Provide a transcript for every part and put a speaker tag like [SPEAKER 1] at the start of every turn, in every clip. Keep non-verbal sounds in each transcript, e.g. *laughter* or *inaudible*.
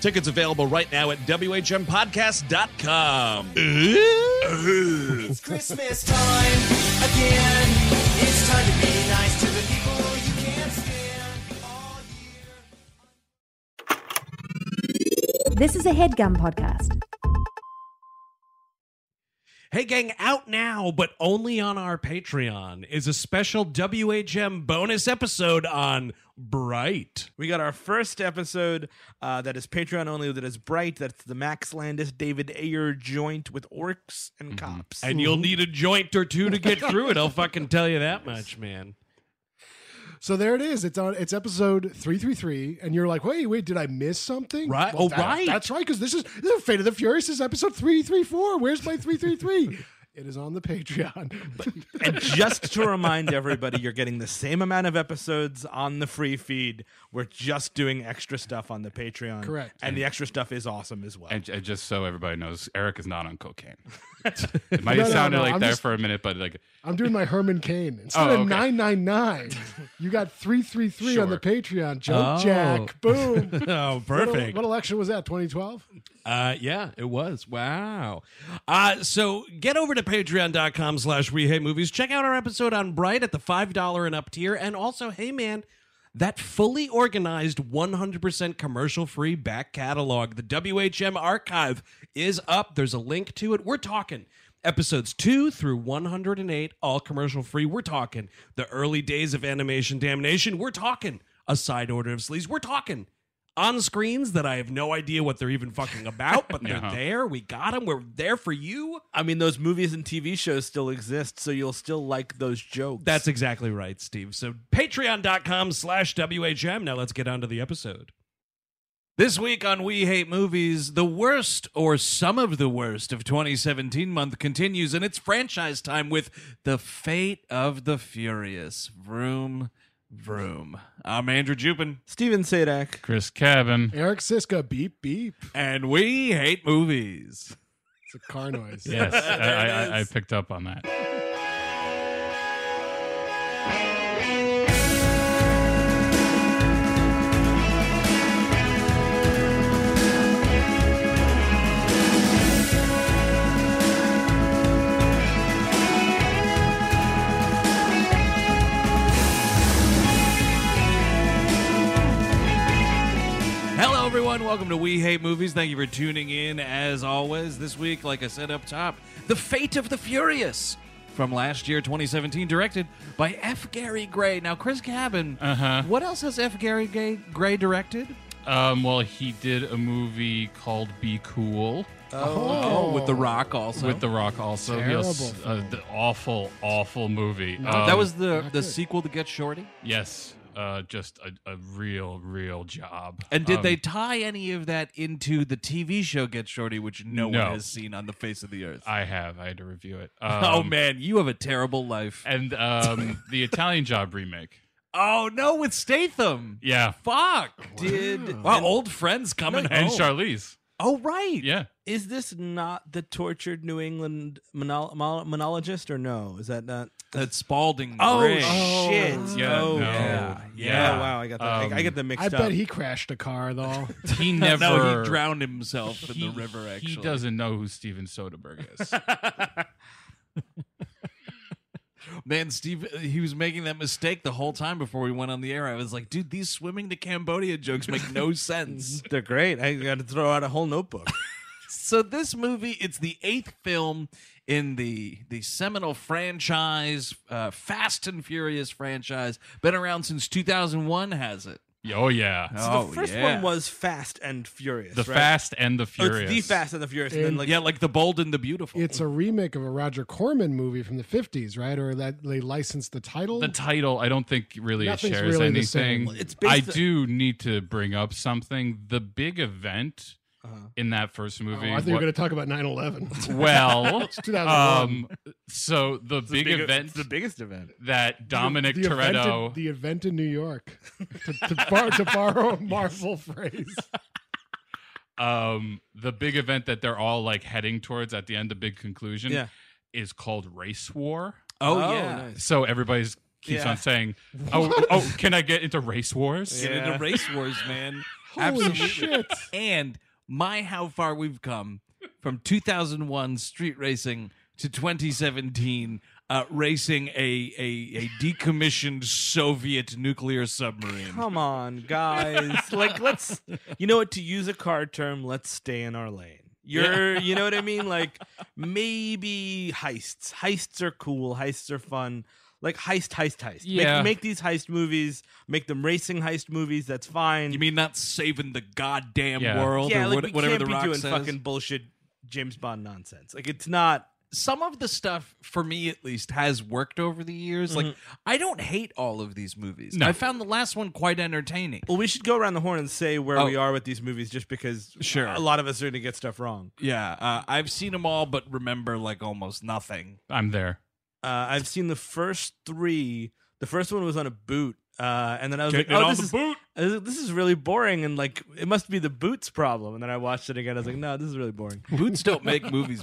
[SPEAKER 1] Tickets available right now at WHMPodcast.com.
[SPEAKER 2] It's Christmas time again. It's time to be nice to the people you can't stand all year.
[SPEAKER 3] This is a headgum podcast.
[SPEAKER 4] Hey Gang out now, but only on our Patreon, is a special WHM bonus episode on Bright.
[SPEAKER 5] We got our first episode uh, that is Patreon only, that is bright. That's the Max Landis David Ayer joint with orcs and cops.
[SPEAKER 4] And you'll need a joint or two to get through it, I'll fucking tell you that much, man.
[SPEAKER 6] So there it is. It's on. It's episode three three three, and you're like, wait, wait, did I miss something?
[SPEAKER 4] Right. Oh,
[SPEAKER 6] that-
[SPEAKER 4] right.
[SPEAKER 6] That's right. Because this is this is Fate of the Furious. This is episode three three four. Where's my three three three?
[SPEAKER 4] *laughs*
[SPEAKER 6] It is on the Patreon. *laughs*
[SPEAKER 5] and just to remind everybody, you're getting the same amount of episodes on the free feed. We're just doing extra stuff on the Patreon.
[SPEAKER 6] Correct.
[SPEAKER 5] And the extra stuff is awesome as well.
[SPEAKER 7] And, and just so everybody knows, Eric is not on cocaine. it might have
[SPEAKER 6] no,
[SPEAKER 7] sounded
[SPEAKER 6] no,
[SPEAKER 7] like
[SPEAKER 6] I'm
[SPEAKER 7] that
[SPEAKER 6] just-
[SPEAKER 7] for a minute, but like,
[SPEAKER 6] I'm doing my Herman Cain instead
[SPEAKER 7] Oh,
[SPEAKER 6] of
[SPEAKER 7] okay.
[SPEAKER 6] nine nine nine. You got three three three on the
[SPEAKER 7] Sure.
[SPEAKER 6] Patreon. Jump Jack. Boom.
[SPEAKER 4] *laughs* Oh,
[SPEAKER 6] What,
[SPEAKER 4] perfect.
[SPEAKER 6] what election was that? 2012.
[SPEAKER 4] Uh, yeah, it was. Wow. Uh, so get over to patreon.com slash we hate movies. Check out our episode on Bright at the $5 and up tier. And also, hey man, that fully organized 100% commercial free back catalog, the WHM archive is up. There's a link to it. We're talking episodes 2 through 108, all commercial free. We're talking the early days of animation damnation. We're talking a side order of sleaze. We're talking on screens that I have no idea what they're even fucking about, *laughs* but they're there. We got them. We're there for you.
[SPEAKER 5] I mean, those movies and TV shows still exist, so you'll still like those jokes.
[SPEAKER 4] That's exactly right, Steve. So patreon.com slash WHM. Now let's get on to the episode. This week on We Hate Movies, the worst or some of the worst of 2017 month continues, and it's franchise time with The Fate of the Furious. Vroom, vroom. I'm Andrew Jupin,
[SPEAKER 5] Steven Sadak.
[SPEAKER 7] Chris
[SPEAKER 4] *laughs*
[SPEAKER 7] Cabin.
[SPEAKER 6] Eric Siska. Beep beep.
[SPEAKER 4] and we hate movies.
[SPEAKER 6] It's a car
[SPEAKER 4] *laughs*
[SPEAKER 6] noise.
[SPEAKER 7] Yes, I, I, I picked up on that.
[SPEAKER 4] everyone. Welcome to We Hate Movies. Thank you for tuning in. As always, this week, like I said up top, The Fate of the Furious from last year, 2017, directed by F. Gary Gray. Now, Chris Cabin,
[SPEAKER 7] Uh-huh.
[SPEAKER 4] what else has F. Gary Gray, Gray directed?
[SPEAKER 7] Um, well, he did a movie called Be Cool
[SPEAKER 4] Oh, with The Rock also.
[SPEAKER 7] with The Rock. Also, yes,
[SPEAKER 6] Terrible
[SPEAKER 7] uh, the awful, awful movie. Um,
[SPEAKER 4] that was the, the sequel to Get Shorty.
[SPEAKER 7] yes, uh, just a, a real, real job.
[SPEAKER 4] And did
[SPEAKER 7] Um,
[SPEAKER 4] they tie any of that into the TV show Get Shorty, which no,
[SPEAKER 7] No.
[SPEAKER 4] one has seen on the face of the earth?
[SPEAKER 7] I have. I had to review it.
[SPEAKER 4] *laughs* oh
[SPEAKER 7] Um,
[SPEAKER 4] man, you have a terrible life.
[SPEAKER 7] And
[SPEAKER 4] *laughs*
[SPEAKER 7] um, the Italian Job remake.
[SPEAKER 4] Oh no, with Statham.
[SPEAKER 7] Yeah,
[SPEAKER 4] Fuck. Did oh, wow, old friends coming home?
[SPEAKER 7] and Charlize.
[SPEAKER 4] oh right. *laughs*
[SPEAKER 7] Yeah,
[SPEAKER 5] Is this not the tortured New England monol- mon- monologist, or no? Is that not?
[SPEAKER 4] That's Spalding.
[SPEAKER 5] Oh
[SPEAKER 4] Gray.
[SPEAKER 5] shit!
[SPEAKER 7] Yeah,
[SPEAKER 5] oh
[SPEAKER 7] no.
[SPEAKER 5] yeah,
[SPEAKER 7] Yeah.
[SPEAKER 5] yeah. Oh, Wow, I got that.
[SPEAKER 7] Um,
[SPEAKER 5] I, I get them mixed
[SPEAKER 6] I
[SPEAKER 5] up.
[SPEAKER 6] bet he crashed a car though.
[SPEAKER 7] he
[SPEAKER 4] No,
[SPEAKER 7] never.
[SPEAKER 4] he drowned himself in
[SPEAKER 7] he-
[SPEAKER 4] the river. Actually,
[SPEAKER 7] he doesn't know who Steven Soderbergh is. *laughs*
[SPEAKER 4] Man, Steve, he was making that mistake the whole time before we went on the air. I was like, dude, these swimming to Cambodia jokes make *laughs* no sense.
[SPEAKER 5] They're great. I got to throw out a whole *laughs* notebook.
[SPEAKER 4] so this movie it's the eighth film in the the seminal franchise uh, fast and furious franchise been around since 2001 has it
[SPEAKER 5] *laughs*
[SPEAKER 7] oh yeah,
[SPEAKER 5] So
[SPEAKER 4] oh
[SPEAKER 5] the first
[SPEAKER 4] yeah.
[SPEAKER 5] one was Fast and Furious.
[SPEAKER 7] the
[SPEAKER 5] right?
[SPEAKER 7] Fast and the
[SPEAKER 5] Oh,
[SPEAKER 7] Furious.
[SPEAKER 5] it's the Fast and the Furious. And then
[SPEAKER 6] And-
[SPEAKER 5] like
[SPEAKER 4] yeah like the bold and the beautiful
[SPEAKER 6] it's a remake of a Roger Corman movie from the fifties, right? Or that they licensed the title.
[SPEAKER 7] The title, I don't think really it
[SPEAKER 6] Nothing's
[SPEAKER 7] shares
[SPEAKER 6] really the
[SPEAKER 7] anything.
[SPEAKER 6] same.
[SPEAKER 5] It's
[SPEAKER 7] I
[SPEAKER 5] based on-
[SPEAKER 7] do need to bring up something. The big event
[SPEAKER 5] Uh-huh.
[SPEAKER 7] in that first
[SPEAKER 6] Oh,
[SPEAKER 7] movie.
[SPEAKER 6] I think you
[SPEAKER 7] wa-
[SPEAKER 6] were
[SPEAKER 7] *laughs*
[SPEAKER 6] going to talk about 9-11. *laughs*
[SPEAKER 7] well,
[SPEAKER 6] 2001.
[SPEAKER 7] um, so the
[SPEAKER 5] big-
[SPEAKER 7] big
[SPEAKER 5] e-,
[SPEAKER 7] event
[SPEAKER 5] it's the biggest event.
[SPEAKER 7] that Dominic
[SPEAKER 6] the event in-
[SPEAKER 7] Toretto.
[SPEAKER 6] the event in New York, to, to, bar, to borrow a Marvel phrase.
[SPEAKER 7] um the big event that they're all like heading towards at the end the big conclusion
[SPEAKER 5] Yeah.
[SPEAKER 7] is called race war
[SPEAKER 4] oh,
[SPEAKER 5] Oh,
[SPEAKER 4] yeah
[SPEAKER 5] nice.
[SPEAKER 7] so everybody's keeps
[SPEAKER 5] Yeah.
[SPEAKER 7] on saying oh, oh can i get into race wars
[SPEAKER 4] get into
[SPEAKER 5] Yeah.
[SPEAKER 4] race wars man
[SPEAKER 6] Holy
[SPEAKER 4] absolutely
[SPEAKER 6] shit!
[SPEAKER 4] and my how far we've come from 2001 street racing to 2017 uh, racing a, a a decommissioned Soviet nuclear submarine.
[SPEAKER 5] *laughs* Come on, guys. like let's you know what to use a car term, let's stay in our lane. You're you know what I mean? Like maybe heists. Heists are cool, heists are fun. Like heist, heist, heist.
[SPEAKER 7] Yeah.
[SPEAKER 5] Make, make these heist movies, make them racing heist movies, that's fine.
[SPEAKER 4] You mean not saving the goddamn
[SPEAKER 7] Yeah.
[SPEAKER 4] world
[SPEAKER 5] yeah,
[SPEAKER 4] or
[SPEAKER 5] like
[SPEAKER 4] what-
[SPEAKER 5] we
[SPEAKER 4] whatever
[SPEAKER 5] can't
[SPEAKER 4] the
[SPEAKER 5] be
[SPEAKER 4] rock
[SPEAKER 5] doing
[SPEAKER 4] says?
[SPEAKER 5] fucking bullshit James Bond nonsense. Like it's not
[SPEAKER 4] Some of the stuff, for me at least, has worked over the years. Like I don't hate all of these movies.
[SPEAKER 7] Mm-hmm. No.
[SPEAKER 4] I found the last one quite entertaining.
[SPEAKER 5] well, we should go around the horn and say where
[SPEAKER 4] Oh.
[SPEAKER 5] we are with these movies just because
[SPEAKER 4] Sure.
[SPEAKER 5] a lot of us are gonna get stuff wrong.
[SPEAKER 4] Yeah, uh, I've seen them all, but remember like almost nothing.
[SPEAKER 7] i'm there
[SPEAKER 5] Uh, I've seen the first three. The first one was on a boot, uh, and then I was
[SPEAKER 7] Getting
[SPEAKER 5] like,
[SPEAKER 7] it
[SPEAKER 5] "Oh,
[SPEAKER 7] on
[SPEAKER 5] this
[SPEAKER 7] the
[SPEAKER 5] is
[SPEAKER 7] boot.
[SPEAKER 5] I was like, this is really boring," and like it must be the boots problem. And then I watched it again. I was like, "No, this is really boring."
[SPEAKER 4] Boots don't make movies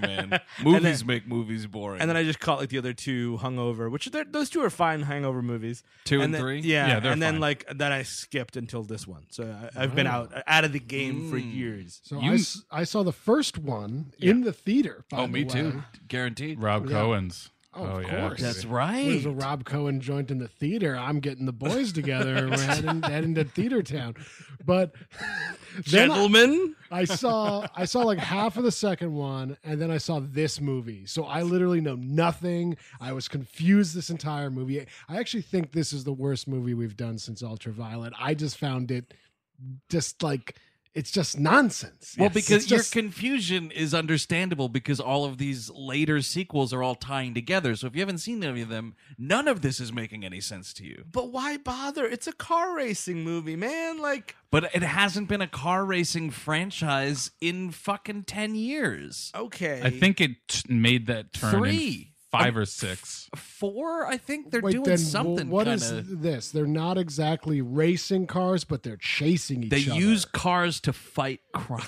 [SPEAKER 6] *laughs*
[SPEAKER 4] man. Movies make movies boring.
[SPEAKER 5] And then I just caught like the other two hungover, which they're- those two are fine hangover movies.
[SPEAKER 4] Two and
[SPEAKER 5] then-
[SPEAKER 4] three?
[SPEAKER 5] yeah.
[SPEAKER 7] Yeah, they're
[SPEAKER 5] and then
[SPEAKER 7] fine.
[SPEAKER 5] like then I skipped until this one, so I, I've been out out of the game for years.
[SPEAKER 6] So
[SPEAKER 7] You-
[SPEAKER 6] I, s- I saw the first one in the theater. by
[SPEAKER 4] oh,
[SPEAKER 6] the
[SPEAKER 4] me
[SPEAKER 6] way.
[SPEAKER 4] too. Guaranteed.
[SPEAKER 7] rob cohen's
[SPEAKER 6] Oh, of course.
[SPEAKER 7] yeah.
[SPEAKER 4] That's
[SPEAKER 6] That's
[SPEAKER 4] right.
[SPEAKER 6] There's a Rob Cohen joint in the theater. I'm getting the boys together. We're heading, heading to theater town. But *laughs* then I,
[SPEAKER 5] Gentlemen,
[SPEAKER 6] I saw I saw like half of the second one, and then I saw this movie. So I literally know nothing. I was confused this entire movie. I actually think this is the worst movie we've done since Ultraviolet. I just found it just like it's just nonsense.
[SPEAKER 4] Well,
[SPEAKER 6] It's-
[SPEAKER 4] because
[SPEAKER 6] it's
[SPEAKER 4] your
[SPEAKER 6] just-
[SPEAKER 4] confusion is understandable because all of these later sequels are all tying together. So if you haven't seen any of them, none of this is making any sense to you.
[SPEAKER 5] but why bother? It's a car racing movie, man. Like
[SPEAKER 4] But it hasn't been a car racing franchise in fucking 10 years.
[SPEAKER 6] Oh.
[SPEAKER 5] okay,
[SPEAKER 7] i think it t- made that turn in
[SPEAKER 4] Three.
[SPEAKER 7] five or six
[SPEAKER 4] Four, I think they're
[SPEAKER 6] Wait,
[SPEAKER 4] doing
[SPEAKER 6] then wh-
[SPEAKER 4] something
[SPEAKER 6] What
[SPEAKER 4] kind
[SPEAKER 6] is
[SPEAKER 4] of.
[SPEAKER 6] this? They're not exactly racing cars, but they're chasing each
[SPEAKER 4] They
[SPEAKER 6] other.
[SPEAKER 4] use cars to fight crime.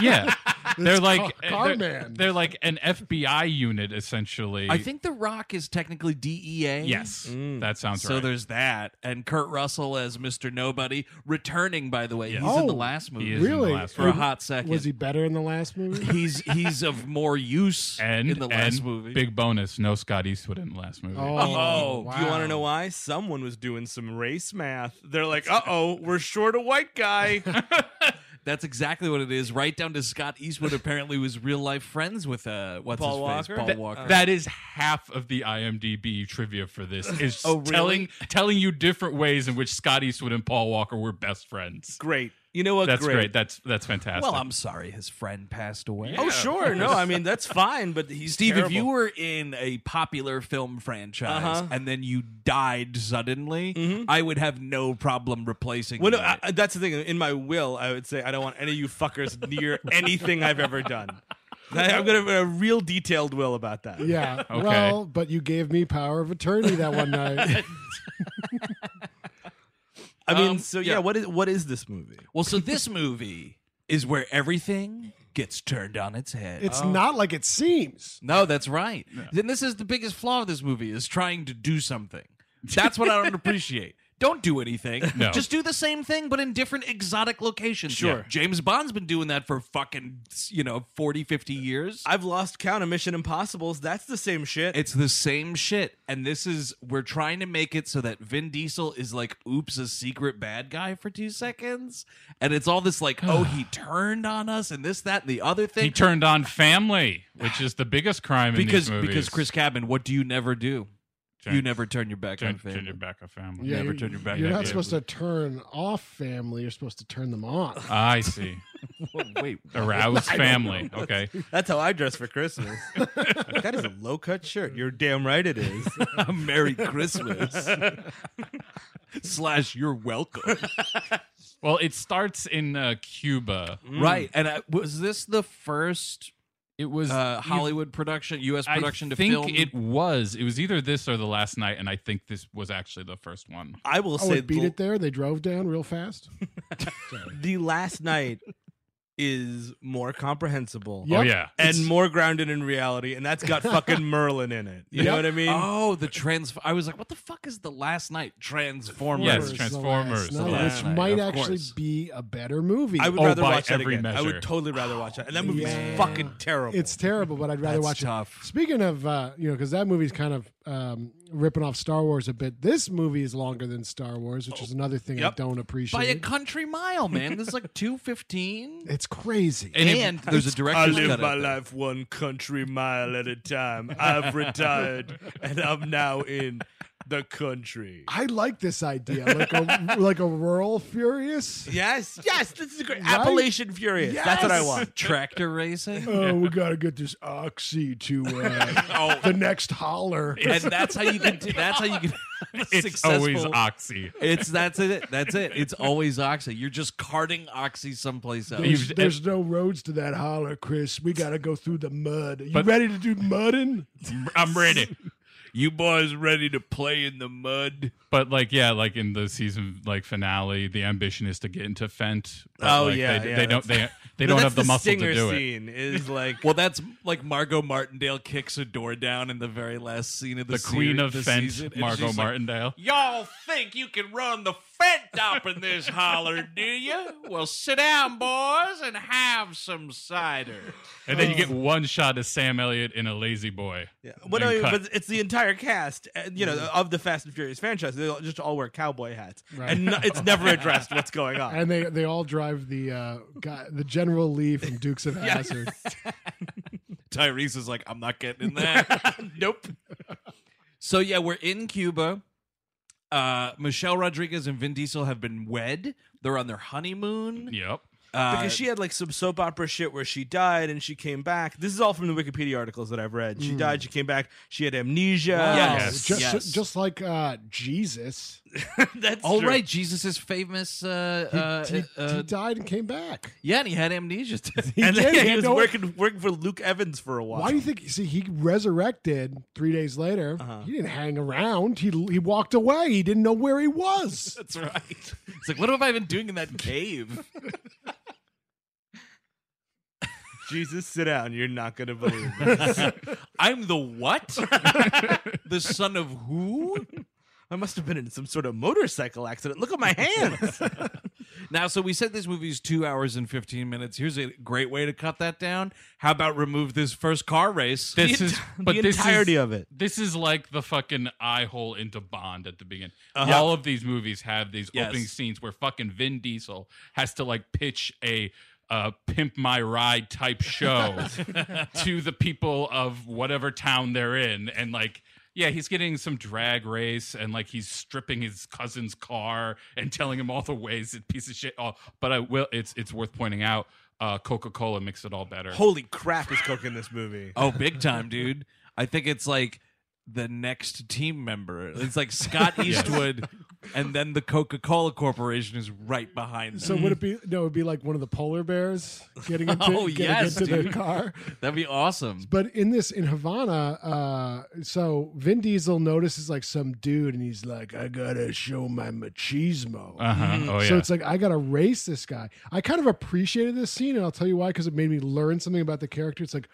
[SPEAKER 7] yeah They're like eh,
[SPEAKER 6] Car- Car
[SPEAKER 7] they're,
[SPEAKER 6] Man.
[SPEAKER 7] they're like an FBI unit essentially.
[SPEAKER 4] I think The Rock is technically E DEA.
[SPEAKER 7] yes, that sounds
[SPEAKER 4] So
[SPEAKER 7] right.
[SPEAKER 4] there's that, and Kurt Russell as Mr. Nobody, returning by the way. He's in the
[SPEAKER 6] Oh,
[SPEAKER 4] last movie
[SPEAKER 7] he is.
[SPEAKER 6] really?
[SPEAKER 7] last
[SPEAKER 4] for a hot second.
[SPEAKER 6] Was he better in the last
[SPEAKER 4] *laughs*
[SPEAKER 6] movie?
[SPEAKER 4] he's he's of more use
[SPEAKER 7] *laughs* and
[SPEAKER 4] in the last
[SPEAKER 7] and
[SPEAKER 4] movie.
[SPEAKER 7] big bonus, no Scott Eastwood in the last movie.
[SPEAKER 5] Oh, do you want
[SPEAKER 6] wow.
[SPEAKER 5] to know why? Someone was doing some race math. They're like, uh oh, we're short a white guy.
[SPEAKER 4] That's exactly what it is. Right down to Scott Eastwood apparently was real life friends with uh what's
[SPEAKER 5] Paul
[SPEAKER 4] his face?
[SPEAKER 5] Walker?
[SPEAKER 4] Paul
[SPEAKER 5] Th-
[SPEAKER 4] Walker.
[SPEAKER 7] That is half of the IMDb trivia for this is
[SPEAKER 4] Oh, really?
[SPEAKER 7] telling telling you different ways in which Scott Eastwood and Paul Walker were best friends.
[SPEAKER 5] great. You know what?
[SPEAKER 7] That's great.
[SPEAKER 5] great.
[SPEAKER 7] That's that's fantastic.
[SPEAKER 4] well, I'm sorry, his friend passed away.
[SPEAKER 5] Oh, sure. No, I mean, that's fine, but he's
[SPEAKER 4] Steve,
[SPEAKER 5] terrible.
[SPEAKER 4] if you were in a popular film franchise
[SPEAKER 5] Uh-huh. Mm-hmm.
[SPEAKER 4] and then you died suddenly, I would have no problem replacing
[SPEAKER 5] Well,
[SPEAKER 4] you.
[SPEAKER 5] no, I, I- Uh, that's the thing. In my will, I would say I don't want any of you fuckers near anything I've ever *laughs* done. I, I'm gonna have a real detailed will about
[SPEAKER 4] *laughs*
[SPEAKER 5] that.
[SPEAKER 6] Yeah.
[SPEAKER 7] Okay.
[SPEAKER 6] Well, but you gave me power of attorney that one
[SPEAKER 4] *laughs*
[SPEAKER 6] night.
[SPEAKER 5] I mean,
[SPEAKER 4] Um,
[SPEAKER 5] so yeah,
[SPEAKER 4] yeah.
[SPEAKER 5] what is what is this movie?
[SPEAKER 4] well, so this movie is where everything gets turned on its head.
[SPEAKER 6] It's
[SPEAKER 7] Oh.
[SPEAKER 6] not like it seems.
[SPEAKER 4] No, that's right. Then this is the biggest flaw of this movie is trying to do something. That's what
[SPEAKER 7] *laughs*
[SPEAKER 4] I don't appreciate. Don't do anything.
[SPEAKER 7] No.
[SPEAKER 4] Just do the same thing, but in different exotic locations.
[SPEAKER 7] Sure.
[SPEAKER 4] Yeah. James Bond's been doing that for fucking, you know, 40, 50 years.
[SPEAKER 5] I've lost count of Mission Impossible's. That's the same shit.
[SPEAKER 4] it's the same shit. And this is, we're trying to make it so that Vin Diesel is like, oops, a secret bad guy for two seconds. And it's all this like, oh,
[SPEAKER 7] *sighs*
[SPEAKER 4] he turned on us and this, that, and the other thing.
[SPEAKER 7] he turned on family, which is the biggest crime
[SPEAKER 4] because,
[SPEAKER 7] in these movies.
[SPEAKER 4] because Chris Cabin, what do you never do?
[SPEAKER 7] Turn-
[SPEAKER 4] you never turn your back on
[SPEAKER 7] turn,
[SPEAKER 4] family.
[SPEAKER 7] turn your back on family.
[SPEAKER 6] Yeah,
[SPEAKER 7] never
[SPEAKER 6] you-
[SPEAKER 7] turn your back.
[SPEAKER 6] You're
[SPEAKER 7] on
[SPEAKER 6] not
[SPEAKER 7] family.
[SPEAKER 6] supposed to turn off family. You're supposed to turn them on.
[SPEAKER 7] *laughs* I see.
[SPEAKER 4] Wait, *laughs*
[SPEAKER 6] *laughs*
[SPEAKER 7] Arouse family. Okay.
[SPEAKER 5] That's how I dress for Christmas. that is a low cut shirt. You're damn right it is.
[SPEAKER 4] Merry
[SPEAKER 7] *laughs*
[SPEAKER 4] Christmas. Slash, you're welcome.
[SPEAKER 7] Well, it starts in uh, Cuba.
[SPEAKER 4] Right. And I, was this the first
[SPEAKER 7] It was
[SPEAKER 4] uh, Hollywood production, U.S.
[SPEAKER 7] I
[SPEAKER 4] production to
[SPEAKER 7] think
[SPEAKER 4] film?
[SPEAKER 7] it was. It was either this or the last night, and I think this was actually the first one.
[SPEAKER 5] I will
[SPEAKER 6] Oh,
[SPEAKER 5] say
[SPEAKER 6] it beat
[SPEAKER 5] the,
[SPEAKER 6] it there. They drove down real fast.
[SPEAKER 7] *laughs*
[SPEAKER 5] the last night is more comprehensible.
[SPEAKER 6] Yep.
[SPEAKER 7] Oh yeah.
[SPEAKER 5] And more grounded in reality, and that's got
[SPEAKER 7] *laughs*
[SPEAKER 5] fucking Merlin in it. You know
[SPEAKER 6] Yep.
[SPEAKER 5] what I mean?
[SPEAKER 4] Oh, the trans. I was like, what the fuck is the last night? Transformers.
[SPEAKER 7] Yes,
[SPEAKER 6] Whereas the last
[SPEAKER 7] Transformers, the
[SPEAKER 6] night,
[SPEAKER 7] last
[SPEAKER 6] which
[SPEAKER 7] night,
[SPEAKER 6] might
[SPEAKER 7] of
[SPEAKER 6] actually
[SPEAKER 7] course.
[SPEAKER 6] be a better movie.
[SPEAKER 5] I would
[SPEAKER 7] Oh,
[SPEAKER 5] rather
[SPEAKER 7] by
[SPEAKER 5] watch that
[SPEAKER 7] every
[SPEAKER 5] again. I
[SPEAKER 7] measure.
[SPEAKER 5] would totally rather watch that. And that movie's
[SPEAKER 6] Oh, Yeah.
[SPEAKER 5] fucking terrible.
[SPEAKER 6] it's terrible, but I'd rather
[SPEAKER 4] That's
[SPEAKER 6] watch
[SPEAKER 4] tough.
[SPEAKER 6] it. Speaking of, uh, you know, because that movie's kind of um, ripping off Star Wars a bit. This movie is longer than Star Wars, which
[SPEAKER 7] Oh,
[SPEAKER 6] is another thing I
[SPEAKER 5] Yep.
[SPEAKER 6] don't
[SPEAKER 4] By a
[SPEAKER 6] appreciate.
[SPEAKER 4] country mile, man. This
[SPEAKER 6] *laughs*
[SPEAKER 4] is like 215.
[SPEAKER 6] it's crazy.
[SPEAKER 4] And,
[SPEAKER 7] it-
[SPEAKER 4] there's a
[SPEAKER 5] I
[SPEAKER 4] director's
[SPEAKER 5] live
[SPEAKER 4] cut.
[SPEAKER 5] my
[SPEAKER 4] out there.
[SPEAKER 5] life one country mile at a time. I've retired, and I'm now in the country.
[SPEAKER 6] I like this idea, like
[SPEAKER 7] *laughs*
[SPEAKER 6] a like a rural furious.
[SPEAKER 5] Yes, yes, this is great.
[SPEAKER 6] Right?
[SPEAKER 5] Appalachian Furious. That's what I want.
[SPEAKER 4] Tractor racing.
[SPEAKER 6] Oh, we gotta get this oxy to uh,
[SPEAKER 4] Oh.
[SPEAKER 6] the next holler.
[SPEAKER 4] *laughs* and that's how you can. do- That's how you can. *laughs*
[SPEAKER 7] it's
[SPEAKER 4] successful.
[SPEAKER 7] always oxy.
[SPEAKER 4] It's that's it. That's it. It's always oxy. You're just carting oxy someplace else.
[SPEAKER 6] There's, there's no roads to that holler, Chris. We gotta go through the mud. You
[SPEAKER 7] But-
[SPEAKER 6] ready to do mudding?
[SPEAKER 7] I'm ready.
[SPEAKER 4] You boys ready to play in the mud?
[SPEAKER 7] But like, yeah, like in the season like finale, the ambition is to get into Fent. but,
[SPEAKER 5] Oh,
[SPEAKER 7] like,
[SPEAKER 5] yeah,
[SPEAKER 7] they,
[SPEAKER 5] yeah,
[SPEAKER 7] they don't they they don't
[SPEAKER 5] *laughs* That's
[SPEAKER 7] have the, muscle
[SPEAKER 5] stinger
[SPEAKER 7] to do it.
[SPEAKER 5] scene is like
[SPEAKER 4] Well, that's like Margot Martindale kicks a door down in the very last scene of the,
[SPEAKER 7] The queen
[SPEAKER 4] series-
[SPEAKER 7] of
[SPEAKER 4] the
[SPEAKER 7] Fent,
[SPEAKER 4] season, and
[SPEAKER 7] Margot
[SPEAKER 4] she's like,
[SPEAKER 7] Martindale.
[SPEAKER 4] Y'all think you can run the fence up in this holler, do you? Well, sit down, boys, and have some cider.
[SPEAKER 7] And then you get one shot of Sam Elliott in a lazy boy.
[SPEAKER 5] oh. Yeah. What
[SPEAKER 7] And
[SPEAKER 5] I mean,
[SPEAKER 7] cut. Mm-hmm.
[SPEAKER 5] but it's the entire cast, uh, you know, of the Fast and Furious franchise. They all- just all wear cowboy hats,
[SPEAKER 6] Right.
[SPEAKER 5] and no, it's never addressed what's going on.
[SPEAKER 6] And they they all drive the uh, guy, the General Lee from Dukes
[SPEAKER 4] *laughs*
[SPEAKER 6] of Hazzard.
[SPEAKER 4] Tyrese is like, I'm not getting in
[SPEAKER 7] *laughs*
[SPEAKER 4] that. nope. So yeah, we're in Cuba. Uh, Michelle Rodriguez and Vin Diesel have been wed. They're on their honeymoon.
[SPEAKER 7] Yep.
[SPEAKER 4] Uh,
[SPEAKER 5] because she had like some soap opera shit where she died and she came back. This is all from the Wikipedia articles that I've read.
[SPEAKER 7] Mm.
[SPEAKER 5] She died, she came back, she had amnesia.
[SPEAKER 4] Wow.
[SPEAKER 7] Yes.
[SPEAKER 6] just
[SPEAKER 4] Yes.
[SPEAKER 6] Oh, just like uh, Jesus,
[SPEAKER 5] *laughs* that's
[SPEAKER 4] all
[SPEAKER 5] true.
[SPEAKER 4] right, Jesus is famous. Uh,
[SPEAKER 6] he,
[SPEAKER 4] uh,
[SPEAKER 6] he-
[SPEAKER 4] uh,
[SPEAKER 6] he died and came back.
[SPEAKER 4] yeah, and he had amnesia. didn't he?
[SPEAKER 5] And
[SPEAKER 6] did,
[SPEAKER 5] then
[SPEAKER 6] he
[SPEAKER 5] he was
[SPEAKER 6] don't-
[SPEAKER 5] working working for Luke Evans for a while.
[SPEAKER 6] Why do you think? See, he resurrected three days later.
[SPEAKER 4] Uh-huh.
[SPEAKER 6] He didn't hang around. He he walked away. He didn't know where he was.
[SPEAKER 4] That's right. *laughs* It's like, what have I been doing in that cave?
[SPEAKER 5] *laughs* Jesus, sit down. You're not going to believe this.
[SPEAKER 4] I'm the what? the son of who?
[SPEAKER 5] I must have been in some sort of motorcycle accident. Look at my hands.
[SPEAKER 4] Now, so we said this movie's two hours and 15 minutes. Here's a great way to cut that down. How about remove this first car race?
[SPEAKER 7] This is but
[SPEAKER 5] the
[SPEAKER 7] this
[SPEAKER 5] entirety
[SPEAKER 7] is,
[SPEAKER 5] of it.
[SPEAKER 7] This is like the fucking eye hole into Bond at the beginning. All of these movies have these
[SPEAKER 5] Yes.
[SPEAKER 7] opening scenes where fucking Vin Diesel has to like pitch a uh, pimp my ride type show to the people of whatever town they're in, and like. Yeah, he's getting some drag race and like he's stripping his cousin's car and telling him all the ways that piece of shit. Oh, but I will. It's it's worth pointing out. Uh, Coca Cola makes it all better.
[SPEAKER 5] Holy crap is Coke in this movie.
[SPEAKER 4] Oh, big time, dude. I think it's like the next team member. It's like Scott Eastwood and then the Coca-Cola Corporation is right behind
[SPEAKER 6] So
[SPEAKER 4] them.
[SPEAKER 6] would it be
[SPEAKER 7] Mm-hmm.
[SPEAKER 6] no? It would be like one of the polar bears getting
[SPEAKER 7] *laughs*
[SPEAKER 6] into,
[SPEAKER 4] Oh,
[SPEAKER 6] getting
[SPEAKER 4] yes,
[SPEAKER 6] into the
[SPEAKER 4] dude.
[SPEAKER 6] car.
[SPEAKER 4] That'd be awesome.
[SPEAKER 6] But in this, in Havana, uh, so Vin Diesel notices like some dude, and he's like, "I gotta show my machismo."
[SPEAKER 7] Uh-huh. Oh yeah.
[SPEAKER 6] So it's like I gotta race this guy. I kind of appreciated this scene, and I'll tell you why because it made me learn something about the character. It's like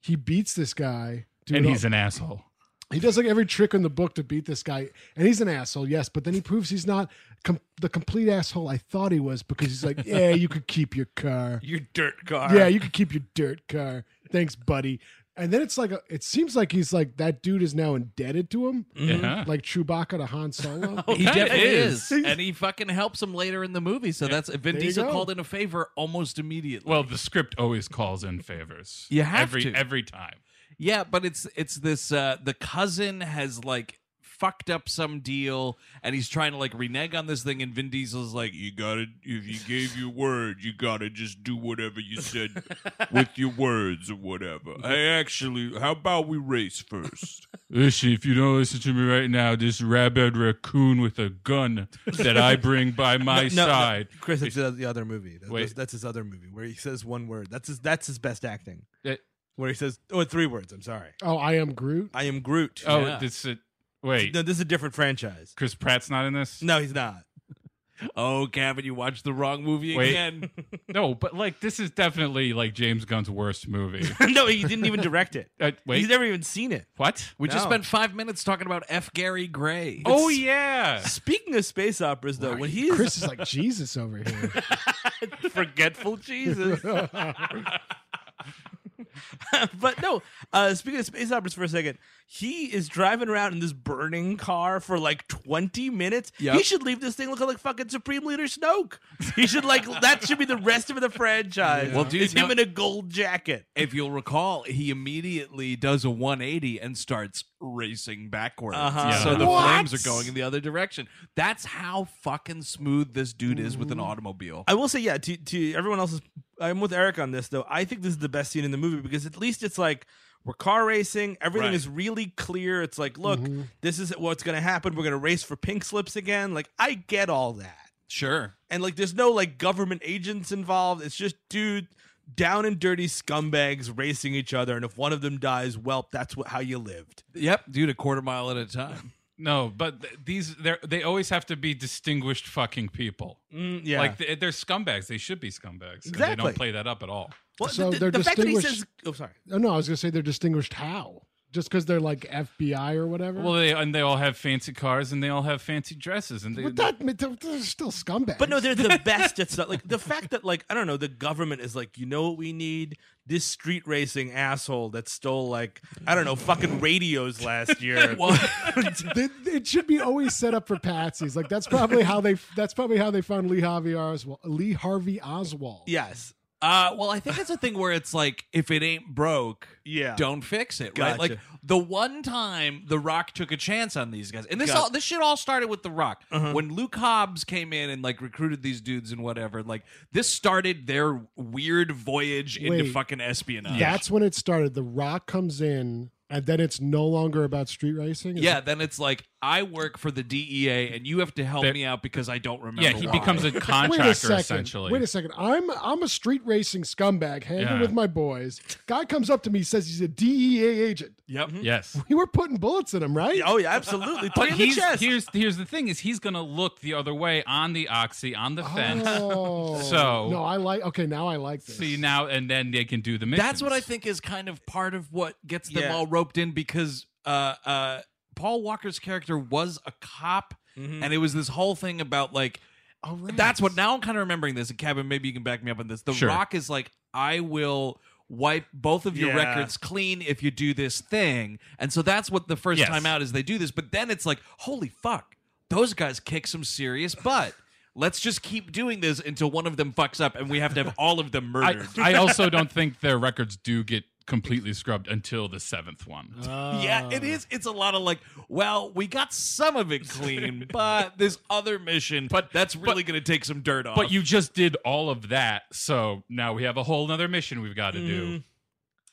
[SPEAKER 6] he beats this guy, dude,
[SPEAKER 7] and
[SPEAKER 6] all-
[SPEAKER 7] he's an asshole.
[SPEAKER 6] he does like every trick in the book to beat this guy, and he's an asshole, yes. But then he proves he's not com- the complete asshole I thought he was because he's
[SPEAKER 5] *laughs*
[SPEAKER 6] like, "Yeah, you could keep your car."
[SPEAKER 5] Your dirt car.
[SPEAKER 6] Yeah, you could keep your dirt car. Thanks, buddy. And then it's like a, it seems like he's like that dude is now indebted to him,
[SPEAKER 5] Mm.
[SPEAKER 7] Yeah.
[SPEAKER 6] like Chewbacca to Han
[SPEAKER 5] *laughs*
[SPEAKER 6] Solo.
[SPEAKER 5] Oh,
[SPEAKER 4] He
[SPEAKER 7] kinda
[SPEAKER 4] definitely is.
[SPEAKER 7] is.
[SPEAKER 4] And he fucking helps him later in the movie. So that's Vin
[SPEAKER 6] you
[SPEAKER 4] Diesel
[SPEAKER 6] go.
[SPEAKER 4] called in a favor almost immediately.
[SPEAKER 7] Well, the script always calls in favors.
[SPEAKER 4] You have
[SPEAKER 7] every
[SPEAKER 4] to.
[SPEAKER 7] every time.
[SPEAKER 4] Yeah, but it's it's this uh the cousin has like fucked up some deal and he's trying to like renege on this thing and Vin Diesel's like you got to if you gave your word you got to just do whatever you said with your words or whatever. Hey, actually, how about we race first?
[SPEAKER 7] Listen, if you don't listen to me right now, this rabid raccoon with a gun that I bring by
[SPEAKER 5] *laughs*
[SPEAKER 7] my
[SPEAKER 5] No, no,
[SPEAKER 7] side.
[SPEAKER 5] Chris, that's the the other movie. That-
[SPEAKER 7] Wait.
[SPEAKER 5] That's his other movie where he says one word. That's his, that's his best acting.
[SPEAKER 7] That-
[SPEAKER 5] Where he says, oh, three words. I'm sorry.
[SPEAKER 6] Oh, I am Groot.
[SPEAKER 5] *laughs* I am Groot.
[SPEAKER 7] Oh,
[SPEAKER 4] Yeah.
[SPEAKER 7] this is wait.
[SPEAKER 5] No, this is a different franchise.
[SPEAKER 7] Chris Pratt's not in this.
[SPEAKER 5] No, he's not.
[SPEAKER 4] oh, Gavin, you watched the wrong movie
[SPEAKER 7] Wait.
[SPEAKER 4] again.
[SPEAKER 7] No, but like this is definitely like James Gunn's
[SPEAKER 5] *laughs*
[SPEAKER 7] worst movie.
[SPEAKER 5] *laughs* no, he didn't even direct it.
[SPEAKER 7] Uh, wait,
[SPEAKER 5] He's never even seen it.
[SPEAKER 7] what?
[SPEAKER 4] We just
[SPEAKER 5] No.
[SPEAKER 4] spent 5 minutes talking about F Gary Gray.
[SPEAKER 7] oh yeah,
[SPEAKER 5] Speaking of space operas, though, when he is
[SPEAKER 6] Chris is like Jesus over
[SPEAKER 5] *laughs*
[SPEAKER 6] here.
[SPEAKER 5] forgetful Jesus. *laughs* but no, uh, speaking of space operas for a second, he is driving around in this burning car for like 20 minutes.
[SPEAKER 4] Yep.
[SPEAKER 5] He should leave this thing looking like fucking Supreme Leader Snoke. He should, like, that should be the rest of the franchise.
[SPEAKER 4] Well, dude,
[SPEAKER 5] it's
[SPEAKER 4] no-
[SPEAKER 5] him in a gold jacket.
[SPEAKER 4] If you'll recall, he immediately does a 180 and starts racing backwards.
[SPEAKER 5] Uh-huh. Yeah.
[SPEAKER 4] So the
[SPEAKER 5] What?
[SPEAKER 4] flames are going in the other direction. That's how fucking smooth this dude is with an automobile.
[SPEAKER 5] I will say, yeah, to, to everyone else's, I'm with Eric on this, though. I think this is the best scene in the movie because at least it's like we're car racing. Everything
[SPEAKER 4] Right.
[SPEAKER 5] is really clear. It's like, look,
[SPEAKER 6] Mm-hmm.
[SPEAKER 5] this is what's going to happen. We're going to race for pink slips again. Like, I get all that.
[SPEAKER 4] Sure.
[SPEAKER 5] And like, there's no like government agents involved. It's just, dude. Down and dirty scumbags racing each other, and if one of them dies, well, that's what, how you lived.
[SPEAKER 4] Yep, dude, a quarter mile at a time.
[SPEAKER 7] no, but th- these they they always have to be distinguished fucking people.
[SPEAKER 5] Mm, yeah,
[SPEAKER 7] Like they- they're scumbags. They should be scumbags. and they
[SPEAKER 5] Exactly.
[SPEAKER 7] don't play that up at all.
[SPEAKER 5] Well,
[SPEAKER 6] So they're distinguished-
[SPEAKER 5] "Oh, sorry,
[SPEAKER 6] oh no, I was gonna say they're distinguished how? Just because they're like FBI or whatever.
[SPEAKER 7] Well, they and they all have fancy cars and they all have fancy dresses and they,
[SPEAKER 6] but that they're, they're still scumbags.
[SPEAKER 5] But no, they're *laughs* the best at stuff. Like the fact that, like, I don't know, the government is like, you know what we need? This street racing asshole that stole like, I don't know, fucking radios last year.
[SPEAKER 4] Well,
[SPEAKER 6] They- it should be always set up for patsies. Like that's probably how they. That's probably how they found Lee Harvey Oswald. Lee Harvey Oswald.
[SPEAKER 5] yes,
[SPEAKER 4] uh, well, I think it's a thing where it's like, if it ain't broke,
[SPEAKER 5] yeah.
[SPEAKER 4] don't fix it, right?
[SPEAKER 5] Gotcha.
[SPEAKER 4] Like the one time The Rock took a chance on these guys, and this all this shit all started with The Rock
[SPEAKER 7] Uh-huh.
[SPEAKER 4] when Luke Hobbs came in and like recruited these dudes and whatever. Like this started their weird voyage into
[SPEAKER 6] Wait.
[SPEAKER 4] fucking espionage.
[SPEAKER 6] That's when it started. The Rock comes in, and then it's no longer about street racing. Is
[SPEAKER 4] yeah. Then it's like I work for the DEA, and you have to help
[SPEAKER 7] That-
[SPEAKER 4] me out because I don't remember.
[SPEAKER 7] Yeah, he
[SPEAKER 4] why." *laughs*
[SPEAKER 7] becomes a
[SPEAKER 6] Wait
[SPEAKER 7] contractor
[SPEAKER 6] a second.
[SPEAKER 7] essentially.
[SPEAKER 6] Wait a second. I'm I'm a street racing scumbag hanging
[SPEAKER 7] Yeah.
[SPEAKER 6] with my boys. Guy comes up to me, says he's a DEA agent.
[SPEAKER 4] Yep.
[SPEAKER 5] Mm-hmm.
[SPEAKER 7] yes.
[SPEAKER 6] You were putting bullets in him, right?
[SPEAKER 5] Oh yeah, absolutely. Three
[SPEAKER 7] But
[SPEAKER 5] in the
[SPEAKER 7] he's,
[SPEAKER 5] chest.
[SPEAKER 7] here's here's the thing: is he's gonna look the other way on the oxy on the fence.
[SPEAKER 6] Oh.
[SPEAKER 7] *laughs* So-
[SPEAKER 6] no, I like. Okay, now I like this.
[SPEAKER 7] See now, and then they can do the missions.
[SPEAKER 4] That's what I think is kind of part of what gets them
[SPEAKER 5] Yeah.
[SPEAKER 4] all roped in because uh, uh, Paul Walker's character was a cop,
[SPEAKER 7] Mm-hmm.
[SPEAKER 4] and it was this whole thing about like
[SPEAKER 6] Oh, right.
[SPEAKER 4] that's what now I'm kind of remembering this. And Kevin, maybe you can back me up on this. The
[SPEAKER 7] Sure.
[SPEAKER 4] Rock is like, I will wipe both of your
[SPEAKER 5] Yeah.
[SPEAKER 4] records clean if you do this thing, and so that's what the first
[SPEAKER 7] Yes.
[SPEAKER 4] time out is they do this. But then it's like, holy fuck, those guys kick some serious butt. Let's just keep doing this until one of them fucks up, and we have to have all of them murdered.
[SPEAKER 7] I, I also don't think their records do get completely scrubbed until the seventh one.
[SPEAKER 5] Uh.
[SPEAKER 4] Yeah, it is. It's a lot of like, well, we got some of it clean, but this other mission, but that's really going to take some dirt off.
[SPEAKER 7] But you just did all of that, so now we have a whole nother mission we've got to
[SPEAKER 5] Mm-hmm.
[SPEAKER 7] do.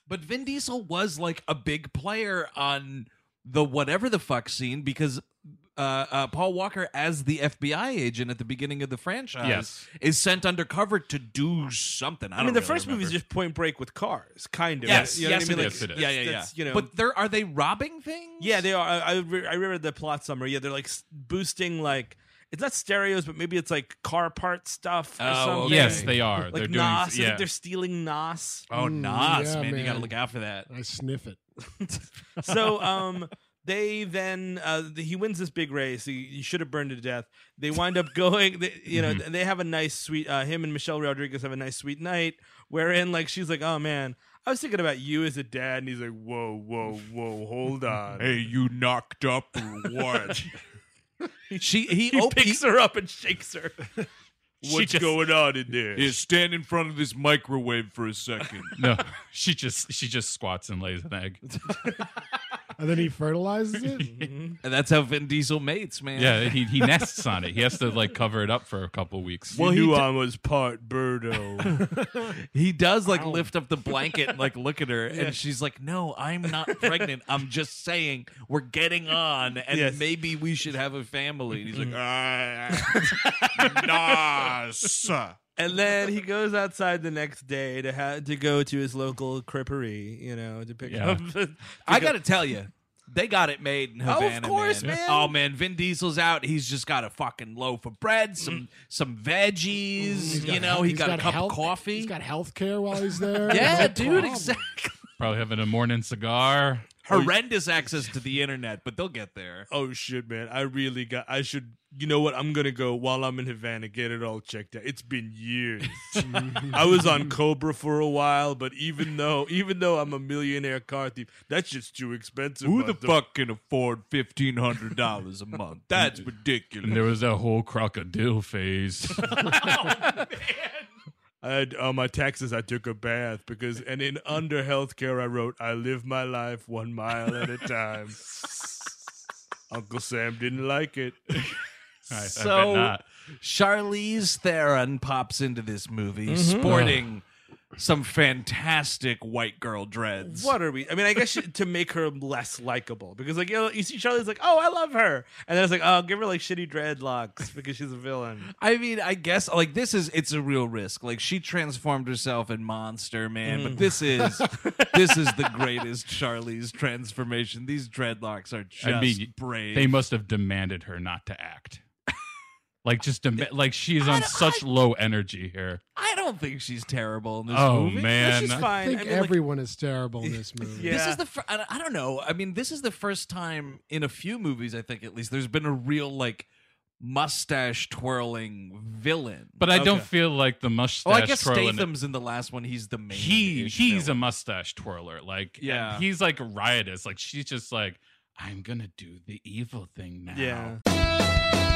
[SPEAKER 4] but Vin Diesel was like a big player on the whatever the fuck scene because uh, uh, Paul Walker, as the FBI agent at the beginning of the franchise,
[SPEAKER 7] Yes.
[SPEAKER 4] is sent undercover to do something. I,
[SPEAKER 5] I
[SPEAKER 4] don't
[SPEAKER 5] mean, the
[SPEAKER 4] really
[SPEAKER 5] first movie
[SPEAKER 4] remember.
[SPEAKER 5] is just Point Break with cars, kind of.
[SPEAKER 4] yes,
[SPEAKER 5] You know what
[SPEAKER 4] yes,
[SPEAKER 5] I mean?
[SPEAKER 4] it
[SPEAKER 5] Like,
[SPEAKER 7] Yes,
[SPEAKER 4] is.
[SPEAKER 7] it is.
[SPEAKER 4] Yeah, yeah, yeah.
[SPEAKER 5] that's- you know-
[SPEAKER 4] but there are they robbing things?
[SPEAKER 5] Yeah, they are. I, I, re- I remember the plot summary. Yeah, they're like s- boosting like it's not stereos, but maybe it's like car part stuff. Or
[SPEAKER 4] Oh,
[SPEAKER 5] something.
[SPEAKER 4] okay.
[SPEAKER 7] Yes, they are.
[SPEAKER 5] Like
[SPEAKER 7] they're doing.
[SPEAKER 5] Nas, I think
[SPEAKER 7] yeah.
[SPEAKER 5] they're stealing Nas.
[SPEAKER 4] Oh,
[SPEAKER 6] Mm,
[SPEAKER 4] Nas,
[SPEAKER 6] yeah,
[SPEAKER 4] man, you got to
[SPEAKER 6] man.
[SPEAKER 4] look out for that.
[SPEAKER 6] I sniff it.
[SPEAKER 5] So, um, they then uh, the, he wins this big race. He, he should have burned to death. They wind up going. They, you know,
[SPEAKER 4] Mm-hmm.
[SPEAKER 5] they have a nice sweet. Uh, him and Michelle Rodriguez have a nice sweet night. Wherein, like, she's like, "Oh man, I was thinking about you as a dad," and he's like, "Whoa, whoa, whoa, hold on."
[SPEAKER 4] Hey, you knocked up or
[SPEAKER 5] *laughs*
[SPEAKER 4] what? she he,
[SPEAKER 5] He
[SPEAKER 4] op- he-
[SPEAKER 5] picks her up and shakes her. What's going on in there?
[SPEAKER 4] Here, stand in front of this microwave for a second.
[SPEAKER 7] *laughs* no, she just she just squats and lays an egg.
[SPEAKER 4] *laughs*
[SPEAKER 6] And then he fertilizes
[SPEAKER 7] *laughs*
[SPEAKER 6] it.
[SPEAKER 4] and that's how Vin Diesel mates, man.
[SPEAKER 7] Yeah, he, he nests on it. He has to like cover it up for a couple weeks.
[SPEAKER 5] Well, knew
[SPEAKER 4] uh,
[SPEAKER 5] I was part Birdo.
[SPEAKER 4] He does like lift up the blanket and like look at her, and she's like, No, I'm not pregnant. I'm just saying we're getting on and
[SPEAKER 5] Yes. Mm-hmm.
[SPEAKER 4] maybe we should have a family. And he's like, "Ah."
[SPEAKER 5] and then he goes outside the next day to ha- to go to his local creperie, you know, to pick
[SPEAKER 7] Yeah.
[SPEAKER 5] up.
[SPEAKER 4] I gotta tell you. They got it made in Havana.
[SPEAKER 5] Oh, course, man.
[SPEAKER 4] Oh man, Vin Diesel's out. He's just got a fucking loaf of bread,
[SPEAKER 5] Mm-hmm.
[SPEAKER 4] some some veggies. You know, he
[SPEAKER 6] He's
[SPEAKER 4] got, a cup
[SPEAKER 6] health-
[SPEAKER 4] of coffee.
[SPEAKER 6] He's got health care while he's there.
[SPEAKER 4] *laughs* yeah,
[SPEAKER 6] No
[SPEAKER 5] Oh,
[SPEAKER 4] dude,
[SPEAKER 6] problem.
[SPEAKER 4] exactly.
[SPEAKER 7] Probably having a morning cigar.
[SPEAKER 4] Horrendous access to the internet, but they'll get there.
[SPEAKER 5] oh shit, man! I really got. I should. You know what? I'm gonna go while I'm in Havana, get it all checked out. It's been *laughs* years. I was on Cobra for a while, but even though, even though I'm a millionaire car thief, that's just too expensive.
[SPEAKER 4] Who the
[SPEAKER 5] but
[SPEAKER 4] fuck can afford fifteen hundred dollars a *laughs* month? That's
[SPEAKER 7] And
[SPEAKER 4] ridiculous.
[SPEAKER 7] there was that whole
[SPEAKER 4] *laughs*
[SPEAKER 7] crocodile phase.
[SPEAKER 5] I had, on my taxes, I took a bath because, and in under healthcare, I wrote, "I live my life one mile at a *laughs* time." Uncle Sam didn't like it.
[SPEAKER 7] I, I bet
[SPEAKER 4] so
[SPEAKER 7] not.
[SPEAKER 4] Charlize Theron pops into this movie sporting some fantastic white girl dreads.
[SPEAKER 5] What are we? I mean, I guess she, to make her less likable because, like, you, know, you see Charlie's like, "Oh, I love her," and then it's like, "Oh, give her like shitty dreadlocks because she's a villain."
[SPEAKER 4] I mean, I guess like this is it's a real risk. Like she transformed herself in Monster Man, but this is *laughs* this is the greatest Charlize transformation. These dreadlocks are just
[SPEAKER 7] I mean,
[SPEAKER 4] brave.
[SPEAKER 7] They must have demanded her not to act. Like just dem- like she's on
[SPEAKER 4] don't-
[SPEAKER 7] such low energy here.
[SPEAKER 4] I don't think she's terrible in this
[SPEAKER 7] Oh
[SPEAKER 4] movie.
[SPEAKER 7] man,
[SPEAKER 6] *laughs*
[SPEAKER 5] she's
[SPEAKER 6] I
[SPEAKER 5] fine.
[SPEAKER 6] think
[SPEAKER 5] I mean, like,
[SPEAKER 6] everyone is terrible in
[SPEAKER 4] *laughs*
[SPEAKER 6] this movie.
[SPEAKER 5] yeah.
[SPEAKER 4] This is the fir- I I don't know. I mean, this is the first time in a few movies, I think at least, there's been a real like mustache twirling villain.
[SPEAKER 7] but I don't feel like the
[SPEAKER 4] oh,
[SPEAKER 7] mustache.
[SPEAKER 4] I guess
[SPEAKER 7] twirling-
[SPEAKER 4] Statham's in the last one. He's the main.
[SPEAKER 7] He
[SPEAKER 4] ish
[SPEAKER 7] he's a
[SPEAKER 4] villain.
[SPEAKER 7] mustache twirler. Like and
[SPEAKER 4] Yeah.
[SPEAKER 7] he's like riotous. Like she's just like I'm gonna do the evil thing now.
[SPEAKER 5] yeah.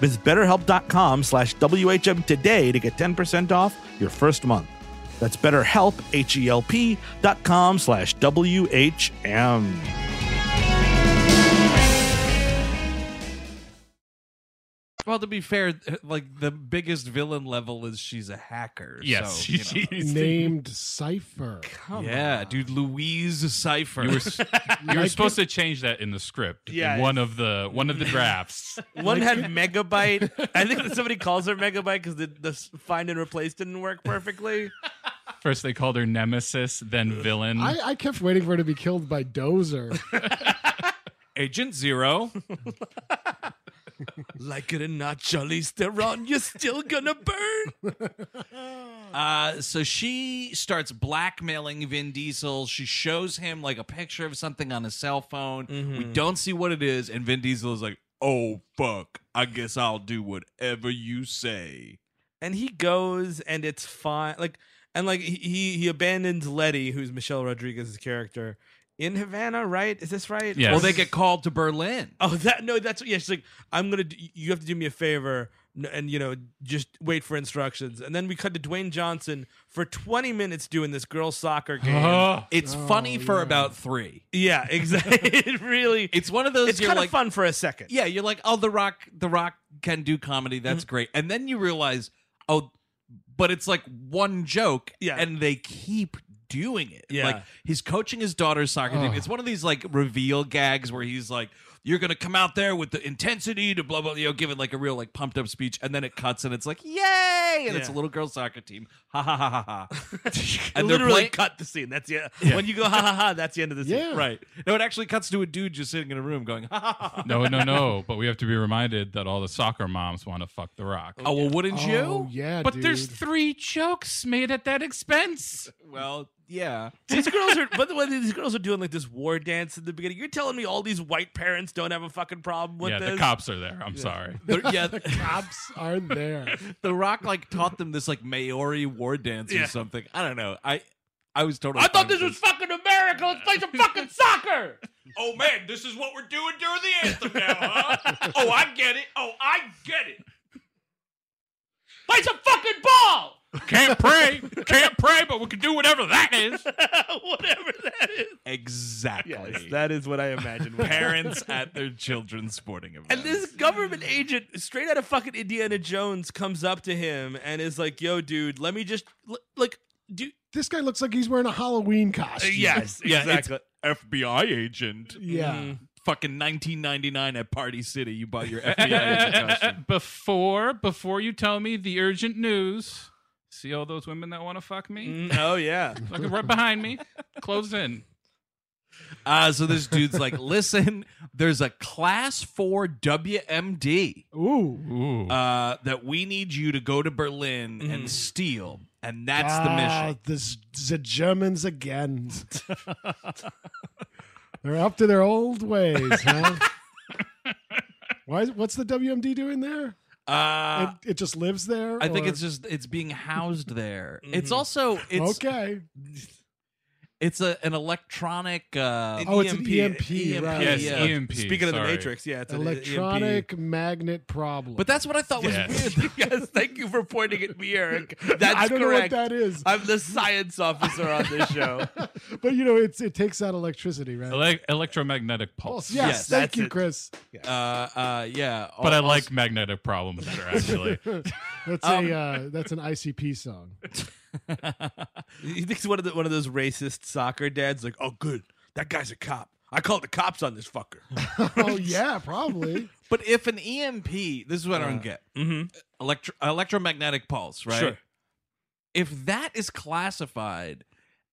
[SPEAKER 8] Visit betterhelp.com slash WHM today to get 10% off your first month. That's betterhelp, H-E-L-P dot com slash W-H-M.
[SPEAKER 4] Well, to be fair, like the biggest villain level is she's a hacker.
[SPEAKER 7] Yes, *laughs*
[SPEAKER 4] so, you know.
[SPEAKER 9] named Cipher.
[SPEAKER 4] yeah, dude, Louise Cipher.
[SPEAKER 7] You were, s- you were supposed to change that in the script.
[SPEAKER 5] Yeah.
[SPEAKER 7] in one of the one *laughs* of the drafts.
[SPEAKER 5] One had
[SPEAKER 4] *laughs*
[SPEAKER 5] megabyte. I think that somebody calls her megabyte because the, the s- find and replace didn't work perfectly.
[SPEAKER 7] First they called her nemesis, then villain.
[SPEAKER 9] I, I kept waiting for her to be killed by
[SPEAKER 7] *laughs*
[SPEAKER 9] Dozer.
[SPEAKER 4] Agent Zero.
[SPEAKER 5] *laughs* like it or not, Charlize Theron, you're still gonna burn.
[SPEAKER 4] *laughs* Uh, so she starts blackmailing Vin Diesel. She shows him like a picture of something on his cell phone. We
[SPEAKER 5] Mm-hmm.
[SPEAKER 4] don't see what it is, and Vin Diesel is like, "Oh fuck, I guess I'll do whatever you say."
[SPEAKER 5] and he goes, and it's fine. Like and like he- he he abandons Letty, who's Michelle Rodriguez's character, in Havana. Right? Is this right?
[SPEAKER 4] Well, they get called to Berlin.
[SPEAKER 5] Oh, that no, that's yeah. She's like, I'm gonna. Do, you have to do me a favor, n- and you know, just wait for instructions. And then we cut to Dwayne Johnson for 20 minutes doing this
[SPEAKER 4] *gasps*
[SPEAKER 5] girls' soccer game.
[SPEAKER 4] It's funny
[SPEAKER 5] Oh,
[SPEAKER 4] for about three.
[SPEAKER 5] yeah, exactly. *laughs* It really.
[SPEAKER 4] It's one of those.
[SPEAKER 5] It's
[SPEAKER 4] you're
[SPEAKER 5] kind of
[SPEAKER 4] like,
[SPEAKER 5] fun for a second.
[SPEAKER 4] Yeah, you're like, oh, The Rock, The Rock can do comedy. That's great. And then you realize, oh, but it's like one joke,
[SPEAKER 5] Yeah.
[SPEAKER 4] and they keep doing it.
[SPEAKER 5] Yeah.
[SPEAKER 4] Like he's coaching his daughter's soccer team. It's one of these like reveal gags where he's like, you're gonna come out there with the intensity to blah blah, you know, give it like a real like pumped up speech, and then it cuts and it's like, yay! And it's a
[SPEAKER 5] Yeah.
[SPEAKER 4] little girl soccer team. Ha ha ha *laughs* ha ha.
[SPEAKER 5] I
[SPEAKER 4] and they're
[SPEAKER 5] literally
[SPEAKER 4] playing,
[SPEAKER 5] cut the scene. That's the when you go ha ha ha. That's the end of the scene.
[SPEAKER 9] Yeah.
[SPEAKER 4] right. No, it actually cuts to a dude just sitting in a room going, ha ha ha. ha.
[SPEAKER 7] no, no, no. But we have to be reminded that all the soccer moms want to fuck the rock.
[SPEAKER 4] Oh well, wouldn't you?
[SPEAKER 9] Oh, yeah,
[SPEAKER 7] but
[SPEAKER 9] dude.
[SPEAKER 7] there's three jokes made at that expense.
[SPEAKER 4] Well, *laughs* yeah.
[SPEAKER 5] These girls are, by the way, these girls are doing like this war dance at the beginning. You're telling me all these white parents don't have a fucking problem with
[SPEAKER 7] yeah,
[SPEAKER 5] this?
[SPEAKER 7] the cops are there. I'm sorry.
[SPEAKER 4] They're- yeah,
[SPEAKER 9] Cops are
[SPEAKER 7] *laughs*
[SPEAKER 9] there.
[SPEAKER 4] The Rock like taught them this like Maori war dance or
[SPEAKER 5] Yeah.
[SPEAKER 4] something. I don't know. I I was totally.
[SPEAKER 5] I
[SPEAKER 4] fine
[SPEAKER 5] thought this
[SPEAKER 4] with
[SPEAKER 5] was fucking America. Let's play some fucking soccer.
[SPEAKER 7] Oh man, this is what we're doing during the anthem now, huh? Oh, I get it. Oh, I get it. Play some fucking ball. Can't pray. Can't pray, but we can do whatever that is.
[SPEAKER 4] *laughs*
[SPEAKER 5] whatever that is.
[SPEAKER 4] Exactly.
[SPEAKER 5] that is what I imagine.
[SPEAKER 4] Parents at their children's sporting event.
[SPEAKER 5] And this government agent, straight out of fucking Indiana Jones, comes up to him and is like, "Yo, dude, let me just l- like, do
[SPEAKER 6] This guy looks like he's wearing a Halloween costume.
[SPEAKER 4] yes, Mm-hmm. exactly. FBI agent.
[SPEAKER 6] *laughs* Yeah.
[SPEAKER 4] Fucking 1999 at Party City. You bought your FBI *laughs* agent costume.
[SPEAKER 7] before before you tell me the urgent news. See all those women that want to fuck me?
[SPEAKER 5] oh yeah,
[SPEAKER 7] *laughs* Fucking right behind me. Close in.
[SPEAKER 4] Uh, so this dude's like, *laughs* listen, there's a class four WMD
[SPEAKER 6] Ooh.
[SPEAKER 4] Uh, that we need you to go to Berlin
[SPEAKER 6] Mm.
[SPEAKER 4] and steal. And that's the
[SPEAKER 6] Ah,
[SPEAKER 4] mission.
[SPEAKER 6] This, the Germans again. *laughs* They're up to their old ways,
[SPEAKER 4] *laughs*
[SPEAKER 6] huh? Why? is- What's the WMD doing there?
[SPEAKER 4] Uh,
[SPEAKER 6] it, it just lives there.
[SPEAKER 4] I think
[SPEAKER 6] or-
[SPEAKER 4] it's just it's being housed there. It's also it's
[SPEAKER 6] Mm-hmm. okay.
[SPEAKER 4] it's a, an electronic uh E
[SPEAKER 6] Oh, it's an EMP, right. Yes, E
[SPEAKER 4] yeah.
[SPEAKER 7] EMP,
[SPEAKER 5] Speaking of the
[SPEAKER 7] E sorry.
[SPEAKER 5] Matrix, yeah, it's an E
[SPEAKER 6] Electronic magnet problem.
[SPEAKER 4] E But that's what I thought was
[SPEAKER 7] Yes.
[SPEAKER 4] weird. *laughs*
[SPEAKER 5] EMP. yes, thank you for pointing at me, Eric. That's
[SPEAKER 6] *laughs* I don't
[SPEAKER 5] correct.
[SPEAKER 6] know what that is.
[SPEAKER 5] I'm the science officer on this show.
[SPEAKER 4] Uh,
[SPEAKER 6] *laughs* But you know, it's it takes out electricity, right?
[SPEAKER 7] Ele- electromagnetic pulse.
[SPEAKER 6] Pulse. Yes,
[SPEAKER 4] Yes,
[SPEAKER 6] thank
[SPEAKER 4] that's
[SPEAKER 6] you,
[SPEAKER 4] it.
[SPEAKER 6] Chris.
[SPEAKER 4] Uh uh yeah.
[SPEAKER 7] But I
[SPEAKER 4] Al- *laughs*
[SPEAKER 7] like magnetic problems
[SPEAKER 5] *laughs*
[SPEAKER 7] better, actually.
[SPEAKER 6] That's
[SPEAKER 4] Um,
[SPEAKER 6] a uh, that's an ICP
[SPEAKER 4] *laughs*
[SPEAKER 6] song.
[SPEAKER 5] He thinks one of the, one of those racist soccer dads, like, "Oh, good, that guy's a cop. I called the cops on this
[SPEAKER 7] *laughs*
[SPEAKER 5] fucker."
[SPEAKER 6] oh yeah, probably.
[SPEAKER 4] But if an EMP, this is what I don't get. Electro- electromagnetic pulse, right?
[SPEAKER 5] Uh, mm-hmm. Sure.
[SPEAKER 4] If that is classified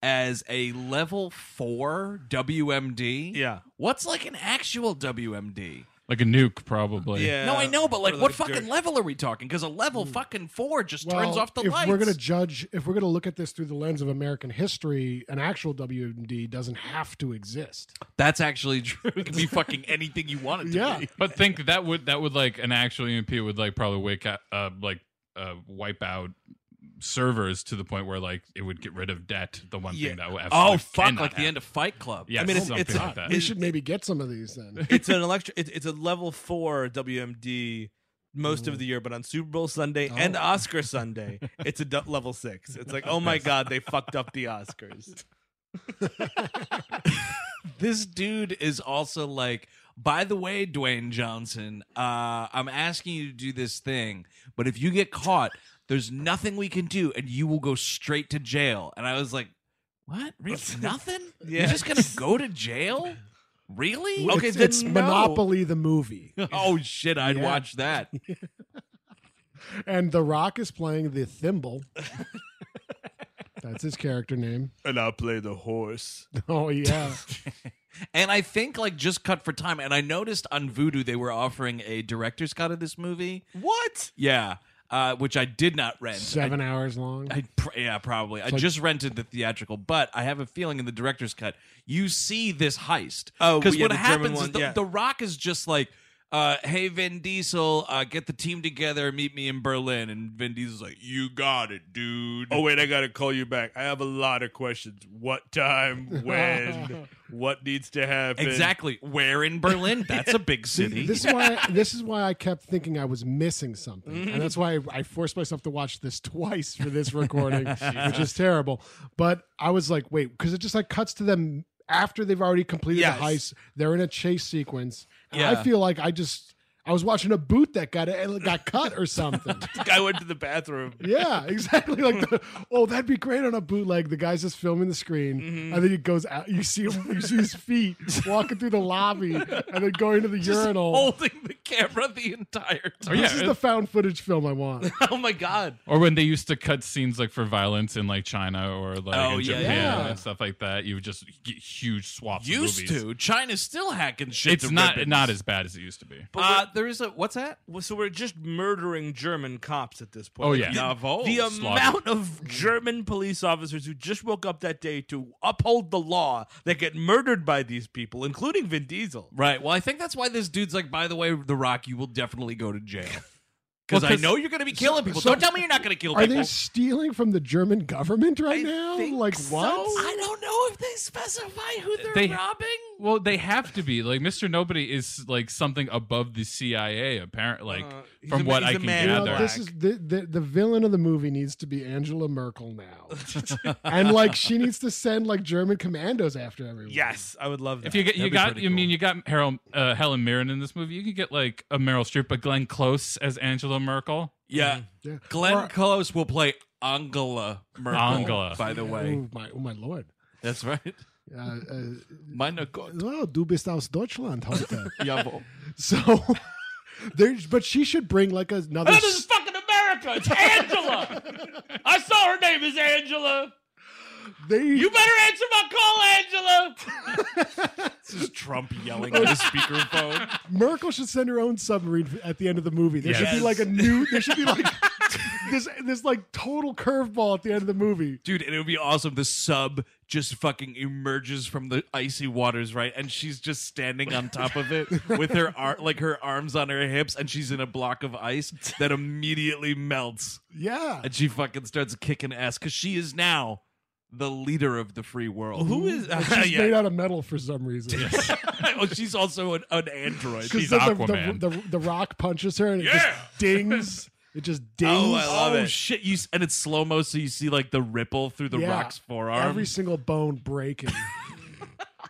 [SPEAKER 4] as a level 4 WMD,
[SPEAKER 5] Yeah.
[SPEAKER 4] What's like an actual WMD?
[SPEAKER 7] like a nuke, probably.
[SPEAKER 5] Yeah.
[SPEAKER 4] no, I know, but like
[SPEAKER 5] Or
[SPEAKER 4] what
[SPEAKER 5] a
[SPEAKER 4] fucking
[SPEAKER 5] jerk.
[SPEAKER 4] level are we talking? Cuz a level
[SPEAKER 5] Mm.
[SPEAKER 4] fucking 4 just turns
[SPEAKER 6] Well,
[SPEAKER 4] off the
[SPEAKER 6] if
[SPEAKER 4] lights.
[SPEAKER 6] we're gonna judge, if we're gonna look at this through the lens of American history, an actual WMD doesn't have to exist.
[SPEAKER 4] That's actually *laughs* true. It can be fucking anything you want it to
[SPEAKER 6] Yeah.
[SPEAKER 4] be.
[SPEAKER 7] But think that would that would like an actual EMP would like probably wake up uh, like uh, wipe out servers to the point where like it would get rid of debt. The one
[SPEAKER 5] Yeah.
[SPEAKER 7] thing that would
[SPEAKER 4] Oh fuck, like the end of Fight Club.
[SPEAKER 7] Yeah,
[SPEAKER 5] I mean, it's-
[SPEAKER 7] something
[SPEAKER 5] it's-
[SPEAKER 7] like that.
[SPEAKER 6] We should maybe get some of these
[SPEAKER 4] *laughs*
[SPEAKER 6] then.
[SPEAKER 5] it's an electro. It's, it's a level four WMD most of the year, but on Super Bowl Sunday
[SPEAKER 4] Oh.
[SPEAKER 5] and Oscar Sunday, it's a du- level six. It's like, oh my god, they fucked up the Oscars.
[SPEAKER 4] this dude is also like by the way dwayne johnson uh, i'm asking you to do this thing but if you get caught there's nothing we can do and you will go straight to jail and i was like what really? nothing
[SPEAKER 5] *laughs* Yeah.
[SPEAKER 4] you're just gonna go to jail really
[SPEAKER 5] Okay, *laughs*
[SPEAKER 6] it's,
[SPEAKER 5] then
[SPEAKER 6] it's
[SPEAKER 5] no.
[SPEAKER 6] Monopoly the movie,
[SPEAKER 4] oh shit i'd
[SPEAKER 6] Yeah.
[SPEAKER 4] watch that
[SPEAKER 6] and The Rock is playing the
[SPEAKER 4] *laughs*
[SPEAKER 6] Thimble. that's his character name. *laughs*
[SPEAKER 5] And I'll play the horse.
[SPEAKER 6] Oh
[SPEAKER 4] *laughs*
[SPEAKER 6] yeah,
[SPEAKER 4] and i think like just cut for time and i noticed on voodoo they were offering a director's cut of this movie
[SPEAKER 5] Mm-hmm. What?
[SPEAKER 4] yeah uh, which i did not rent I
[SPEAKER 6] seven hours long.
[SPEAKER 4] I pr- yeah, probably. I just rented the theatrical, but I have a feeling in the director's cut you see this heist.
[SPEAKER 5] Oh,
[SPEAKER 4] because
[SPEAKER 5] yeah,
[SPEAKER 4] what
[SPEAKER 5] the German
[SPEAKER 4] happens is
[SPEAKER 5] one,
[SPEAKER 4] the,
[SPEAKER 5] yeah.
[SPEAKER 4] the Rock is just like, uh, "Hey, Vin Diesel, uh, get the team together, meet me in Berlin." And Vin Diesel's like, "You got it, dude."
[SPEAKER 5] Oh wait, I gotta call you back. I have a lot of questions. What time? When? what needs to happen?
[SPEAKER 4] exactly. Where in Berlin? That's a
[SPEAKER 5] *laughs*
[SPEAKER 4] big city.
[SPEAKER 6] This is why. This is why I kept thinking I was missing something, and that's why I, I forced myself to watch this twice for this recording, which is terrible. But I was like, wait, because it just like cuts to them after they've already completed
[SPEAKER 5] Yes.
[SPEAKER 6] the heist. They're in a chase sequence. And
[SPEAKER 4] Yeah.
[SPEAKER 6] I feel like I just I was watching a boot that got eh, got cut or something.
[SPEAKER 5] The guy went to the bathroom.
[SPEAKER 6] yeah, exactly. Like, the, oh, that'd be great on a bootleg. The guy's just filming the screen, and then he goes out. You see him. You see his feet walking through the lobby, and then going to the urinal.
[SPEAKER 4] holding the camera the entire time.
[SPEAKER 5] Oh,
[SPEAKER 7] Or, yeah,
[SPEAKER 6] This is the found footage film I want.
[SPEAKER 5] *laughs*
[SPEAKER 4] oh my god.
[SPEAKER 7] or when they used to cut scenes like for violence in like China or like
[SPEAKER 4] Oh,
[SPEAKER 7] in
[SPEAKER 4] yeah,
[SPEAKER 7] Japan
[SPEAKER 6] yeah.
[SPEAKER 7] and stuff like that, you would just get huge swaps. of
[SPEAKER 4] Used
[SPEAKER 7] movies.
[SPEAKER 4] to. China's still hacking shit.
[SPEAKER 7] It's
[SPEAKER 4] to
[SPEAKER 7] not
[SPEAKER 4] ribbons.
[SPEAKER 7] not as bad as it used to be.
[SPEAKER 4] Uh, there is a what's that?
[SPEAKER 5] Well, so we're just murdering German cops at this point.
[SPEAKER 7] Oh,
[SPEAKER 5] Like,
[SPEAKER 7] yeah.
[SPEAKER 5] the-
[SPEAKER 4] Jawohl.
[SPEAKER 5] the
[SPEAKER 7] Slaughter.
[SPEAKER 5] amount of German police officers who just woke up that day to uphold the law that get murdered by these people, including Vin Diesel.
[SPEAKER 4] Right. Well, I think that's why this dude's like, by the way, The Rock, you will definitely go to jail. Because
[SPEAKER 7] *laughs* Well,
[SPEAKER 4] I
[SPEAKER 7] 'cause-
[SPEAKER 4] know you're going to be killing people.
[SPEAKER 6] so-
[SPEAKER 4] Don't tell me you're not going to kill
[SPEAKER 6] Are
[SPEAKER 4] people.
[SPEAKER 6] they stealing from the German government right
[SPEAKER 5] I
[SPEAKER 6] now?
[SPEAKER 5] think
[SPEAKER 6] Like
[SPEAKER 5] so.
[SPEAKER 6] what?
[SPEAKER 4] I don't know if they specify who they're
[SPEAKER 7] They-
[SPEAKER 4] robbing.
[SPEAKER 7] Well, they have to be like Mr. Nobody is like something above the CIA,
[SPEAKER 4] Uh,
[SPEAKER 7] apparently. Like from what I can
[SPEAKER 6] You
[SPEAKER 7] gather,
[SPEAKER 6] know, this is the, the the villain of the movie needs to be Angela Merkel
[SPEAKER 5] *laughs*
[SPEAKER 6] now, and like she needs to send like German commandos after everyone.
[SPEAKER 5] Yes, I would love that.
[SPEAKER 7] if you get you got you mean you got Harold uh, Helen Mirren in this movie, you could get like a Meryl Streep, but Glenn Close as Angela Merkel.
[SPEAKER 4] Yeah.
[SPEAKER 7] Mm-hmm.
[SPEAKER 6] Yeah.
[SPEAKER 4] Glenn
[SPEAKER 6] Or-
[SPEAKER 4] Close will play Angela Merkel.
[SPEAKER 7] Angela.
[SPEAKER 4] by the way.
[SPEAKER 6] oh my, oh my lord.
[SPEAKER 4] That's right.
[SPEAKER 6] Uh, uh,
[SPEAKER 4] Meine Gott.
[SPEAKER 6] Oh, du bist aus Deutschland heute.
[SPEAKER 4] Jawohl.
[SPEAKER 6] So *laughs* there's, but she should bring like another.
[SPEAKER 2] this is fucking America. It's
[SPEAKER 4] *laughs*
[SPEAKER 2] Angela. I saw her name is Angela.
[SPEAKER 6] They,
[SPEAKER 2] You better answer my call, Angela.
[SPEAKER 7] *laughs*
[SPEAKER 4] This is Trump yelling at his speakerphone.
[SPEAKER 6] Merkel should send her own submarine at the end of the movie. There should
[SPEAKER 4] Yes.
[SPEAKER 6] be like a new. There should be
[SPEAKER 4] *laughs*
[SPEAKER 6] like this this like total curveball at the end of the movie.
[SPEAKER 4] Dude, and it would be awesome. The sub just fucking emerges from the icy waters, right? And she's just standing on top
[SPEAKER 6] *laughs*
[SPEAKER 4] of it with her ar- like her arms on her hips, and she's in a block of ice that immediately melts.
[SPEAKER 6] Yeah.
[SPEAKER 4] And she fucking starts kicking ass because she is now the leader of the free world.
[SPEAKER 6] Who is
[SPEAKER 4] *laughs*
[SPEAKER 6] she's made out of metal for some reason?
[SPEAKER 4] oh, she's also an, an android.
[SPEAKER 6] Because the, the, the, the, the rock punches her and it just
[SPEAKER 4] *laughs*
[SPEAKER 6] dings. It just dings.
[SPEAKER 4] Oh, I love it. shit! You s- and it's slow mo, so you see like the ripple through the
[SPEAKER 6] Yeah.
[SPEAKER 4] rock's forearm.
[SPEAKER 6] Every single bone breaking. *laughs*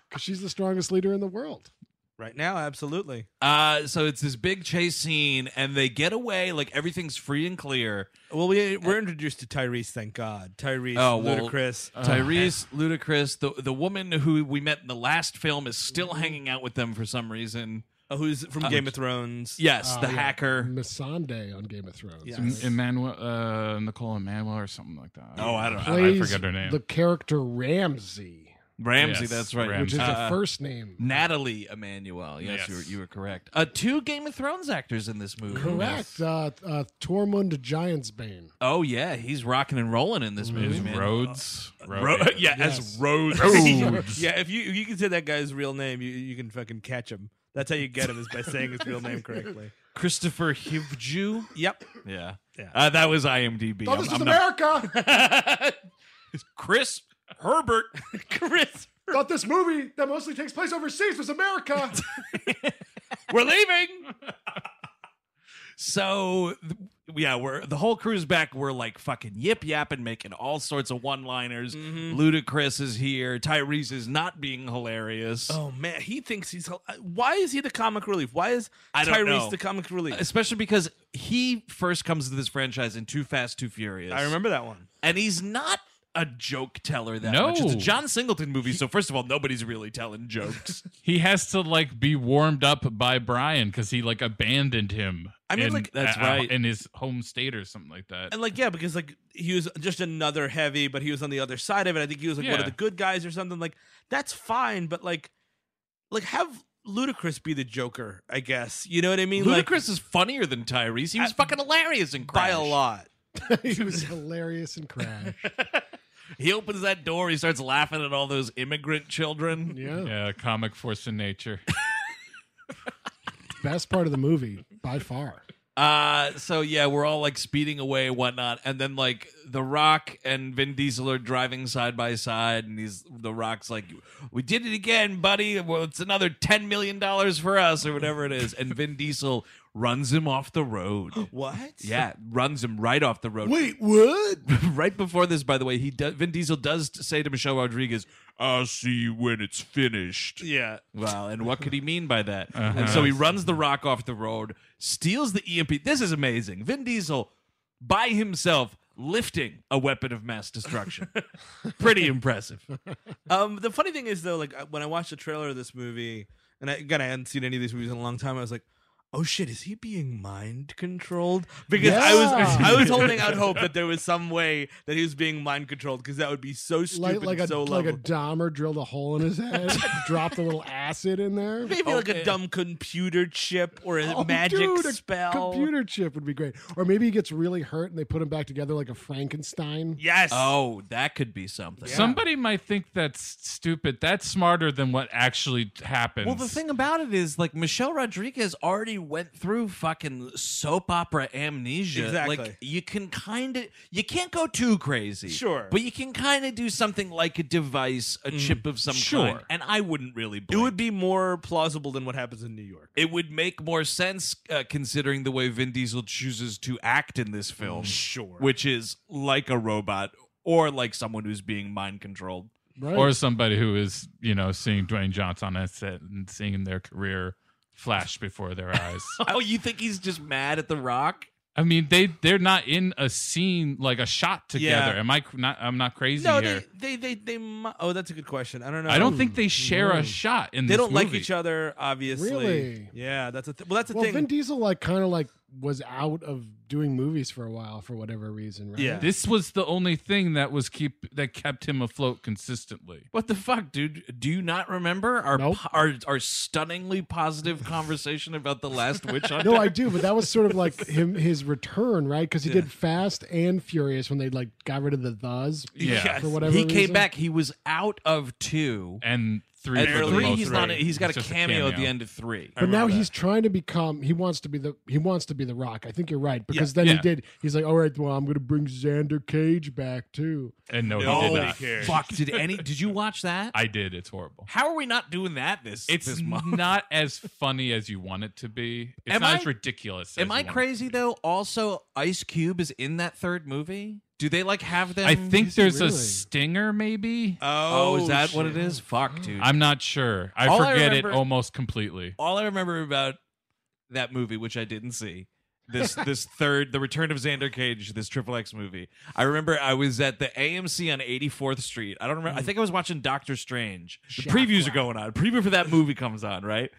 [SPEAKER 6] Because she's the strongest leader in the world.
[SPEAKER 4] Right now, absolutely. Uh, so it's this big chase scene, and they get away. Like everything's free and clear.
[SPEAKER 5] Well, we we're introduced to Tyrese. Thank God, Tyrese,
[SPEAKER 4] Oh, Uh, well,
[SPEAKER 5] Ludacris,
[SPEAKER 4] Tyrese, Ludacris. The the woman who we met in the last film is still hanging out with them for some reason.
[SPEAKER 5] Uh, who's from
[SPEAKER 4] Uh,
[SPEAKER 5] Game of Thrones?
[SPEAKER 4] Yes,
[SPEAKER 6] Oh,
[SPEAKER 4] the
[SPEAKER 6] yeah.
[SPEAKER 4] hacker.
[SPEAKER 6] Missandei on Game of Thrones.
[SPEAKER 7] Em- Emmanuel, uh, Nicole Emmanuel, or something like that.
[SPEAKER 4] Oh, I don't know.
[SPEAKER 7] I forget her name.
[SPEAKER 6] The character Ramsey.
[SPEAKER 4] Ramsey,
[SPEAKER 7] Yes,
[SPEAKER 4] that's right.
[SPEAKER 7] Ramsey. Which is
[SPEAKER 6] her first name.
[SPEAKER 4] Natalie Emmanuel. Yes,
[SPEAKER 6] Yes.
[SPEAKER 4] You, were, you were correct. Uh, two Game of Thrones actors in this movie.
[SPEAKER 6] Correct. Uh, uh, Tormund Giantsbane.
[SPEAKER 4] Oh yeah, he's rocking and rolling in this movie. man.
[SPEAKER 7] Rhodes,
[SPEAKER 4] Ro- *laughs* yeah, as Rhodes. *laughs*
[SPEAKER 5] yeah, if you if you can say that guy's real name, you you can fucking catch him. That's how you get him is by saying his real
[SPEAKER 4] *laughs*
[SPEAKER 5] name correctly.
[SPEAKER 4] Christopher Hivju.
[SPEAKER 5] Yep.
[SPEAKER 4] Yeah.
[SPEAKER 5] Yeah.
[SPEAKER 4] Uh, that was IMDb.
[SPEAKER 5] Oh, this is
[SPEAKER 4] not-
[SPEAKER 6] America.
[SPEAKER 4] Chris
[SPEAKER 5] *laughs*
[SPEAKER 4] Herbert. Chris.
[SPEAKER 6] Thought this movie that mostly takes place overseas was America.
[SPEAKER 4] We're leaving. so th- yeah, we're the whole crew's back. We're like fucking yip yapping, making all sorts of one-liners.
[SPEAKER 5] Mm-hmm.
[SPEAKER 4] Ludacris is here. Tyrese is not being hilarious.
[SPEAKER 5] Oh man, he thinks he's. hel- Why is he the comic relief? Why is
[SPEAKER 4] I don't
[SPEAKER 5] Tyrese
[SPEAKER 4] know. Uh,
[SPEAKER 5] the comic relief?
[SPEAKER 4] Especially because he first comes to this franchise in Too Fast, Too Furious.
[SPEAKER 5] I remember that one.
[SPEAKER 4] And he's not a joke teller that
[SPEAKER 7] No.
[SPEAKER 4] much. It's a John Singleton movie, so first of all, nobody's really telling
[SPEAKER 5] *laughs*
[SPEAKER 4] jokes.
[SPEAKER 7] *laughs* he has to like be warmed up by Brian because he like abandoned him.
[SPEAKER 5] I mean,
[SPEAKER 7] in-
[SPEAKER 5] like- That's
[SPEAKER 7] uh,
[SPEAKER 5] right.
[SPEAKER 7] in his home state or something like that.
[SPEAKER 5] And like, yeah, because like he was just another heavy, but he was on the other side of it. I think he was like one
[SPEAKER 7] Yeah.
[SPEAKER 5] of the good guys or something. Like that's fine, but like, like have Ludacris be the Joker, I guess. You know what I mean? like,
[SPEAKER 4] Ludacris is funnier than Tyrese. He was fucking hilarious in
[SPEAKER 5] by
[SPEAKER 4] Crash.
[SPEAKER 5] a lot.
[SPEAKER 6] *laughs* he was hilarious and Crash.
[SPEAKER 4] He opens that door, he starts laughing at all those immigrant
[SPEAKER 6] *laughs*
[SPEAKER 4] children.
[SPEAKER 6] Yeah.
[SPEAKER 7] Yeah, comic force
[SPEAKER 5] *laughs*
[SPEAKER 7] in nature.
[SPEAKER 6] Best part of the movie by far.
[SPEAKER 4] Uh so yeah, we're all like speeding away and whatnot, and then like The Rock and Vin Diesel are driving side by side, and he's The Rock's like, "We did it again, buddy. Well, it's another ten million dollars for us, or whatever it is." And Vin Diesel runs him off the
[SPEAKER 5] *gasps*
[SPEAKER 4] road. *gasps*
[SPEAKER 5] What?
[SPEAKER 4] Yeah, runs him right off the road.
[SPEAKER 6] what?
[SPEAKER 4] *laughs* right before this, by the way, he do- Vin Diesel does say to Michelle Rodriguez, "I'll see you when it's finished."
[SPEAKER 5] Yeah.
[SPEAKER 4] Well, and what could he mean by that?
[SPEAKER 7] Uh-huh.
[SPEAKER 4] And so he runs the rock off the road, steals the EMP. This is amazing. Vin Diesel by himself lifting a weapon of mass destruction. Pretty impressive.
[SPEAKER 5] *laughs* Um, the funny thing is though, like I- when I watched the trailer of this movie, and I, again I hadn't seen any of these movies in a long time, I was like, "Oh shit, is he being mind controlled?" Because I was
[SPEAKER 6] Yeah.
[SPEAKER 5] I was
[SPEAKER 6] *laughs*
[SPEAKER 5] holding out hope that there was some way that he was being mind controlled because that would be so
[SPEAKER 6] Like,
[SPEAKER 5] stupid,
[SPEAKER 6] like a
[SPEAKER 5] so
[SPEAKER 6] like a
[SPEAKER 5] level.
[SPEAKER 6] Dahmer drilled a hole in his head, *laughs* dropped a little acid in there.
[SPEAKER 5] Maybe like a dumb computer chip or a
[SPEAKER 6] Oh,
[SPEAKER 5] magic
[SPEAKER 6] dude, a
[SPEAKER 5] spell.
[SPEAKER 6] computer chip would be great. Or maybe he gets really hurt and they put him back together like a Frankenstein.
[SPEAKER 5] Yes.
[SPEAKER 4] Oh, that could be something.
[SPEAKER 7] Somebody might think that's stupid. That's smarter than what actually happens.
[SPEAKER 4] Well, the thing about it is, like Michelle Rodriguez already you went through fucking soap opera amnesia,
[SPEAKER 5] Exactly.
[SPEAKER 4] like you can kind of you can't go too crazy,
[SPEAKER 5] Sure. Mm.
[SPEAKER 4] but you can kind of do something like a device, a chip of some kind. And I wouldn't really. Blame.
[SPEAKER 5] It would be more plausible than what happens in New York.
[SPEAKER 4] It would make more sense uh, considering the way Vin Diesel chooses to act in this film,
[SPEAKER 5] Sure.
[SPEAKER 4] which is like a robot or like someone who's being mind controlled.
[SPEAKER 7] or somebody who is you know seeing Dwayne Johnson on that set and seeing their career flash before their
[SPEAKER 5] *laughs*
[SPEAKER 7] eyes.
[SPEAKER 4] oh, you think he's just mad at The Rock?
[SPEAKER 7] I mean, they they're not in a scene like a shot together.
[SPEAKER 5] Yeah.
[SPEAKER 7] Am I cr- not? I'm not crazy
[SPEAKER 5] No,
[SPEAKER 7] here.
[SPEAKER 5] they, they, they, they, mu- Oh, that's a good question. I don't know.
[SPEAKER 7] I don't think they share a shot in
[SPEAKER 5] They
[SPEAKER 7] this
[SPEAKER 5] don't like
[SPEAKER 7] movie.
[SPEAKER 5] each other, obviously.
[SPEAKER 6] Really?
[SPEAKER 5] Yeah, that's a th- well. That's a
[SPEAKER 6] well,
[SPEAKER 5] thing.
[SPEAKER 6] Vin Diesel like kind of like was out of doing movies for a while for whatever reason, right?
[SPEAKER 7] This was the only thing that was keep that kept him afloat consistently.
[SPEAKER 4] What the fuck, dude? Do you not remember our our, our stunningly positive conversation about the
[SPEAKER 7] *laughs*
[SPEAKER 4] last witch hunter?
[SPEAKER 6] no, Oh, I do, but that was sort of like him his return, right? Because he
[SPEAKER 4] Yeah.
[SPEAKER 6] did Fast and Furious when they like got rid of the thes. for whatever
[SPEAKER 4] he came
[SPEAKER 6] reason.
[SPEAKER 4] back. He was out of two
[SPEAKER 7] and three.
[SPEAKER 4] And
[SPEAKER 7] for the
[SPEAKER 4] three,
[SPEAKER 7] most
[SPEAKER 4] he's
[SPEAKER 7] part.
[SPEAKER 4] not. He's got
[SPEAKER 7] It's
[SPEAKER 4] a
[SPEAKER 7] just
[SPEAKER 4] cameo, at the end of three.
[SPEAKER 6] But now he's trying to become. He wants to be the. He wants to be the Rock. I think you're right because then he
[SPEAKER 7] Yeah.
[SPEAKER 6] did. He's like, all right, well, I'm going to bring Xander Cage back too.
[SPEAKER 7] And no, he
[SPEAKER 4] Nobody
[SPEAKER 7] did not.
[SPEAKER 4] cares. Fuck, did any- did you watch that?
[SPEAKER 7] I did. It's horrible.
[SPEAKER 4] How are we not doing that *laughs* this
[SPEAKER 7] It's
[SPEAKER 4] this month?
[SPEAKER 7] *laughs* not as funny as you want it to be. It's
[SPEAKER 4] Am
[SPEAKER 7] not
[SPEAKER 4] I-
[SPEAKER 7] as ridiculous.
[SPEAKER 4] Am
[SPEAKER 7] as
[SPEAKER 4] I
[SPEAKER 7] you want it.
[SPEAKER 4] crazy though? Also, Ice Cube is in that third movie. Do they like have them?
[SPEAKER 7] I think there's a stinger, maybe.
[SPEAKER 4] Oh, is that what
[SPEAKER 7] shit.
[SPEAKER 4] it is? Fuck, dude.
[SPEAKER 7] I'm not sure. I
[SPEAKER 4] All I
[SPEAKER 7] forget it
[SPEAKER 4] remember- Oh,
[SPEAKER 7] almost completely.
[SPEAKER 4] all I remember about that movie, which I didn't see,
[SPEAKER 5] *laughs*
[SPEAKER 4] this this third, the Return of Xander Cage, this Triple X movie. I remember I was at the AMC on 84th Street. I don't remember. I
[SPEAKER 5] Mm.
[SPEAKER 4] think I was watching Doctor Strange. The previews are going on. Preview for that movie comes on, right?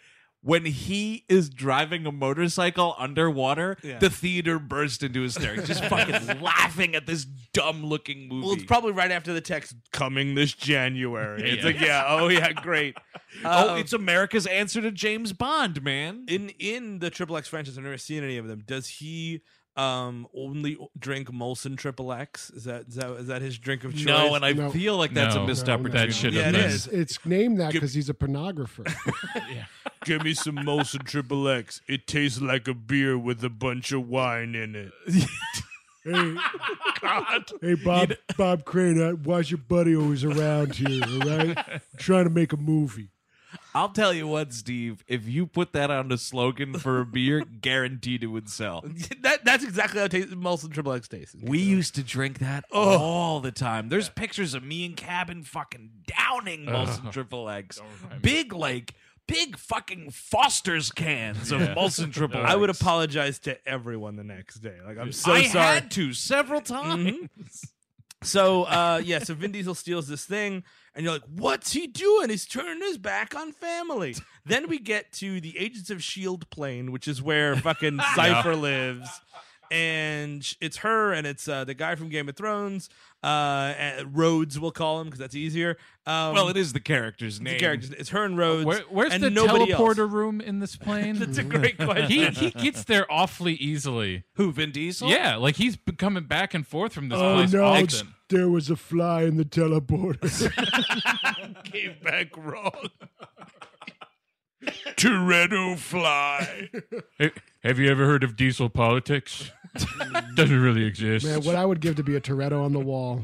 [SPEAKER 4] When he is driving a motorcycle underwater,
[SPEAKER 5] Yeah.
[SPEAKER 4] the theater burst into hysterics,
[SPEAKER 5] *laughs*
[SPEAKER 4] just fucking laughing at this dumb looking movie.
[SPEAKER 5] Well, it's probably right after the text coming
[SPEAKER 4] *laughs*
[SPEAKER 5] this January. It's
[SPEAKER 4] Yeah.
[SPEAKER 5] like, yeah, oh yeah, *laughs* great.
[SPEAKER 4] oh, it's America's answer to James Bond, man.
[SPEAKER 5] In in the Triple X franchise, I've never seen any of them. Does he um only drink Molson Triple X? Is that is that is that his drink of choice?
[SPEAKER 4] No, and I feel like that's a missed
[SPEAKER 6] No, no,
[SPEAKER 4] opportunity.
[SPEAKER 6] no.
[SPEAKER 5] Yeah, it
[SPEAKER 6] It's,
[SPEAKER 5] is.
[SPEAKER 6] it's named that because he's a
[SPEAKER 7] *laughs*
[SPEAKER 6] pornographer. *laughs*
[SPEAKER 5] Give me some Molson Triple X. It tastes like a beer with a bunch of wine in it.
[SPEAKER 6] hey, hey, Bob, Bob Crane, uh, why's your buddy always around here? All
[SPEAKER 7] *laughs*
[SPEAKER 6] right, trying to make a movie.
[SPEAKER 4] I'll tell you what, Steve. If you put that on a slogan for a beer, *laughs* guaranteed it would sell.
[SPEAKER 5] *laughs* that that's exactly how it tastes, Molson Triple X tastes.
[SPEAKER 4] We used to drink that
[SPEAKER 5] Oh.
[SPEAKER 4] all the time. There's pictures of me and Cabin fucking downing Molson
[SPEAKER 5] Ugh.
[SPEAKER 4] Triple X. Big like big fucking Foster's cans of
[SPEAKER 5] *laughs*
[SPEAKER 4] Molson Triple X.
[SPEAKER 5] I would apologize to everyone the next day. Like I'm so
[SPEAKER 4] I
[SPEAKER 5] sorry. Mm-hmm.
[SPEAKER 4] had to several times.
[SPEAKER 5] So uh yeah, so Vin Diesel steals this thing, and you're like, what's he doing? He's turning his back on family. Then we get to the Agents of Shield E plane, which is where
[SPEAKER 7] *laughs*
[SPEAKER 5] fucking Cypher lives. And sh- it's her and it's uh, the guy from Game of Thrones, uh, and Rhodes, we'll call him because that's easier. Um,
[SPEAKER 4] Well, it is the character's
[SPEAKER 5] it's the
[SPEAKER 4] name.
[SPEAKER 5] character's- It's her and Rhodes.
[SPEAKER 7] Where, where's
[SPEAKER 5] and
[SPEAKER 7] the
[SPEAKER 5] nobody else.
[SPEAKER 7] teleporter room in
[SPEAKER 4] *laughs*
[SPEAKER 7] this plane?
[SPEAKER 5] *laughs* That's a great question.
[SPEAKER 7] *laughs* he he gets there awfully easily.
[SPEAKER 4] Who Vin Diesel?
[SPEAKER 7] Yeah, like he's been coming back and forth from this
[SPEAKER 6] Oh
[SPEAKER 7] place
[SPEAKER 6] no,
[SPEAKER 7] often.
[SPEAKER 6] there was a fly in the teleporter.
[SPEAKER 7] *laughs*
[SPEAKER 5] came
[SPEAKER 4] *laughs*
[SPEAKER 5] back wrong. Toretto fly.
[SPEAKER 7] Hey, Have you ever heard of diesel politics? *laughs* Doesn't really exist.
[SPEAKER 6] Man, what I would give to be a Toretto on the wall.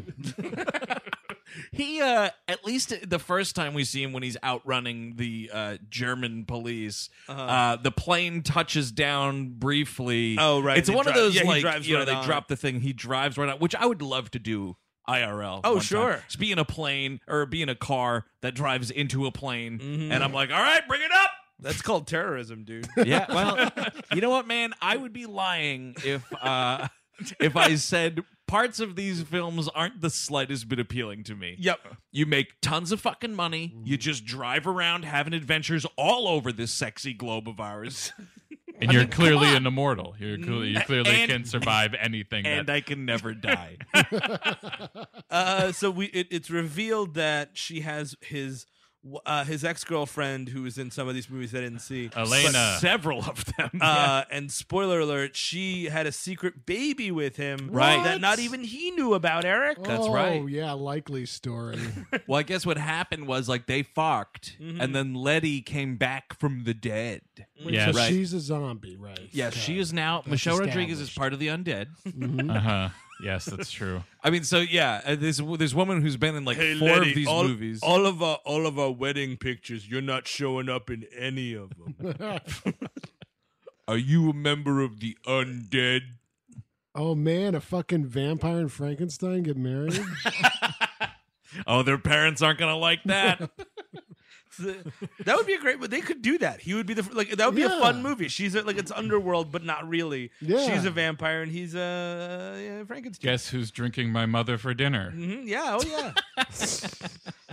[SPEAKER 4] He uh at least the first time we see him when he's outrunning the uh German police, uh
[SPEAKER 5] Uh-huh.
[SPEAKER 4] the plane touches down briefly.
[SPEAKER 5] Oh, right,
[SPEAKER 4] It's
[SPEAKER 5] they
[SPEAKER 4] one of
[SPEAKER 5] drive-
[SPEAKER 4] those
[SPEAKER 5] yeah, he
[SPEAKER 4] like
[SPEAKER 5] drives
[SPEAKER 4] you know
[SPEAKER 5] right
[SPEAKER 4] they
[SPEAKER 5] on.
[SPEAKER 4] drop the thing, he drives right out, which I would love to do IRL.
[SPEAKER 5] Oh,
[SPEAKER 4] one time.
[SPEAKER 5] sure.
[SPEAKER 4] Just be in a plane or be in a car that drives into a plane
[SPEAKER 5] Mm-hmm.
[SPEAKER 4] and I'm like, "All right, bring it up."
[SPEAKER 5] That's called terrorism,
[SPEAKER 7] *laughs*
[SPEAKER 5] dude.
[SPEAKER 4] Yeah, well, you know what, man? I would be lying if uh, if I said parts of these films aren't the slightest bit appealing to me.
[SPEAKER 5] Yep.
[SPEAKER 4] You make tons of fucking money. You just drive around having adventures all over this sexy globe of *laughs* ours.
[SPEAKER 7] and
[SPEAKER 4] I
[SPEAKER 7] you're
[SPEAKER 4] mean, come
[SPEAKER 7] clearly
[SPEAKER 4] on.
[SPEAKER 7] an immortal. You're clearly, *laughs* you clearly
[SPEAKER 4] And-
[SPEAKER 7] can survive anything.
[SPEAKER 4] and
[SPEAKER 7] that,
[SPEAKER 4] I can *laughs* never die.
[SPEAKER 5] Uh, so we it, it's revealed that she has his w- uh, his ex girlfriend, who was in some of these movies I didn't see,
[SPEAKER 4] Oh,
[SPEAKER 7] Elena.
[SPEAKER 5] several of them. Uh, and spoiler alert, she had a secret baby with him,
[SPEAKER 6] Right.
[SPEAKER 5] That not even he knew about, Eric.
[SPEAKER 6] oh, yeah, likely story.
[SPEAKER 4] well, I guess what happened was like they fucked,
[SPEAKER 6] Mhm.
[SPEAKER 4] and then Letty came back from the dead.
[SPEAKER 6] Wait, so she's a zombie, right?
[SPEAKER 4] Yeah, she is now
[SPEAKER 6] That's
[SPEAKER 4] Michelle Rodriguez is
[SPEAKER 6] established.
[SPEAKER 4] part of the undead.
[SPEAKER 6] Mhm.
[SPEAKER 7] Uh-huh. Yes, that's true.
[SPEAKER 4] *laughs* I mean, so yeah, uh, this this woman who's been in like
[SPEAKER 5] Hey,
[SPEAKER 4] four
[SPEAKER 5] lady,
[SPEAKER 4] of these
[SPEAKER 5] all,
[SPEAKER 4] movies.
[SPEAKER 5] all of our all of our wedding pictures, you're not showing up in any of *laughs* them.
[SPEAKER 4] Are you a member of the undead?
[SPEAKER 6] Oh man, a fucking vampire and Frankenstein get married?
[SPEAKER 4] Oh, their parents aren't gonna like that.
[SPEAKER 5] that would be a great. They could do that. He would be the like. That would be a
[SPEAKER 6] Yeah.
[SPEAKER 5] fun movie. She's a, like it's underworld, but not really.
[SPEAKER 6] Yeah.
[SPEAKER 5] She's a vampire and he's a yeah, Frankenstein.
[SPEAKER 7] Guess who's drinking my mother for dinner?
[SPEAKER 6] Mm-hmm.
[SPEAKER 5] hmm Yeah, oh yeah.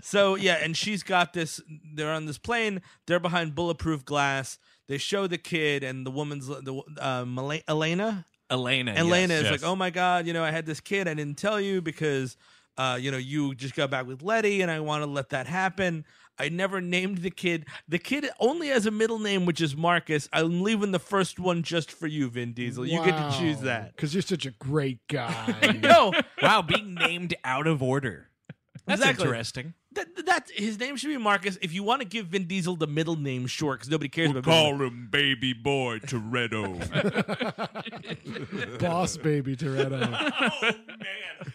[SPEAKER 5] so yeah, and she's got this. They're on this plane. They're behind bulletproof glass. They show the kid and the woman's the uh, Mala- Elena.
[SPEAKER 4] *laughs* Elena.
[SPEAKER 5] Elena
[SPEAKER 4] yes.
[SPEAKER 5] is
[SPEAKER 4] Yes.
[SPEAKER 5] like, oh my god, you know, I had this kid. I didn't tell you because, uh, you know, you just got back with Letty, and I want to let that happen. I never named the kid. The kid only has a middle name, which is Marcus. I'm leaving the first one just for you, Vin Diesel. *laughs* You get to choose that.
[SPEAKER 6] because you're such a great guy.
[SPEAKER 5] *laughs* No,
[SPEAKER 4] *laughs* wow, being named out of order. That's
[SPEAKER 5] Exactly.
[SPEAKER 4] interesting.
[SPEAKER 5] That, that his name should be Marcus. If you want to give Vin Diesel the middle name, sure, because nobody cares about
[SPEAKER 1] call
[SPEAKER 5] him Baby
[SPEAKER 4] *laughs*
[SPEAKER 5] Boy Toretto.
[SPEAKER 6] Boss baby Toretto.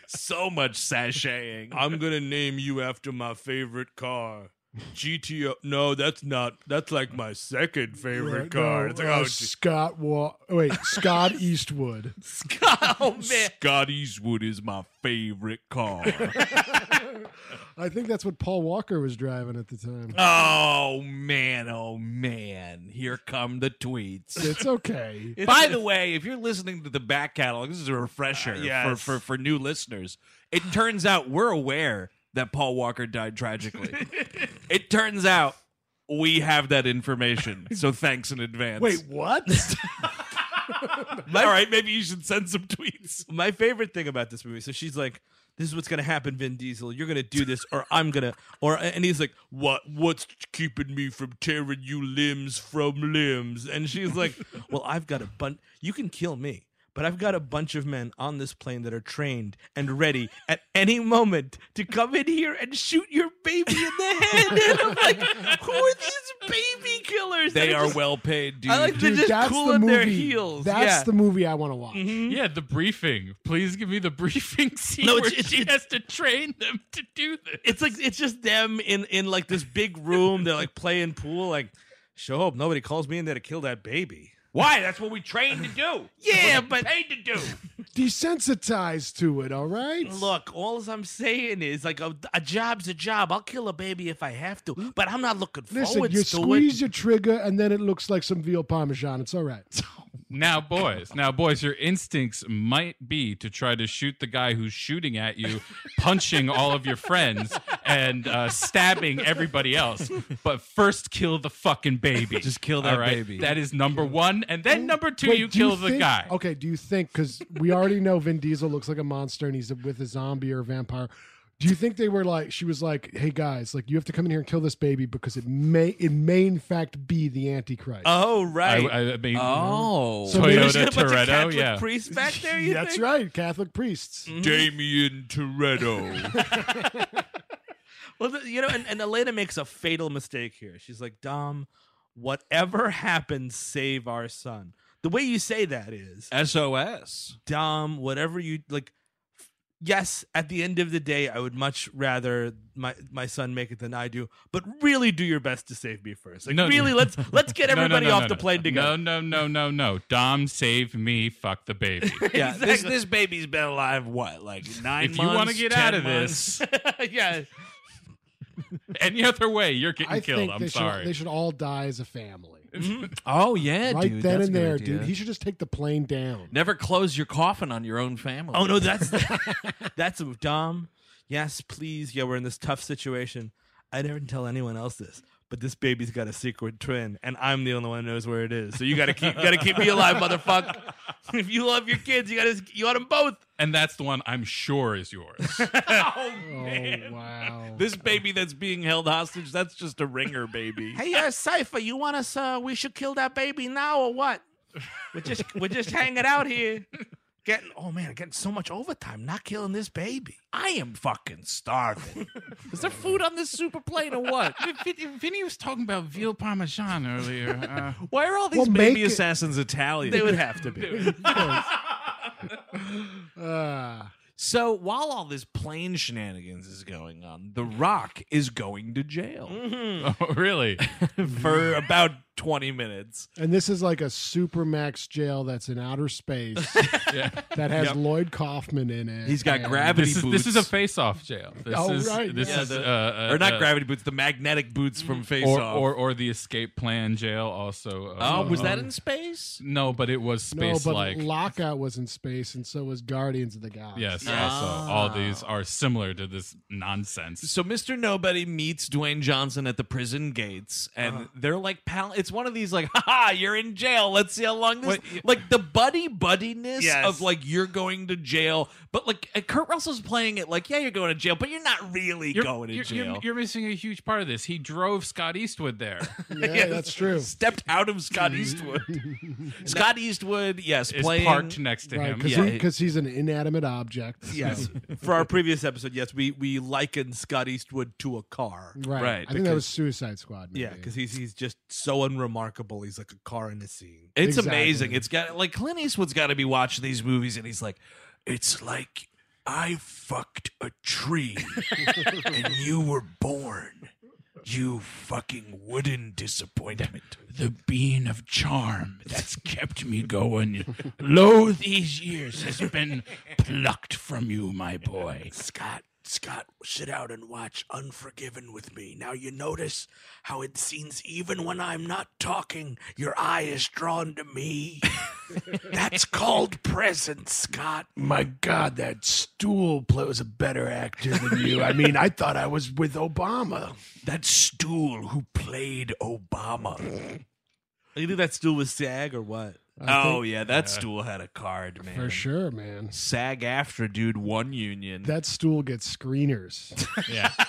[SPEAKER 5] so much sashaying. I'm gonna name you after my favorite car. GTO. No, that's not. That's like my second favorite car.
[SPEAKER 6] No,
[SPEAKER 5] it's like
[SPEAKER 6] uh,
[SPEAKER 5] oh, geez.
[SPEAKER 6] Scott Wa- oh, wait, Scott Eastwood.
[SPEAKER 5] oh man.
[SPEAKER 1] Scott Eastwood is my favorite car.
[SPEAKER 6] I think that's what Paul Walker was driving at the time.
[SPEAKER 4] *laughs*
[SPEAKER 5] Uh,
[SPEAKER 4] Oh man, oh man. Here come the tweets.
[SPEAKER 6] It's okay.
[SPEAKER 4] By the way, if you're listening to the back catalog, this is a refresher
[SPEAKER 5] yes.
[SPEAKER 4] for, for, for new listeners. It turns out we're aware that Paul Walker died tragically. it turns out we have that information. So thanks in advance.
[SPEAKER 6] Wait,
[SPEAKER 5] *laughs*
[SPEAKER 6] what?
[SPEAKER 4] *laughs* all right, maybe you should send some tweets.
[SPEAKER 5] My favorite thing about this movie. So she's like, "This is what's gonna happen, Vin Diesel. You're gonna do this, or I'm gonna." Or and he's like, "What? What's keeping me from tearing you limbs from limbs?" And she's
[SPEAKER 4] *laughs*
[SPEAKER 5] like, "Well, I've got a bunch. You can kill me." But I've got a bunch of men on this plane that are trained and ready at any moment to come in here and shoot your baby in the head. *laughs* And I'm like, who are these baby killers?
[SPEAKER 4] They
[SPEAKER 5] And I
[SPEAKER 4] are
[SPEAKER 5] just-
[SPEAKER 4] well paid, dude.
[SPEAKER 5] I like to
[SPEAKER 6] Dude,
[SPEAKER 5] just
[SPEAKER 6] that's
[SPEAKER 5] cool
[SPEAKER 6] the
[SPEAKER 5] in
[SPEAKER 6] movie.
[SPEAKER 5] their heels.
[SPEAKER 6] That's
[SPEAKER 5] yeah. Mm-hmm.
[SPEAKER 6] the movie I want to watch.
[SPEAKER 7] Yeah, the briefing. Please give me the *laughs* briefing scene
[SPEAKER 5] No,
[SPEAKER 7] no,
[SPEAKER 5] it's-
[SPEAKER 7] where
[SPEAKER 5] it's-
[SPEAKER 7] she
[SPEAKER 5] it's-
[SPEAKER 7] has to train them to do this.
[SPEAKER 5] it's like it's just them in in like this big room. They're like playing pool. Like, show hope nobody calls me in there to kill that baby.
[SPEAKER 4] Why? That's what we trained to do.
[SPEAKER 5] Yeah, but
[SPEAKER 4] paid to do.
[SPEAKER 6] Desensitized to it, all right?
[SPEAKER 5] look, all I'm saying is like a, a job's a job. I'll kill a baby if I have to, but I'm not looking
[SPEAKER 6] Mm.
[SPEAKER 7] Oh,
[SPEAKER 6] Listen,
[SPEAKER 5] forward
[SPEAKER 6] you
[SPEAKER 5] to it.
[SPEAKER 6] squeeze your trigger and then it looks like some veal parmesan. It's all right.
[SPEAKER 7] Now, boys, now, boys, your instincts might be to try to shoot the guy who's shooting at you, punching all of your friends, and uh, stabbing everybody else. But first, kill the fucking baby.
[SPEAKER 4] Just kill that baby.
[SPEAKER 7] That is number one. And then number two,
[SPEAKER 6] Wait,
[SPEAKER 7] you
[SPEAKER 6] do
[SPEAKER 7] kill the
[SPEAKER 6] think-
[SPEAKER 7] guy.
[SPEAKER 6] Okay, do you think because we already know Vin Diesel looks like a monster and he's with a zombie or a vampire? Do you think they were like she was like, "Hey guys, like you have to come in here and kill this baby because it may it may in fact be the Antichrist."
[SPEAKER 5] Oh
[SPEAKER 7] I,
[SPEAKER 5] right.
[SPEAKER 7] I mean,
[SPEAKER 4] Oh.
[SPEAKER 6] So maybe
[SPEAKER 7] Toyota
[SPEAKER 6] she's got
[SPEAKER 5] a bunch of
[SPEAKER 7] Toretto,
[SPEAKER 5] Catholic
[SPEAKER 7] yeah.
[SPEAKER 5] priests back there. You
[SPEAKER 6] That's
[SPEAKER 5] think?
[SPEAKER 6] right, Catholic priests.
[SPEAKER 7] Mm-hmm.
[SPEAKER 1] Damien Toretto.
[SPEAKER 5] Well, the, you know, and, and Elena makes a fatal mistake here. She's like, Dom, whatever happens, save our son. The way you say that is,
[SPEAKER 4] SOS.
[SPEAKER 5] Dom, whatever you like. f- Yes, at the end of the day, I would much rather my my son make it than I do. But really, do your best to save me first. Like,
[SPEAKER 7] No,
[SPEAKER 5] really,
[SPEAKER 7] no.
[SPEAKER 5] let's let's get
[SPEAKER 7] *laughs* No, no,
[SPEAKER 5] everybody
[SPEAKER 7] no, no,
[SPEAKER 5] off
[SPEAKER 7] no,
[SPEAKER 5] the
[SPEAKER 7] no.
[SPEAKER 5] plane together.
[SPEAKER 7] No, no, no, no, no. Dom, save me. Fuck
[SPEAKER 6] *laughs*
[SPEAKER 7] the baby.
[SPEAKER 4] Yeah, this,
[SPEAKER 5] *laughs* Exactly.
[SPEAKER 4] this baby's been alive, what, like nine
[SPEAKER 7] if you
[SPEAKER 4] months?
[SPEAKER 7] want to get
[SPEAKER 4] 10
[SPEAKER 7] out of
[SPEAKER 4] months?
[SPEAKER 7] this,
[SPEAKER 5] yeah,
[SPEAKER 7] *laughs* any other way, you're getting
[SPEAKER 6] I
[SPEAKER 7] killed.
[SPEAKER 6] think
[SPEAKER 7] I'm
[SPEAKER 6] they
[SPEAKER 7] sorry.
[SPEAKER 6] should they should all die as a family
[SPEAKER 4] Oh, yeah,
[SPEAKER 6] right
[SPEAKER 4] dude.
[SPEAKER 6] then
[SPEAKER 4] that's
[SPEAKER 6] and
[SPEAKER 4] a good
[SPEAKER 6] there,
[SPEAKER 4] idea.
[SPEAKER 6] dude. He should just take the plane down.
[SPEAKER 4] Never close your coffin on your own family.
[SPEAKER 5] Oh no, *laughs* that's that's a Dom. Yes, please. Yeah, we're in this tough situation. I didn't tell anyone else this, but this baby's got a secret twin, and I'm the only one who knows where it is. So you gotta keep, you gotta keep me alive, *laughs* motherfucker. if you love your kids, you gotta, you want them both.
[SPEAKER 7] And that's the one I'm sure is yours.
[SPEAKER 4] oh, man. wow. This baby that's being held hostage, that's just a ringer baby.
[SPEAKER 5] Hey, uh, Cipher, you want us? Uh, we should kill that baby now or what? We're just, we're just hanging out here, getting. Oh man, getting so much overtime. Not killing this baby.
[SPEAKER 4] I am fucking starving.
[SPEAKER 5] Is there food on this super plane or what?
[SPEAKER 7] *laughs* Vin- Vin- Vinny was talking about veal parmesan earlier. Uh,
[SPEAKER 4] *laughs* Why are all these
[SPEAKER 7] Well, make
[SPEAKER 4] baby
[SPEAKER 7] it-
[SPEAKER 4] assassins Italian?
[SPEAKER 5] They would have
[SPEAKER 4] *laughs*
[SPEAKER 5] to be.
[SPEAKER 4] Ah. So while all this plane shenanigans is going on, The Rock is going to jail.
[SPEAKER 7] *laughs* Oh,
[SPEAKER 4] *laughs*
[SPEAKER 7] really?
[SPEAKER 4] For about 20 minutes.
[SPEAKER 6] And this is like a supermax jail that's in outer space that has
[SPEAKER 4] Yep.
[SPEAKER 6] Lloyd Kaufman in it.
[SPEAKER 4] He's got
[SPEAKER 6] and-
[SPEAKER 4] gravity
[SPEAKER 7] this
[SPEAKER 4] boots.
[SPEAKER 7] Is, this is a face-off jail. This
[SPEAKER 6] Oh,
[SPEAKER 7] is,
[SPEAKER 6] right,
[SPEAKER 7] This
[SPEAKER 6] yeah.
[SPEAKER 7] is,
[SPEAKER 6] Yeah, the-
[SPEAKER 7] uh, uh,
[SPEAKER 4] or not
[SPEAKER 7] uh,
[SPEAKER 4] gravity boots, the magnetic boots from Face
[SPEAKER 7] or,
[SPEAKER 4] Off.
[SPEAKER 7] or uh-huh. or the escape plan jail also. Uh,
[SPEAKER 4] Oh, was that in space?
[SPEAKER 7] No, but it was
[SPEAKER 6] No,
[SPEAKER 7] space
[SPEAKER 6] but
[SPEAKER 7] like.
[SPEAKER 6] Lockout was in space, and so was Guardians of the Galaxy.
[SPEAKER 7] Yes,
[SPEAKER 4] Ah.
[SPEAKER 7] also all these are similar to this nonsense.
[SPEAKER 4] So Mr. Nobody meets Dwayne Johnson at the prison gates, and they're like, "Pal, it's one of these like, *laughs* ha ha, you're in jail. Let's see how long this." like the buddy buddiness
[SPEAKER 5] Yes.
[SPEAKER 4] of like you're going to jail, but like uh, Kurt Russell's playing it like, yeah, you're going to jail, but you're not really going to
[SPEAKER 7] you're,
[SPEAKER 4] jail.
[SPEAKER 7] You're, you're missing a huge part of this. He drove Scott
[SPEAKER 4] *laughs*
[SPEAKER 7] Eastwood there.
[SPEAKER 6] Yeah, that's true.
[SPEAKER 4] Stepped out of Scott Eastwood.
[SPEAKER 5] *laughs*
[SPEAKER 4] Scott Eastwood, yes,
[SPEAKER 7] Is
[SPEAKER 4] playing
[SPEAKER 7] parked next to
[SPEAKER 6] Right, because he's an inanimate object.
[SPEAKER 4] Yes.
[SPEAKER 5] *laughs* For our previous episode, yes, we we likened Scott Eastwood to a car.
[SPEAKER 6] *laughs* Right. I think that was Suicide Squad. Maybe.
[SPEAKER 5] Yeah, because he's he's just so unremarkable. He's like a car in a scene.
[SPEAKER 4] It's amazing. It's got like Clint Eastwood's got to be watching these movies, and he's like, "It's like I fucked a tree, and you were born. You fucking wooden disappointment. The bean of charm
[SPEAKER 2] *laughs*
[SPEAKER 4] that's kept me going.
[SPEAKER 7] Lo, these years has been plucked from you, my boy.
[SPEAKER 2] Scott, Scott, sit out and watch Unforgiven with me. Now you notice how it seems even when I'm not talking, your eye is drawn to me. That's called presence, Scott.
[SPEAKER 10] My God, that stool play was a better actor than you. I mean, I thought I was with Obama.
[SPEAKER 4] That stool who played Obama.
[SPEAKER 5] You think that stool was SAG or what?
[SPEAKER 6] I
[SPEAKER 4] oh
[SPEAKER 6] think-
[SPEAKER 4] yeah, that stool had a card, man.
[SPEAKER 6] For sure, man.
[SPEAKER 4] Sag after dude, one union.
[SPEAKER 6] That stool gets screeners. *laughs*
[SPEAKER 7] yeah.
[SPEAKER 5] *laughs*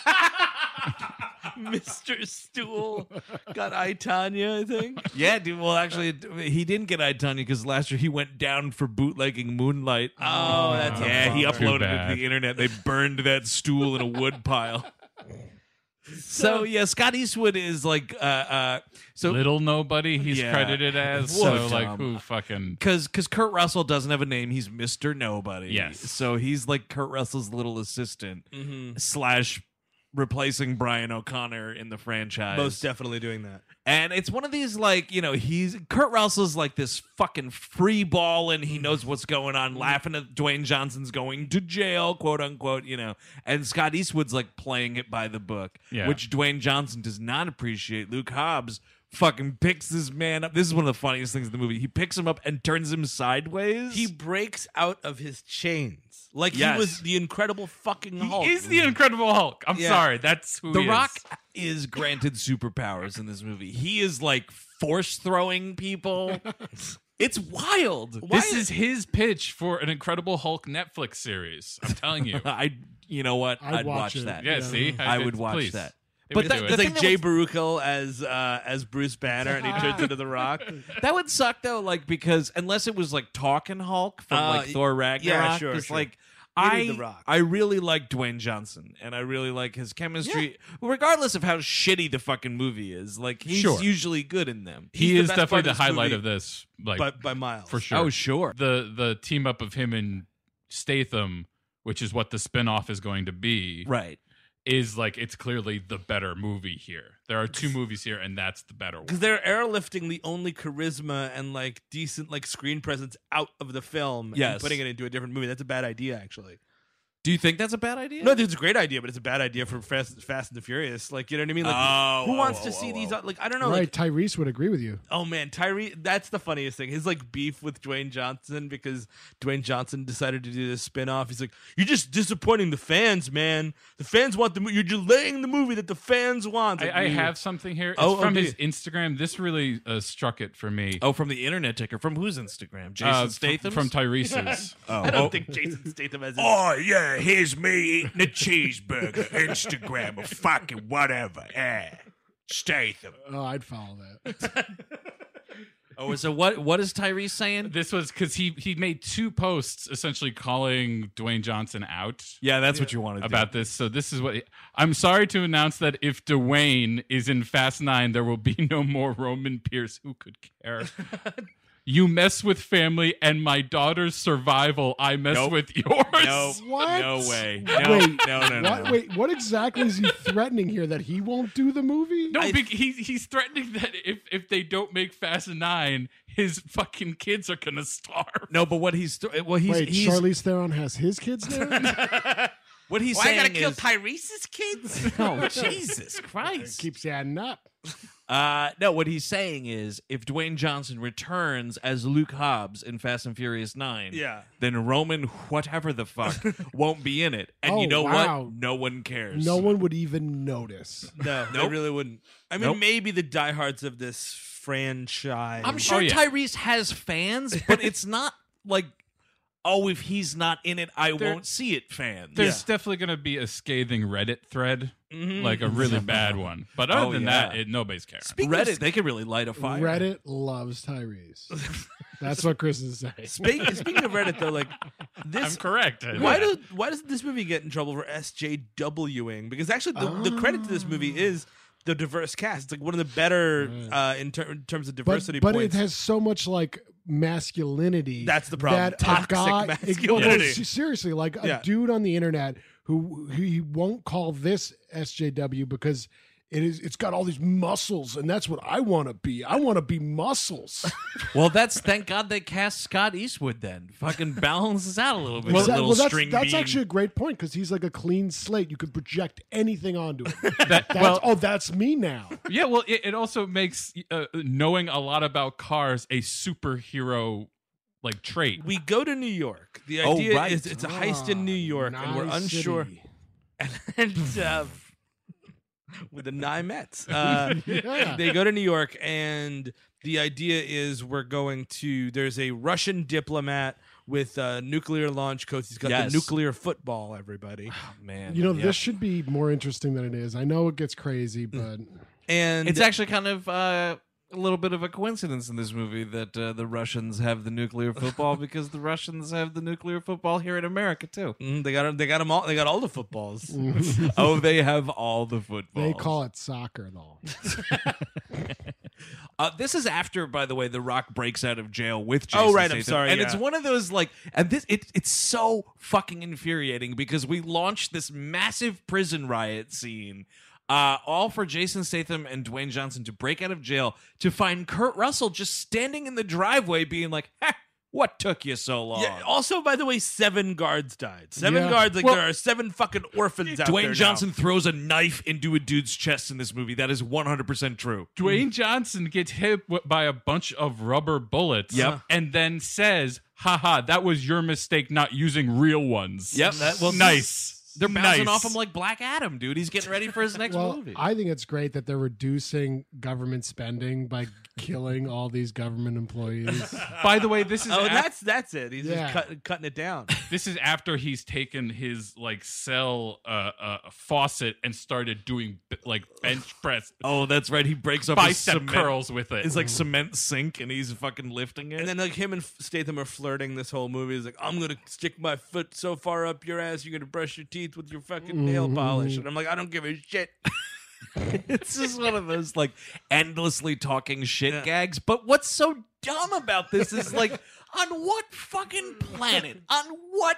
[SPEAKER 5] Mr. Stool got I Tanya, I think.
[SPEAKER 4] Yeah, dude. Well, actually, it- he didn't get I Tonya because last year he went down for bootlegging Moonlight.
[SPEAKER 5] Oh, that's a
[SPEAKER 4] yeah. He
[SPEAKER 5] bummer. Too
[SPEAKER 4] uploaded it to
[SPEAKER 5] bad.
[SPEAKER 4] the internet. They burned that stool in a wood pile. So yeah, Scott Eastwood is like uh, uh so
[SPEAKER 7] Little nobody. He's
[SPEAKER 4] Yeah.
[SPEAKER 7] credited as
[SPEAKER 4] What
[SPEAKER 7] so
[SPEAKER 4] a
[SPEAKER 7] like
[SPEAKER 4] dumb-
[SPEAKER 7] who fucking
[SPEAKER 4] because because Kurt Russell doesn't have a name. He's Mister Nobody.
[SPEAKER 7] Yes.
[SPEAKER 4] So he's like Kurt Russell's little assistant
[SPEAKER 5] Mhm.
[SPEAKER 4] slash replacing Brian O'Connor in the franchise.
[SPEAKER 5] Most definitely doing that.
[SPEAKER 4] And it's one of these like you know he's Kurt Russell's like this fucking free ball and he knows what's going on, laughing at Dwayne Johnson's going to jail, quote unquote, you know. And Scott Eastwood's like playing it by the book,
[SPEAKER 7] Yeah.
[SPEAKER 4] which Dwayne Johnson does not appreciate. Luke Hobbs fucking picks this man up. This is one of the funniest things in the movie. He picks him up and turns him sideways.
[SPEAKER 5] He breaks out of his chains. Like
[SPEAKER 4] Yes.
[SPEAKER 5] he was the incredible fucking Hulk.
[SPEAKER 7] is the Incredible Hulk. I'm
[SPEAKER 5] Yeah.
[SPEAKER 7] sorry, that's who
[SPEAKER 4] The
[SPEAKER 7] he
[SPEAKER 4] Rock
[SPEAKER 7] Is.
[SPEAKER 4] is granted superpowers in this movie. He is like force throwing
[SPEAKER 7] *laughs*
[SPEAKER 4] people. It's wild.
[SPEAKER 7] this is his pitch for an Incredible Hulk Netflix series. I'm
[SPEAKER 4] *laughs*
[SPEAKER 7] telling you.
[SPEAKER 4] I, you know what?
[SPEAKER 5] I'd I'd watch watch it. that.
[SPEAKER 7] Yeah,
[SPEAKER 5] Yeah.
[SPEAKER 7] see,
[SPEAKER 4] I would
[SPEAKER 7] it's-
[SPEAKER 4] watch
[SPEAKER 7] please.
[SPEAKER 4] that.
[SPEAKER 7] They
[SPEAKER 4] But
[SPEAKER 7] would
[SPEAKER 4] that-
[SPEAKER 7] do it.
[SPEAKER 4] the
[SPEAKER 5] It's
[SPEAKER 4] thing
[SPEAKER 5] like Jay Baruchel as uh, as Bruce Banner, and he turns into the Rock.
[SPEAKER 4] that would suck though, like because unless it was like Talking Hulk from
[SPEAKER 5] Uh,
[SPEAKER 4] like
[SPEAKER 5] y-
[SPEAKER 4] Thor
[SPEAKER 5] yeah,
[SPEAKER 4] Ragnarok,
[SPEAKER 5] sure,
[SPEAKER 4] 'cause,
[SPEAKER 5] sure.
[SPEAKER 4] like
[SPEAKER 5] You need The
[SPEAKER 4] I
[SPEAKER 5] Rock.
[SPEAKER 4] I really like Dwayne Johnson and I really like his chemistry, regardless of how shitty the fucking movie is. Like he's
[SPEAKER 7] Sure.
[SPEAKER 4] usually good in them.
[SPEAKER 7] he
[SPEAKER 4] He's
[SPEAKER 7] is
[SPEAKER 4] the best part
[SPEAKER 7] definitely the
[SPEAKER 4] of this
[SPEAKER 7] highlight
[SPEAKER 4] movie.
[SPEAKER 7] of this, like
[SPEAKER 5] By- by miles.
[SPEAKER 7] for sure.
[SPEAKER 4] Oh, sure.
[SPEAKER 7] The the team up of him and Statham, which is what the spinoff is going to be,
[SPEAKER 4] right?
[SPEAKER 7] Is like it's clearly the better movie here. There are two movies here, and that's the better one.
[SPEAKER 5] Because they're airlifting the only charisma and like decent like screen presence out of the film
[SPEAKER 4] Yes.
[SPEAKER 5] and putting it into a different movie. That's a bad idea, actually.
[SPEAKER 11] Do you think that's a bad idea?
[SPEAKER 5] No, I think it's a great idea, but it's a bad idea for Fast, Fast and the Furious. Like, you know what I mean? Like,
[SPEAKER 6] Oh,
[SPEAKER 5] who
[SPEAKER 6] oh,
[SPEAKER 5] wants
[SPEAKER 6] oh,
[SPEAKER 5] to
[SPEAKER 6] oh,
[SPEAKER 5] see these? Like, I don't know.
[SPEAKER 6] right,
[SPEAKER 5] Like,
[SPEAKER 6] Tyrese would agree with you.
[SPEAKER 5] Oh man, Tyree, that's the funniest thing. His like beef with Dwayne Johnson because Dwayne Johnson decided to do this spin-off. He's like, "You're just disappointing the fans, man. The fans want the movie. You're delaying the movie that the fans want." Like,
[SPEAKER 7] I, I
[SPEAKER 5] you-
[SPEAKER 7] have something here. It's
[SPEAKER 5] Oh,
[SPEAKER 7] from
[SPEAKER 5] okay.
[SPEAKER 7] his Instagram. This really uh, struck it for me.
[SPEAKER 4] Oh, from the internet ticker. From whose Instagram? Jason
[SPEAKER 7] Uh, f-
[SPEAKER 4] Statham's?
[SPEAKER 7] From
[SPEAKER 4] *laughs*
[SPEAKER 7] Tyrese's.
[SPEAKER 4] Oh.
[SPEAKER 5] I don't
[SPEAKER 4] Oh.
[SPEAKER 5] think Jason Statham
[SPEAKER 7] *laughs*
[SPEAKER 5] has.
[SPEAKER 4] Oh,
[SPEAKER 2] yeah, here's me eating a cheeseburger, Instagram or fucking whatever. Yeah. Statham.
[SPEAKER 6] Oh, I'd follow that.
[SPEAKER 4] Oh, so what? What is Tyrese saying?
[SPEAKER 7] This was because he he made two posts essentially calling Dwayne Johnson out.
[SPEAKER 4] Yeah, that's what you wanted
[SPEAKER 7] about this. So this is what I'm sorry to announce that if Dwayne is in Fast Nine, there will be *laughs* no more Roman Pierce. Who could
[SPEAKER 4] *laughs*
[SPEAKER 7] care? You mess with family and my daughter's survival. I mess
[SPEAKER 4] Nope.
[SPEAKER 7] with yours.
[SPEAKER 4] Nope.
[SPEAKER 6] What?
[SPEAKER 4] No way.
[SPEAKER 6] wait, what, Wait, what exactly is he threatening here? That he won't do the movie?
[SPEAKER 7] No, bec- he, he's threatening that if, if they don't make Fast Nine, his fucking kids are gonna starve.
[SPEAKER 4] No, but what he's well,
[SPEAKER 6] Wait, Charlize Theron has his kids now.
[SPEAKER 4] what he's
[SPEAKER 6] Well, I
[SPEAKER 4] saying
[SPEAKER 6] gotta
[SPEAKER 4] is,
[SPEAKER 6] kill
[SPEAKER 4] Tyrese's kids.
[SPEAKER 6] Oh
[SPEAKER 4] No, *laughs* Jesus Christ!
[SPEAKER 6] keeps adding up.
[SPEAKER 4] *laughs* Uh, no, what he's saying is if Dwayne Johnson returns as Luke Hobbs in Fast and Furious 9,
[SPEAKER 5] Yeah.
[SPEAKER 4] then Roman, whatever the fuck, won't be in it. And
[SPEAKER 6] Oh,
[SPEAKER 4] you know
[SPEAKER 6] wow.
[SPEAKER 4] what? No one cares.
[SPEAKER 6] No one would even
[SPEAKER 5] *laughs*
[SPEAKER 6] notice.
[SPEAKER 5] No, they
[SPEAKER 4] Nope.
[SPEAKER 5] really wouldn't. I mean,
[SPEAKER 4] Nope.
[SPEAKER 5] maybe the diehards of this franchise.
[SPEAKER 6] Oh,
[SPEAKER 4] I'm sure Tyrese has fans, but it's not like, oh, if he's not in it, I
[SPEAKER 7] There-
[SPEAKER 4] won't see it fans.
[SPEAKER 7] There's definitely going to be a scathing Reddit thread,
[SPEAKER 4] Mhm.
[SPEAKER 7] like a
[SPEAKER 4] *laughs*
[SPEAKER 7] really bad one. But other
[SPEAKER 4] Oh,
[SPEAKER 7] than
[SPEAKER 4] yeah.
[SPEAKER 7] that, it, nobody's caring.
[SPEAKER 4] Reddit, they could really light a fire.
[SPEAKER 6] Reddit loves Tyrese. That's what Chris is saying.
[SPEAKER 5] Speaking, speaking of Reddit, though,
[SPEAKER 4] *laughs*
[SPEAKER 5] like this,
[SPEAKER 7] I'm correct.
[SPEAKER 5] Why does why does this movie get in trouble for SJWing? Because actually, the, the credit to this movie is the diverse cast. It's like one of the better uh, in, ter- in terms of diversity
[SPEAKER 6] but, but it
[SPEAKER 5] points.
[SPEAKER 6] has so much like masculinity.
[SPEAKER 5] That's the problem.
[SPEAKER 6] That a
[SPEAKER 5] Toxic
[SPEAKER 6] guy-
[SPEAKER 5] masculinity.
[SPEAKER 6] Well, se- *laughs* seriously, like a
[SPEAKER 5] Yeah.
[SPEAKER 6] dude on the internet who who he won't call this SJW because it is it's got all these muscles and that's what I want to be. I want to be
[SPEAKER 5] *laughs*
[SPEAKER 6] muscles.
[SPEAKER 4] Well, that's thank God they cast Scott Eastwood then. Fucking balances out a little bit.
[SPEAKER 6] Well,
[SPEAKER 4] a
[SPEAKER 6] that-
[SPEAKER 4] little
[SPEAKER 6] well, that's,
[SPEAKER 4] string
[SPEAKER 6] that's
[SPEAKER 4] bean.
[SPEAKER 6] actually a great point because he's like a clean slate. You could project anything onto
[SPEAKER 5] *laughs*
[SPEAKER 6] him. that's,
[SPEAKER 7] well-
[SPEAKER 6] oh, that's me now.
[SPEAKER 7] yeah, well, it, it also makes uh, knowing a lot about cars a superhero like trait.
[SPEAKER 5] we go to New York. The
[SPEAKER 7] Oh,
[SPEAKER 5] idea
[SPEAKER 7] right.
[SPEAKER 5] is it's a heist in
[SPEAKER 6] Ah,
[SPEAKER 5] New York, and we're
[SPEAKER 7] nice
[SPEAKER 6] *laughs*
[SPEAKER 5] unsure.
[SPEAKER 7] city.
[SPEAKER 5] And uh, with the
[SPEAKER 6] *laughs*
[SPEAKER 5] Nye Mets, uh,
[SPEAKER 2] Yeah.
[SPEAKER 5] they go to New York, and the idea is we're going to. There's a Russian diplomat with a nuclear launch codes. He's got
[SPEAKER 4] Yes.
[SPEAKER 5] the nuclear football. Everybody,
[SPEAKER 4] man,
[SPEAKER 6] You know, this should be more interesting than it is. I know it gets crazy,
[SPEAKER 7] Mm.
[SPEAKER 6] but
[SPEAKER 5] and
[SPEAKER 4] it's actually kind of uh, a little bit of a coincidence in this movie that uh, the Russians have the
[SPEAKER 6] *laughs*
[SPEAKER 4] nuclear football because the Russians have the nuclear football here in America too.
[SPEAKER 5] Mm, they got they got 'em all. They got all the footballs.
[SPEAKER 4] oh, they have all the
[SPEAKER 6] they
[SPEAKER 4] footballs.
[SPEAKER 6] call it soccer though.
[SPEAKER 4] uh, this is after, by the way, The Rock breaks out of jail with Jason.
[SPEAKER 5] Oh, right, I'm
[SPEAKER 4] Statham.
[SPEAKER 5] sorry,
[SPEAKER 4] And it's
[SPEAKER 5] yeah.
[SPEAKER 4] one of those like, and this it, it's so fucking infuriating because we launched this massive prison riot scene. Uh, all for Jason Statham and Dwayne Johnson to break out of jail to find Kurt Russell just standing in the driveway, being like, "Ha, "What took you so long?"
[SPEAKER 5] Yeah, also, by the way, seven guards died. Seven
[SPEAKER 4] Yeah.
[SPEAKER 5] guards. Like
[SPEAKER 4] Well-
[SPEAKER 5] there are seven fucking orphans out there.
[SPEAKER 4] Dwayne
[SPEAKER 5] now.
[SPEAKER 4] Johnson throws a knife into a dude's chest in this movie. That is 100% true.
[SPEAKER 7] Dwayne Johnson gets hit w- by a bunch of rubber bullets
[SPEAKER 4] Yep.
[SPEAKER 7] and then says, haha, that was your mistake not using real ones.
[SPEAKER 4] Yep, that- well,
[SPEAKER 7] nice.
[SPEAKER 4] They're bouncing
[SPEAKER 7] Nice.
[SPEAKER 4] off him like Black Adam, dude. He's getting ready for his next
[SPEAKER 6] well,
[SPEAKER 4] movie.
[SPEAKER 6] I think it's great that they're reducing government spending by killing all these government
[SPEAKER 7] *laughs*
[SPEAKER 6] employees.
[SPEAKER 7] By the way, this is
[SPEAKER 5] Oh,
[SPEAKER 7] af-
[SPEAKER 5] that's that's it. He's
[SPEAKER 6] Yeah.
[SPEAKER 5] just cut, cutting it *laughs* down.
[SPEAKER 7] this is after he's taken his like cell uh, uh, faucet and started doing b- like bench press.
[SPEAKER 4] Oh, that's right. He breaks up his
[SPEAKER 7] bicep
[SPEAKER 4] cement,
[SPEAKER 7] curls with it.
[SPEAKER 4] It's like cement sink, and he's fucking lifting it.
[SPEAKER 5] And then like him and Statham are flirting this whole movie. He's like, I'm gonna stick my foot so far up your ass, you're gonna brush your teeth with your fucking
[SPEAKER 7] Mm-hmm.
[SPEAKER 5] nail polish. And I'm like, I don't give
[SPEAKER 4] *laughs*
[SPEAKER 5] a shit.
[SPEAKER 4] it's just one of those like endlessly talking shit gags. But what's so dumb about this is like, *laughs* on Mm-hmm. what fucking planet? On what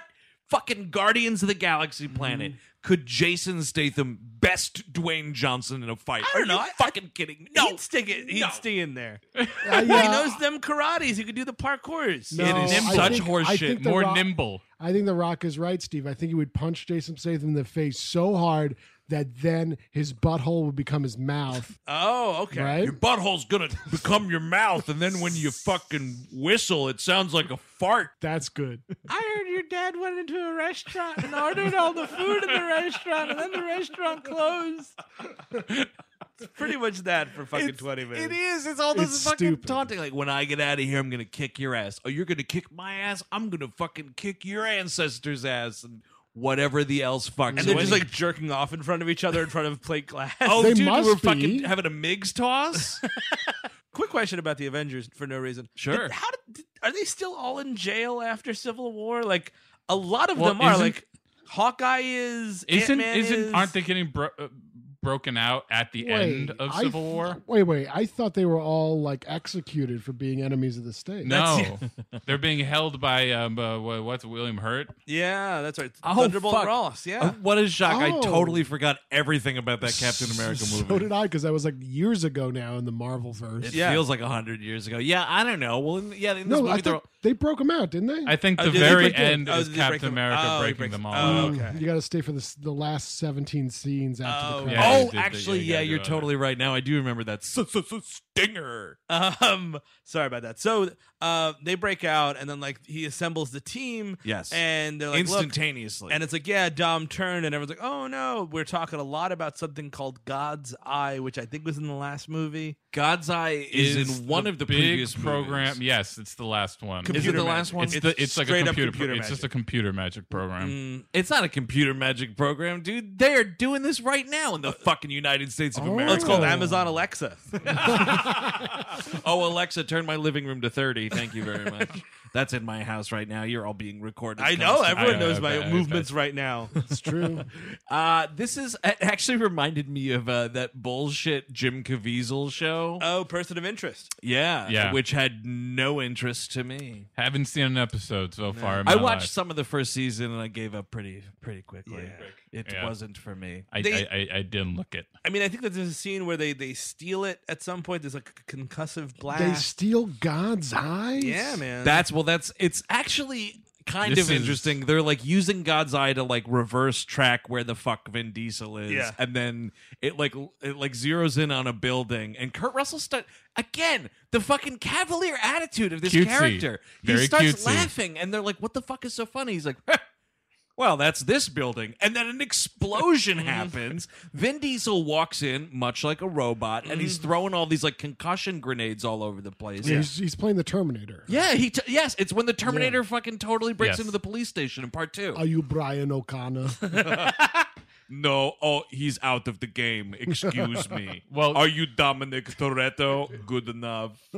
[SPEAKER 4] fucking Guardians of the Galaxy planet could Jason Statham best Dwayne Johnson in a fight? Are you fucking kidding me? No,
[SPEAKER 5] he'd stick it. He'd
[SPEAKER 4] No.
[SPEAKER 5] stay in there.
[SPEAKER 4] yeah.
[SPEAKER 5] He
[SPEAKER 6] uh,
[SPEAKER 5] knows them karates. He could do the parkours.
[SPEAKER 6] No, I think- I think The Rock- I think The Rock is right, Steve. I think he would punch Jason Statham in the face so hard that then his butthole would become his
[SPEAKER 7] *laughs*
[SPEAKER 6] mouth.
[SPEAKER 5] Oh, okay.
[SPEAKER 6] Right?
[SPEAKER 4] Your butthole's gonna become your mouth, and then when you fucking whistle, it sounds like a fart.
[SPEAKER 6] That's good.
[SPEAKER 5] I heard your dad went into a restaurant and ordered all the food in the restaurant, and then the restaurant closed. it's pretty much that for fucking twenty minutes.
[SPEAKER 4] It is. It's all this
[SPEAKER 5] It's
[SPEAKER 4] fucking
[SPEAKER 5] stupid.
[SPEAKER 4] taunting. Like when I get out of here, I'm gonna kick your ass. Oh, you're gonna kick my ass. I'm gonna fucking kick your ancestors' ass and whatever the else fuck.
[SPEAKER 5] And they're just like jerking off in front of each other in front of plate glass.
[SPEAKER 4] *laughs* Oh, They dude, must we're fucking be. having a MIGS
[SPEAKER 5] *laughs*
[SPEAKER 4] toss.
[SPEAKER 5] Quick question about the Avengers for no reason.
[SPEAKER 4] Sure.
[SPEAKER 5] Did- how did, did- are they still all in jail after Civil War? Like a lot of
[SPEAKER 7] Well,
[SPEAKER 5] them are.
[SPEAKER 7] isn't-
[SPEAKER 5] Like Hawkeye is.
[SPEAKER 7] Isn't
[SPEAKER 5] Ant-Man
[SPEAKER 7] isn't
[SPEAKER 5] is-
[SPEAKER 7] aren't they getting bro- uh, broken out at the end of
[SPEAKER 6] I
[SPEAKER 7] Civil
[SPEAKER 6] th-
[SPEAKER 7] War?
[SPEAKER 6] Wait, wait. I thought they were all like executed for being enemies of the state.
[SPEAKER 7] No,
[SPEAKER 6] *laughs*
[SPEAKER 7] they're being held by um, uh, wha- what's it, William Hurt?
[SPEAKER 5] Yeah, that's right.
[SPEAKER 4] Oh,
[SPEAKER 5] Thunderbolt
[SPEAKER 4] fuck.
[SPEAKER 5] Ross. Yeah.
[SPEAKER 4] Uh, what a shock! I
[SPEAKER 6] Oh.
[SPEAKER 4] totally forgot everything about that Captain America
[SPEAKER 6] *laughs*
[SPEAKER 4] movie.
[SPEAKER 6] So did I, because that was like years ago now in the Marvel verse.
[SPEAKER 4] It feels like a hundred years ago. Yeah, I don't know. Well, in, yeah, in this
[SPEAKER 6] no, I
[SPEAKER 4] movie, they're
[SPEAKER 6] thought they broke them out, didn't they?
[SPEAKER 7] I think the
[SPEAKER 4] did they
[SPEAKER 7] very
[SPEAKER 4] break them?
[SPEAKER 7] end
[SPEAKER 4] Oh,
[SPEAKER 7] is
[SPEAKER 4] did they break them?
[SPEAKER 7] Captain America
[SPEAKER 4] Oh, he
[SPEAKER 7] breaking
[SPEAKER 4] breaks
[SPEAKER 7] them
[SPEAKER 4] them-
[SPEAKER 7] all.
[SPEAKER 4] oh,
[SPEAKER 7] out.
[SPEAKER 4] okay.
[SPEAKER 6] Mm. You got to stay for the s- the last seventeen scenes after the
[SPEAKER 4] Oh,
[SPEAKER 6] credits.
[SPEAKER 4] oh, actually, yeah, you're totally right. Now I do remember that S- s- s- stinger.
[SPEAKER 5] Um, sorry about that. So uh, they break out, and then like he assembles the team.
[SPEAKER 4] Yes.
[SPEAKER 5] and they're like look-
[SPEAKER 4] Instantaneously.
[SPEAKER 5] and it's like yeah, Dom turned, and everyone's like, oh no, we're talking a lot about something called God's Eye, which I think was in the last movie.
[SPEAKER 4] God's Eye is, in one of the previous
[SPEAKER 7] program.
[SPEAKER 4] Movies.
[SPEAKER 7] Yes, it's the last one.
[SPEAKER 4] Computer Is it the magic. last one?
[SPEAKER 7] It's, the-
[SPEAKER 4] It's
[SPEAKER 7] it's like a
[SPEAKER 4] straight up
[SPEAKER 7] computer.
[SPEAKER 4] computer
[SPEAKER 7] pro- it's just a
[SPEAKER 4] magic. Mm.
[SPEAKER 7] computer magic program.
[SPEAKER 4] It's not a computer magic program, dude. They are doing this right now in
[SPEAKER 6] Uh,
[SPEAKER 4] the fucking United States
[SPEAKER 6] oh.
[SPEAKER 4] of America.
[SPEAKER 5] It's called Amazon Alexa.
[SPEAKER 4] Oh, Alexa, turn my living room to 30. Thank you very much. *laughs* That's in my house right now. You're all being recorded.
[SPEAKER 5] I know
[SPEAKER 4] constantly.
[SPEAKER 5] everyone knows my movements right now.
[SPEAKER 6] It's true.
[SPEAKER 4] Uh, this is it actually reminded me of uh, that bullshit Jim Caviezel show.
[SPEAKER 5] Oh, person of interest.
[SPEAKER 4] Yeah,
[SPEAKER 7] Yeah.
[SPEAKER 4] which had no interest to me.
[SPEAKER 7] Haven't seen an episode so far. in
[SPEAKER 4] I
[SPEAKER 7] my
[SPEAKER 4] watched
[SPEAKER 7] life.
[SPEAKER 4] some of the first season and I gave up pretty pretty quickly. It
[SPEAKER 7] Yeah.
[SPEAKER 4] wasn't for me.
[SPEAKER 7] I,
[SPEAKER 5] They-
[SPEAKER 7] I, I I didn't
[SPEAKER 4] *laughs*
[SPEAKER 7] look it.
[SPEAKER 5] I mean, I think that there's a scene where they they steal it at some point. There's like a concussive blast.
[SPEAKER 6] They steal God's eyes.
[SPEAKER 5] yeah, man.
[SPEAKER 4] That's well. That's it's actually kind
[SPEAKER 7] This
[SPEAKER 4] of
[SPEAKER 7] is-
[SPEAKER 4] interesting. They're like using God's Eye to like reverse track where the fuck Vin Diesel is,
[SPEAKER 5] Yeah.
[SPEAKER 4] and then it like l- it like zeroes in on a building, and Kurt Russell start again the fucking cavalier attitude of this
[SPEAKER 7] Cutesy.
[SPEAKER 4] character.
[SPEAKER 7] Very
[SPEAKER 4] he starts
[SPEAKER 7] cutesy.
[SPEAKER 4] laughing, and they're like, "What the fuck is so funny?" He's like. Well, that's this building. And then an explosion
[SPEAKER 7] Mm-hmm.
[SPEAKER 4] happens. Vin Diesel walks in, much like a robot, and
[SPEAKER 7] Mm-hmm.
[SPEAKER 4] he's throwing all these like concussion grenades all over the place.
[SPEAKER 6] He's, he's playing the Terminator.
[SPEAKER 4] Yeah, he. T- yes, it's when the Terminator fucking totally breaks
[SPEAKER 7] Yes.
[SPEAKER 4] into the police station in part two.
[SPEAKER 6] Are you Brian O'Connor?
[SPEAKER 4] no, oh, he's out of the game. Excuse me. *laughs*
[SPEAKER 7] Well-
[SPEAKER 4] are you Dominic Toretto? Good enough.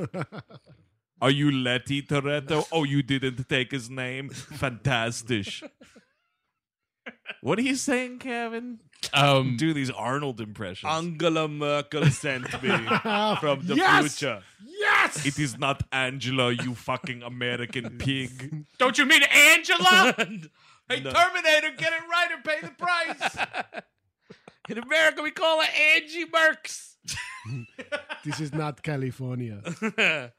[SPEAKER 4] Are you Letty Toretto? Oh, you didn't take his name. Fantastic. What are you saying, Kevin?
[SPEAKER 7] Um,
[SPEAKER 4] Do these Arnold impressions?
[SPEAKER 5] Angela Merkel sent me
[SPEAKER 4] *laughs*
[SPEAKER 6] Ah,
[SPEAKER 5] from the
[SPEAKER 4] Yes!
[SPEAKER 5] future.
[SPEAKER 6] yes.
[SPEAKER 4] It is not Angela, you fucking *laughs* American pig.
[SPEAKER 7] Don't you mean
[SPEAKER 4] *laughs*
[SPEAKER 7] Angela?
[SPEAKER 4] Hey,
[SPEAKER 5] No.
[SPEAKER 4] Terminator, get it right or pay the price.
[SPEAKER 5] *laughs* In America, we call her Angie Merks.
[SPEAKER 6] this is not California.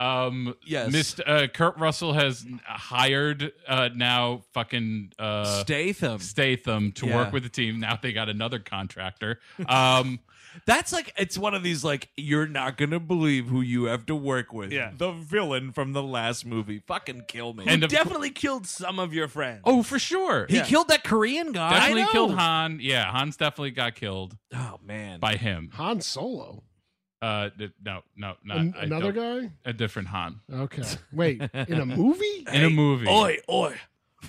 [SPEAKER 7] Um,
[SPEAKER 4] Yes.
[SPEAKER 7] Mr. Uh, Kurt Russell has hired uh, now fucking uh,
[SPEAKER 4] Statham.
[SPEAKER 7] Statham to
[SPEAKER 4] Yeah.
[SPEAKER 7] work with the team. Now they got another contractor. *laughs* Um,
[SPEAKER 4] That's like it's one of these like you're not gonna believe who you have to work with.
[SPEAKER 5] Yeah.
[SPEAKER 4] the villain from the last movie. Fucking kill me.
[SPEAKER 7] And
[SPEAKER 5] You
[SPEAKER 7] of-
[SPEAKER 5] definitely killed some of your friends.
[SPEAKER 7] oh, for sure.
[SPEAKER 4] he killed that Korean guy.
[SPEAKER 7] Definitely
[SPEAKER 4] I know.
[SPEAKER 7] killed Han. Yeah, Han's definitely got killed
[SPEAKER 4] Oh man.
[SPEAKER 7] by him.
[SPEAKER 6] Han Solo.
[SPEAKER 7] Uh, d- no, no, not
[SPEAKER 6] An-
[SPEAKER 7] I
[SPEAKER 6] another
[SPEAKER 7] don't-
[SPEAKER 6] guy.
[SPEAKER 7] A different Han
[SPEAKER 6] Okay. Wait, in a movie?
[SPEAKER 7] in a movie.
[SPEAKER 2] Oi, oi.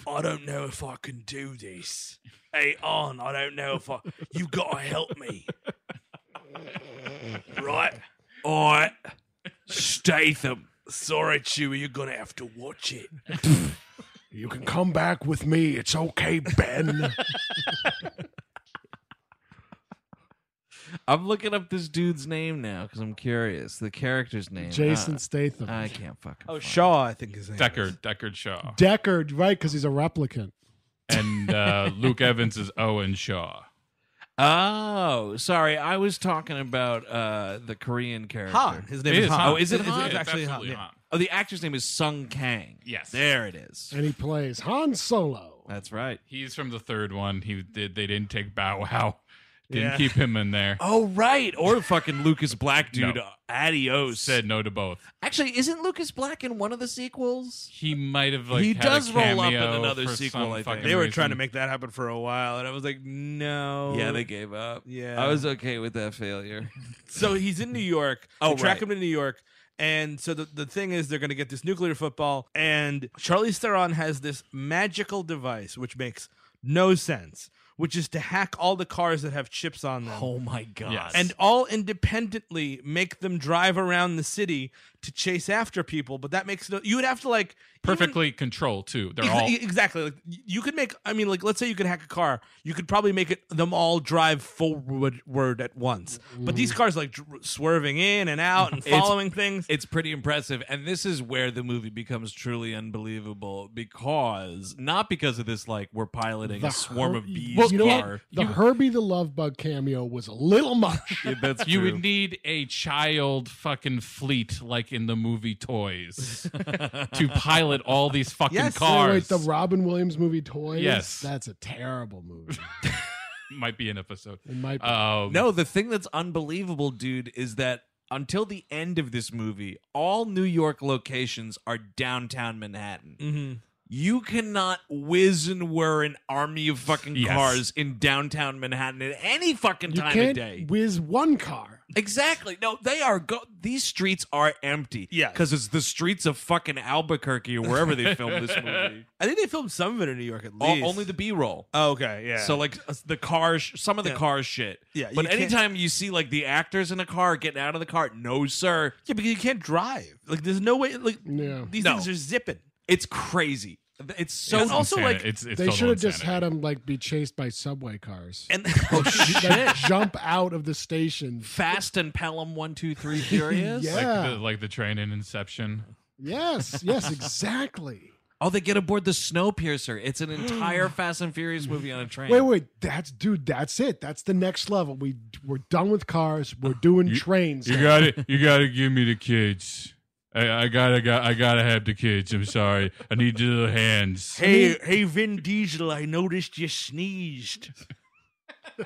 [SPEAKER 2] I don't know if I can do this. Hey, on, I don't know if I. You gotta help me. Right? All right. Statham. Sorry, Chewie, you're gonna have to watch it.
[SPEAKER 10] You can come back with me. It's okay, Ben.
[SPEAKER 4] I'm looking up this dude's name now because I'm curious. The character's name.
[SPEAKER 6] Jason
[SPEAKER 4] Uh,
[SPEAKER 6] Statham.
[SPEAKER 4] I
[SPEAKER 7] Oh,
[SPEAKER 4] can't fucking.
[SPEAKER 5] Oh, Shaw, I think his name.
[SPEAKER 7] Deckard, Deckard Shaw.
[SPEAKER 6] Deckard, right? Because he's a replicant.
[SPEAKER 7] and uh, Luke Evans is Owen Shaw.
[SPEAKER 4] Oh, sorry. I was talking about uh, the Korean character.
[SPEAKER 7] Han. His name It is is Han. Han.
[SPEAKER 4] Oh, is it
[SPEAKER 7] It is-
[SPEAKER 4] Han?
[SPEAKER 7] it's actually Han, Absolutely yeah. Han.
[SPEAKER 4] Oh, the actor's name is Sung Kang. Yes. There it is.
[SPEAKER 6] And he plays Han Solo.
[SPEAKER 4] That's right.
[SPEAKER 7] He's from the third one. He did. They didn't take Bow Wow. Didn't
[SPEAKER 4] Yeah.
[SPEAKER 7] keep him in there.
[SPEAKER 4] Oh, right. Or *laughs* fucking Lucas Black dude. Adios.
[SPEAKER 7] Said no to both.
[SPEAKER 4] Actually, isn't Lucas Black in one of the sequels?
[SPEAKER 7] He might have like
[SPEAKER 4] he
[SPEAKER 7] had
[SPEAKER 4] does
[SPEAKER 7] a
[SPEAKER 4] roll up in
[SPEAKER 7] cameo
[SPEAKER 4] another
[SPEAKER 7] for some
[SPEAKER 4] sequel. I think
[SPEAKER 7] fucking
[SPEAKER 5] They were
[SPEAKER 7] reason.
[SPEAKER 5] trying to make that happen for a while, and I was like, no.
[SPEAKER 4] Yeah, they gave up.
[SPEAKER 5] Yeah,
[SPEAKER 4] I was okay with that
[SPEAKER 5] *laughs*
[SPEAKER 4] failure.
[SPEAKER 5] so he's in New York.
[SPEAKER 4] Oh,
[SPEAKER 5] they track
[SPEAKER 4] right.
[SPEAKER 5] him to New York. And so the, the thing is, they're going to get this nuclear football. And Charlize Theron has this magical device, which makes no sense, which is to hack all the cars that have chips on them.
[SPEAKER 4] Oh, my God. Yes.
[SPEAKER 5] And all independently make them drive around the city to chase after people. But that makes no. You would have to, like.
[SPEAKER 7] perfectly control too. They're
[SPEAKER 5] Ex-
[SPEAKER 7] all
[SPEAKER 5] exactly. Like, y- you could make. I mean, like, let's say you could hack a car. You could probably make it them all drive forward word at once. But these cars like dr- swerving in and out and
[SPEAKER 4] *laughs* It's-
[SPEAKER 5] following things.
[SPEAKER 4] It's pretty impressive. And this is where the movie becomes truly unbelievable because not because of this like we're piloting a swarm of bees
[SPEAKER 6] Well, you know
[SPEAKER 4] car.
[SPEAKER 6] what? The Herbie the Love Bug cameo was a little much.
[SPEAKER 7] you would need a child fucking fleet like in the movie Toys to pilot all these fucking
[SPEAKER 6] Oh,
[SPEAKER 7] cars.
[SPEAKER 6] wait, the Robin Williams movie Toys?
[SPEAKER 7] Yes.
[SPEAKER 6] That's a terrible movie.
[SPEAKER 7] might be an episode.
[SPEAKER 6] It might be.
[SPEAKER 7] Um,
[SPEAKER 4] no, the thing that's unbelievable, dude, is that until the end of this movie, all New York locations are downtown Manhattan.
[SPEAKER 5] Mhm.
[SPEAKER 4] You cannot whiz and whir an army of fucking
[SPEAKER 7] Yes.
[SPEAKER 4] cars in downtown Manhattan at any fucking
[SPEAKER 6] You
[SPEAKER 4] time of day.
[SPEAKER 6] can't whiz one car.
[SPEAKER 4] Exactly. No, they are go. These streets are empty.
[SPEAKER 5] Yeah,
[SPEAKER 4] because it's the streets of fucking Albuquerque or wherever they filmed this movie.
[SPEAKER 5] I think they filmed some of it in New York at
[SPEAKER 4] O-
[SPEAKER 5] least.
[SPEAKER 4] only the B-roll.
[SPEAKER 5] Oh, okay, *laughs* yeah.
[SPEAKER 4] So like uh, the car, sh- some of the
[SPEAKER 5] Yeah.
[SPEAKER 4] car shit.
[SPEAKER 5] Yeah,
[SPEAKER 4] But
[SPEAKER 5] you can't-
[SPEAKER 4] anytime you see like the actors in a car getting out of the car, no sir.
[SPEAKER 5] Yeah, because you can't drive. Like there's no way. Like these
[SPEAKER 4] No.
[SPEAKER 5] things are zipping.
[SPEAKER 4] It's crazy. It's so
[SPEAKER 5] And also,
[SPEAKER 7] insane.
[SPEAKER 5] like
[SPEAKER 7] It's- it's
[SPEAKER 6] they
[SPEAKER 7] total
[SPEAKER 6] should have just
[SPEAKER 7] insanity.
[SPEAKER 6] had him like be chased by subway cars. *laughs*
[SPEAKER 5] And
[SPEAKER 4] *laughs*
[SPEAKER 6] oh, shit. jump out of the station.
[SPEAKER 4] Fast and Pelham one two three furious.
[SPEAKER 7] like, the, like the train in Inception.
[SPEAKER 6] Yes, yes, exactly.
[SPEAKER 4] *laughs* Oh, they get aboard the Snowpiercer. It's an entire Fast and Furious movie on a train.
[SPEAKER 6] Wait, wait, that's dude, that's it. That's the next level. We we're done with cars. We're doing trains.
[SPEAKER 7] You
[SPEAKER 6] now.
[SPEAKER 7] got to You got to give me the kids. I, I gotta, got, I gotta have the kids. I'm sorry. I need the little hands.
[SPEAKER 5] Hey, hey, Vin Diesel! I noticed you sneezed.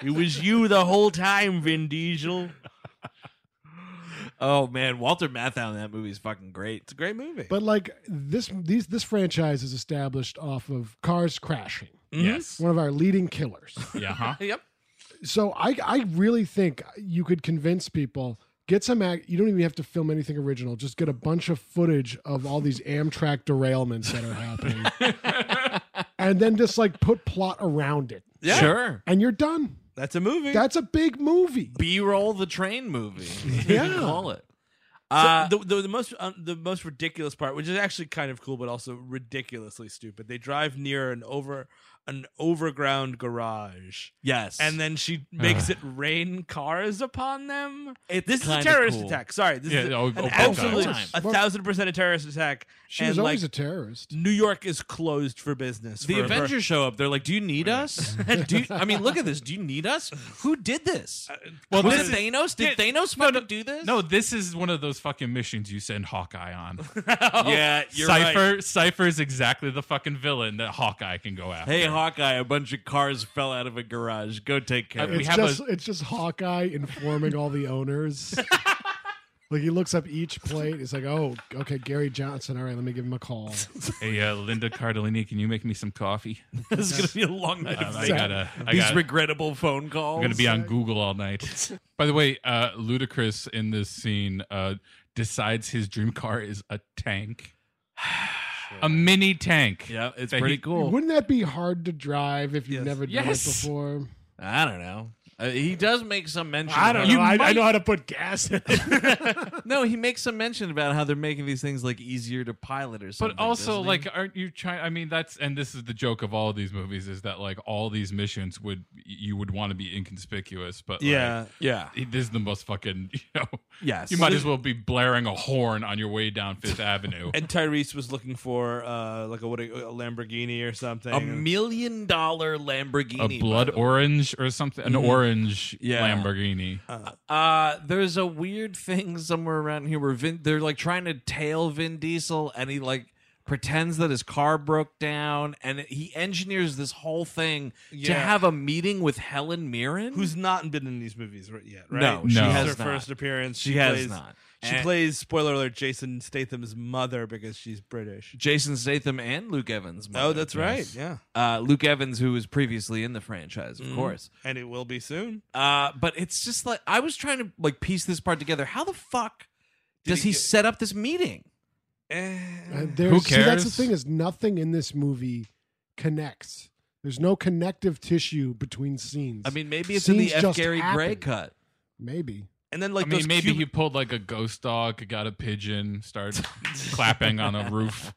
[SPEAKER 5] it was you the whole time, Vin Diesel.
[SPEAKER 4] Oh man, Walter Matthau in that movie is fucking great. It's a
[SPEAKER 5] great movie.
[SPEAKER 6] But like this these this franchise is established off of cars crashing.
[SPEAKER 7] Yes.
[SPEAKER 6] One of our leading
[SPEAKER 5] *laughs*
[SPEAKER 6] killers.
[SPEAKER 7] Yeah. Huh?
[SPEAKER 5] yep.
[SPEAKER 6] So I I really think you could convince people get some act you don't even have to film anything original just get a bunch of footage of all these amtrak derailments that are happening
[SPEAKER 5] *laughs*
[SPEAKER 6] and then just like put plot around it
[SPEAKER 4] Yeah. Sure.
[SPEAKER 6] and you're done
[SPEAKER 5] That's a movie.
[SPEAKER 6] that's a big movie
[SPEAKER 4] B-roll the train movie.
[SPEAKER 6] Yeah.
[SPEAKER 4] call it.
[SPEAKER 5] So
[SPEAKER 4] Uh,
[SPEAKER 5] the, the, the most um, the most ridiculous part, which is actually kind of cool, but also ridiculously stupid. They drive near an over an overground garage.
[SPEAKER 4] Yes.
[SPEAKER 5] and then she makes it rain cars upon them.
[SPEAKER 4] It's
[SPEAKER 5] this is a
[SPEAKER 4] kinda
[SPEAKER 5] terrorist
[SPEAKER 4] cool.
[SPEAKER 5] attack. Sorry, this
[SPEAKER 7] Yeah,
[SPEAKER 5] is a,
[SPEAKER 7] oh,
[SPEAKER 5] an
[SPEAKER 7] oh, both
[SPEAKER 5] absolute
[SPEAKER 7] times.
[SPEAKER 5] a thousand percent a terrorist attack.
[SPEAKER 6] She
[SPEAKER 5] and
[SPEAKER 6] was always
[SPEAKER 5] like,
[SPEAKER 6] a terrorist.
[SPEAKER 5] New York is closed for business.
[SPEAKER 4] The
[SPEAKER 5] for- for-
[SPEAKER 4] Avengers show up. They're like, "Do you need
[SPEAKER 5] *laughs*
[SPEAKER 4] us? Do you, I mean, look at this. Do you need us? Who did this?
[SPEAKER 5] Uh,
[SPEAKER 4] *laughs*
[SPEAKER 7] well,
[SPEAKER 4] was
[SPEAKER 7] this
[SPEAKER 4] it
[SPEAKER 7] is-
[SPEAKER 4] Thanos? Did Thanos fucking do this?
[SPEAKER 7] No, this is one of those fucking missions you send Hawkeye on.
[SPEAKER 5] oh.
[SPEAKER 4] Yeah, you're
[SPEAKER 7] Cipher,
[SPEAKER 4] right.
[SPEAKER 7] Cipher is exactly the fucking villain that Hawkeye can go after.
[SPEAKER 4] Hey, Hawkeye, a bunch of cars fell out of a garage. Go take care. of
[SPEAKER 6] it's just it's just Hawkeye informing all the *laughs* owners. like he looks up each plate. He's like, "Oh, okay, Gary Johnson. All right, let me give him a *laughs* call."
[SPEAKER 7] Hey, uh, Linda Cardellini, can you make me some coffee?
[SPEAKER 4] *laughs* this is gonna be a long night.
[SPEAKER 7] Um,
[SPEAKER 4] of
[SPEAKER 7] I gotta- I
[SPEAKER 4] These
[SPEAKER 7] gotta-
[SPEAKER 4] regrettable phone calls.
[SPEAKER 7] I'm gonna be on Google
[SPEAKER 4] *laughs*
[SPEAKER 7] all night. By the way, uh, Ludacris in this scene uh, decides his dream car is a
[SPEAKER 4] *sighs*
[SPEAKER 7] tank, a mini tank.
[SPEAKER 4] Yeah, it's
[SPEAKER 7] That
[SPEAKER 4] pretty
[SPEAKER 7] he-
[SPEAKER 4] cool.
[SPEAKER 6] Wouldn't that be hard to drive if you've never done
[SPEAKER 7] Yes.
[SPEAKER 6] it before?
[SPEAKER 4] I don't know. Uh, he does make some mention.
[SPEAKER 6] I don't
[SPEAKER 4] about-
[SPEAKER 6] know. I, I know how to put gas in it.
[SPEAKER 4] no, he makes some mention about how they're making these things like easier to pilot or something.
[SPEAKER 7] But
[SPEAKER 4] doesn't
[SPEAKER 7] also,
[SPEAKER 4] he?
[SPEAKER 7] like, aren't you trying? I mean, that's and this is the joke of all of these movies is that like all these missions would you would want to be inconspicuous, but like,
[SPEAKER 4] Yeah. Yeah.
[SPEAKER 7] it- this is the most fucking *laughs* you know.
[SPEAKER 4] Yes.
[SPEAKER 7] you might as well be blaring a horn on your way down Fifth Avenue.
[SPEAKER 5] And Tyrese was looking for uh, like a what a, a Lamborghini or something.
[SPEAKER 7] A
[SPEAKER 4] million dollar Lamborghini.
[SPEAKER 7] a blood orange or something, an
[SPEAKER 4] Mhm.
[SPEAKER 7] orange
[SPEAKER 4] Yeah.
[SPEAKER 7] Lamborghini.
[SPEAKER 4] Uh, there's a weird thing somewhere around here where Vin, they're like trying to tail Vin Diesel, and he like pretends that his car broke down, and he engineers this whole thing to
[SPEAKER 5] Yeah.
[SPEAKER 4] have a meeting with Helen Mirren,
[SPEAKER 5] who's not been in these movies ri- yet, right?
[SPEAKER 4] No,
[SPEAKER 5] she
[SPEAKER 4] no.
[SPEAKER 5] has
[SPEAKER 4] has
[SPEAKER 5] her
[SPEAKER 4] not.
[SPEAKER 5] first appearance.
[SPEAKER 4] She has
[SPEAKER 5] plays,
[SPEAKER 4] not.
[SPEAKER 5] She
[SPEAKER 4] And-
[SPEAKER 5] plays spoiler alert Jason Statham's mother because she's British.
[SPEAKER 4] Jason Statham and Luke Evans.
[SPEAKER 5] Oh, that's right, yeah.
[SPEAKER 4] uh, Luke Evans, who was previously in the franchise, of
[SPEAKER 5] Mhm.
[SPEAKER 4] course.
[SPEAKER 5] and it will be soon.
[SPEAKER 4] Uh, but it's just like I was trying to like piece this part together. How the fuck does he, set up this meeting?
[SPEAKER 6] *laughs* And there's, See, that's the thing is nothing in this movie connects. There's no connective tissue between scenes.
[SPEAKER 4] I mean, maybe it's in
[SPEAKER 6] Scenes
[SPEAKER 4] the F.
[SPEAKER 6] just
[SPEAKER 4] Gary Gray
[SPEAKER 6] happen.
[SPEAKER 4] cut.
[SPEAKER 6] Maybe.
[SPEAKER 5] And then
[SPEAKER 7] I mean, maybe he pulled like a ghost dog, got a pigeon,
[SPEAKER 4] *laughs*
[SPEAKER 7] started clapping on a roof.